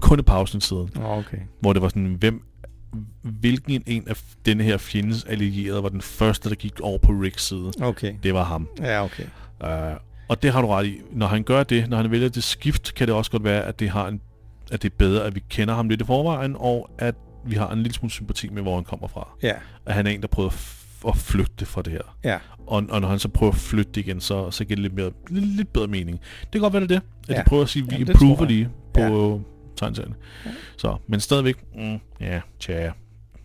[SPEAKER 1] kun et par afsnit siden,
[SPEAKER 11] Nå, okay.
[SPEAKER 1] hvor det var sådan, hvem, hvilken en af denne her fjendes allierede var den første, der gik over på Ricks side.
[SPEAKER 11] Okay.
[SPEAKER 1] Det var ham.
[SPEAKER 11] Ja, okay.
[SPEAKER 1] Uh, og det har du ret i. Når han gør det, når han vælger det skift, kan det også godt være, at det, har en, at det er bedre, at vi kender ham lidt i forvejen, og at vi har en lille smule sympati med, hvor han kommer fra.
[SPEAKER 11] Ja,
[SPEAKER 1] At han er en, der prøver at, f- at flygte fra det her.
[SPEAKER 11] ja.
[SPEAKER 1] Og, og når han så prøver at flygte igen, så, så giver det lidt, mere, lidt, lidt bedre mening. Det kan godt være, det er det. At
[SPEAKER 11] Ja.
[SPEAKER 1] de prøver at sige, at vi
[SPEAKER 11] Jamen,
[SPEAKER 1] Jamen,
[SPEAKER 11] det tror
[SPEAKER 1] improver
[SPEAKER 11] jeg.
[SPEAKER 1] lige på ja. tegneserien. Så, men stadigvæk, mm, ja, tja,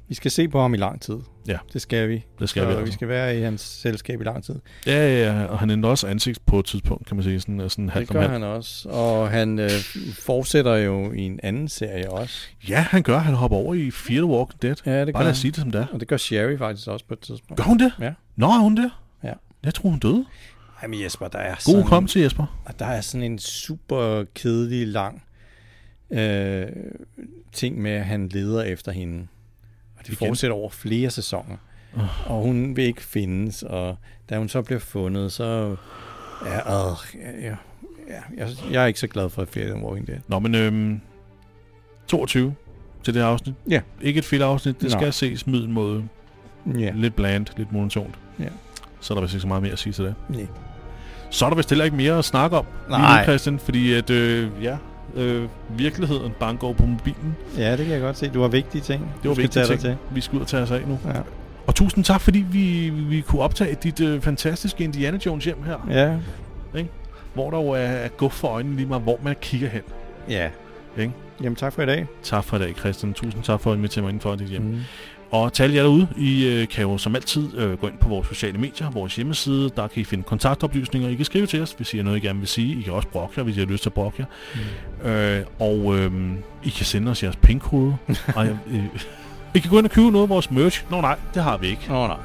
[SPEAKER 11] Vi skal se på ham i lang tid.
[SPEAKER 1] Ja.
[SPEAKER 11] Det skal vi.
[SPEAKER 1] det skal
[SPEAKER 11] Så
[SPEAKER 1] vi altså.
[SPEAKER 11] vi skal være i hans selskab i lang tid.
[SPEAKER 1] Ja, ja, ja, og han ændrer også ansigt på et tidspunkt, kan man sige, sådan, sådan
[SPEAKER 11] Det
[SPEAKER 1] halvt om
[SPEAKER 11] gør
[SPEAKER 1] halvt.
[SPEAKER 11] han også. Og han øh, fortsætter jo i en anden serie også.
[SPEAKER 1] Ja, han gør. Han hopper over i Fear the Walking Dead.
[SPEAKER 11] Ja, det
[SPEAKER 1] Bare
[SPEAKER 11] gør
[SPEAKER 1] lad os
[SPEAKER 11] han.
[SPEAKER 1] sige det, som det er.
[SPEAKER 11] Og det gør Sherry faktisk også på et tidspunkt.
[SPEAKER 1] Gør hun det?
[SPEAKER 11] Ja.
[SPEAKER 1] Nå, er hun det?
[SPEAKER 11] Ja.
[SPEAKER 1] Jeg tror, hun døde.
[SPEAKER 11] Ej, men Jesper, der er
[SPEAKER 1] God
[SPEAKER 11] sådan...
[SPEAKER 1] kom til, Jesper.
[SPEAKER 11] Og der er sådan en super kedelig lang øh, ting med, at han leder efter hende. Og det
[SPEAKER 1] Igen?
[SPEAKER 11] fortsætter over flere sæsoner. Uh. Og hun vil ikke findes, og da hun så bliver fundet, så... Ja, øh, ja, ja, jeg, jeg er ikke så glad for Fear the Walking Dead.
[SPEAKER 1] Nå, men øhm, 22 til det her afsnit.
[SPEAKER 11] Ja.
[SPEAKER 1] Ikke et fedt afsnit. Det
[SPEAKER 11] Nå.
[SPEAKER 1] skal ses middelmåde.
[SPEAKER 11] Ja,
[SPEAKER 1] Ja. Lidt bland, lidt monotont.
[SPEAKER 11] Ja.
[SPEAKER 1] Så er der vist ikke så meget mere at sige til det.
[SPEAKER 11] nej.
[SPEAKER 1] Så er der vist heller ikke mere at snakke om. lige
[SPEAKER 11] Nej.
[SPEAKER 1] nu, Christian, fordi at, øh, ja, øh, virkeligheden banker over på mobilen.
[SPEAKER 11] ja, det kan jeg godt se. Du har vigtige ting.
[SPEAKER 1] Det var vigtigt ting.
[SPEAKER 11] Til.
[SPEAKER 1] Vi skal ud og tage os af nu.
[SPEAKER 11] Ja.
[SPEAKER 1] Og tusind tak, fordi vi, vi kunne optage dit øh, fantastiske Indiana Jones hjem her.
[SPEAKER 11] Ja.
[SPEAKER 1] Hvor der jo er, er guf for øjnene lige meget, hvor man kigger hen.
[SPEAKER 11] Ja.
[SPEAKER 1] Ikke?
[SPEAKER 11] Jamen, tak for i dag.
[SPEAKER 1] Tak for i dag, Christian. Tusind tak for at invitere mig indenfor i dit hjem. Mm. Og til alle jer derude, I øh, kan jo som altid øh, gå ind på vores sociale medier, vores hjemmeside. Der kan I finde kontaktoplysninger. I kan skrive til os, hvis I har noget, I gerne vil sige. I kan også brokke jer, hvis I har lyst til at brokke jer. Mm. Øh, og øh, I kan sende os jeres pinkode. og, øh, I kan gå ind og købe noget af vores merch. Nå nej, det har vi ikke.
[SPEAKER 11] Åh, oh, nej.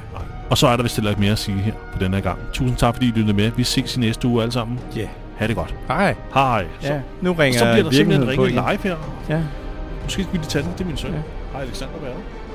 [SPEAKER 1] Og så er der vist heller ikke mere at sige her på denne her gang. Tusind tak, fordi I lyttede med. Vi ses i næste uge alle sammen.
[SPEAKER 11] Ja.
[SPEAKER 1] Ha' det godt.
[SPEAKER 11] Hej.
[SPEAKER 1] Hej. Så,
[SPEAKER 11] Ja, nu ringer
[SPEAKER 1] så bliver der simpelthen
[SPEAKER 11] virkeligheden på
[SPEAKER 1] ringet
[SPEAKER 11] igen.
[SPEAKER 1] live her.
[SPEAKER 11] Ja.
[SPEAKER 1] Måske skal vi lige tage den. Det er min søn.
[SPEAKER 11] Ja.
[SPEAKER 1] Hej, Alexander. Hvad er det?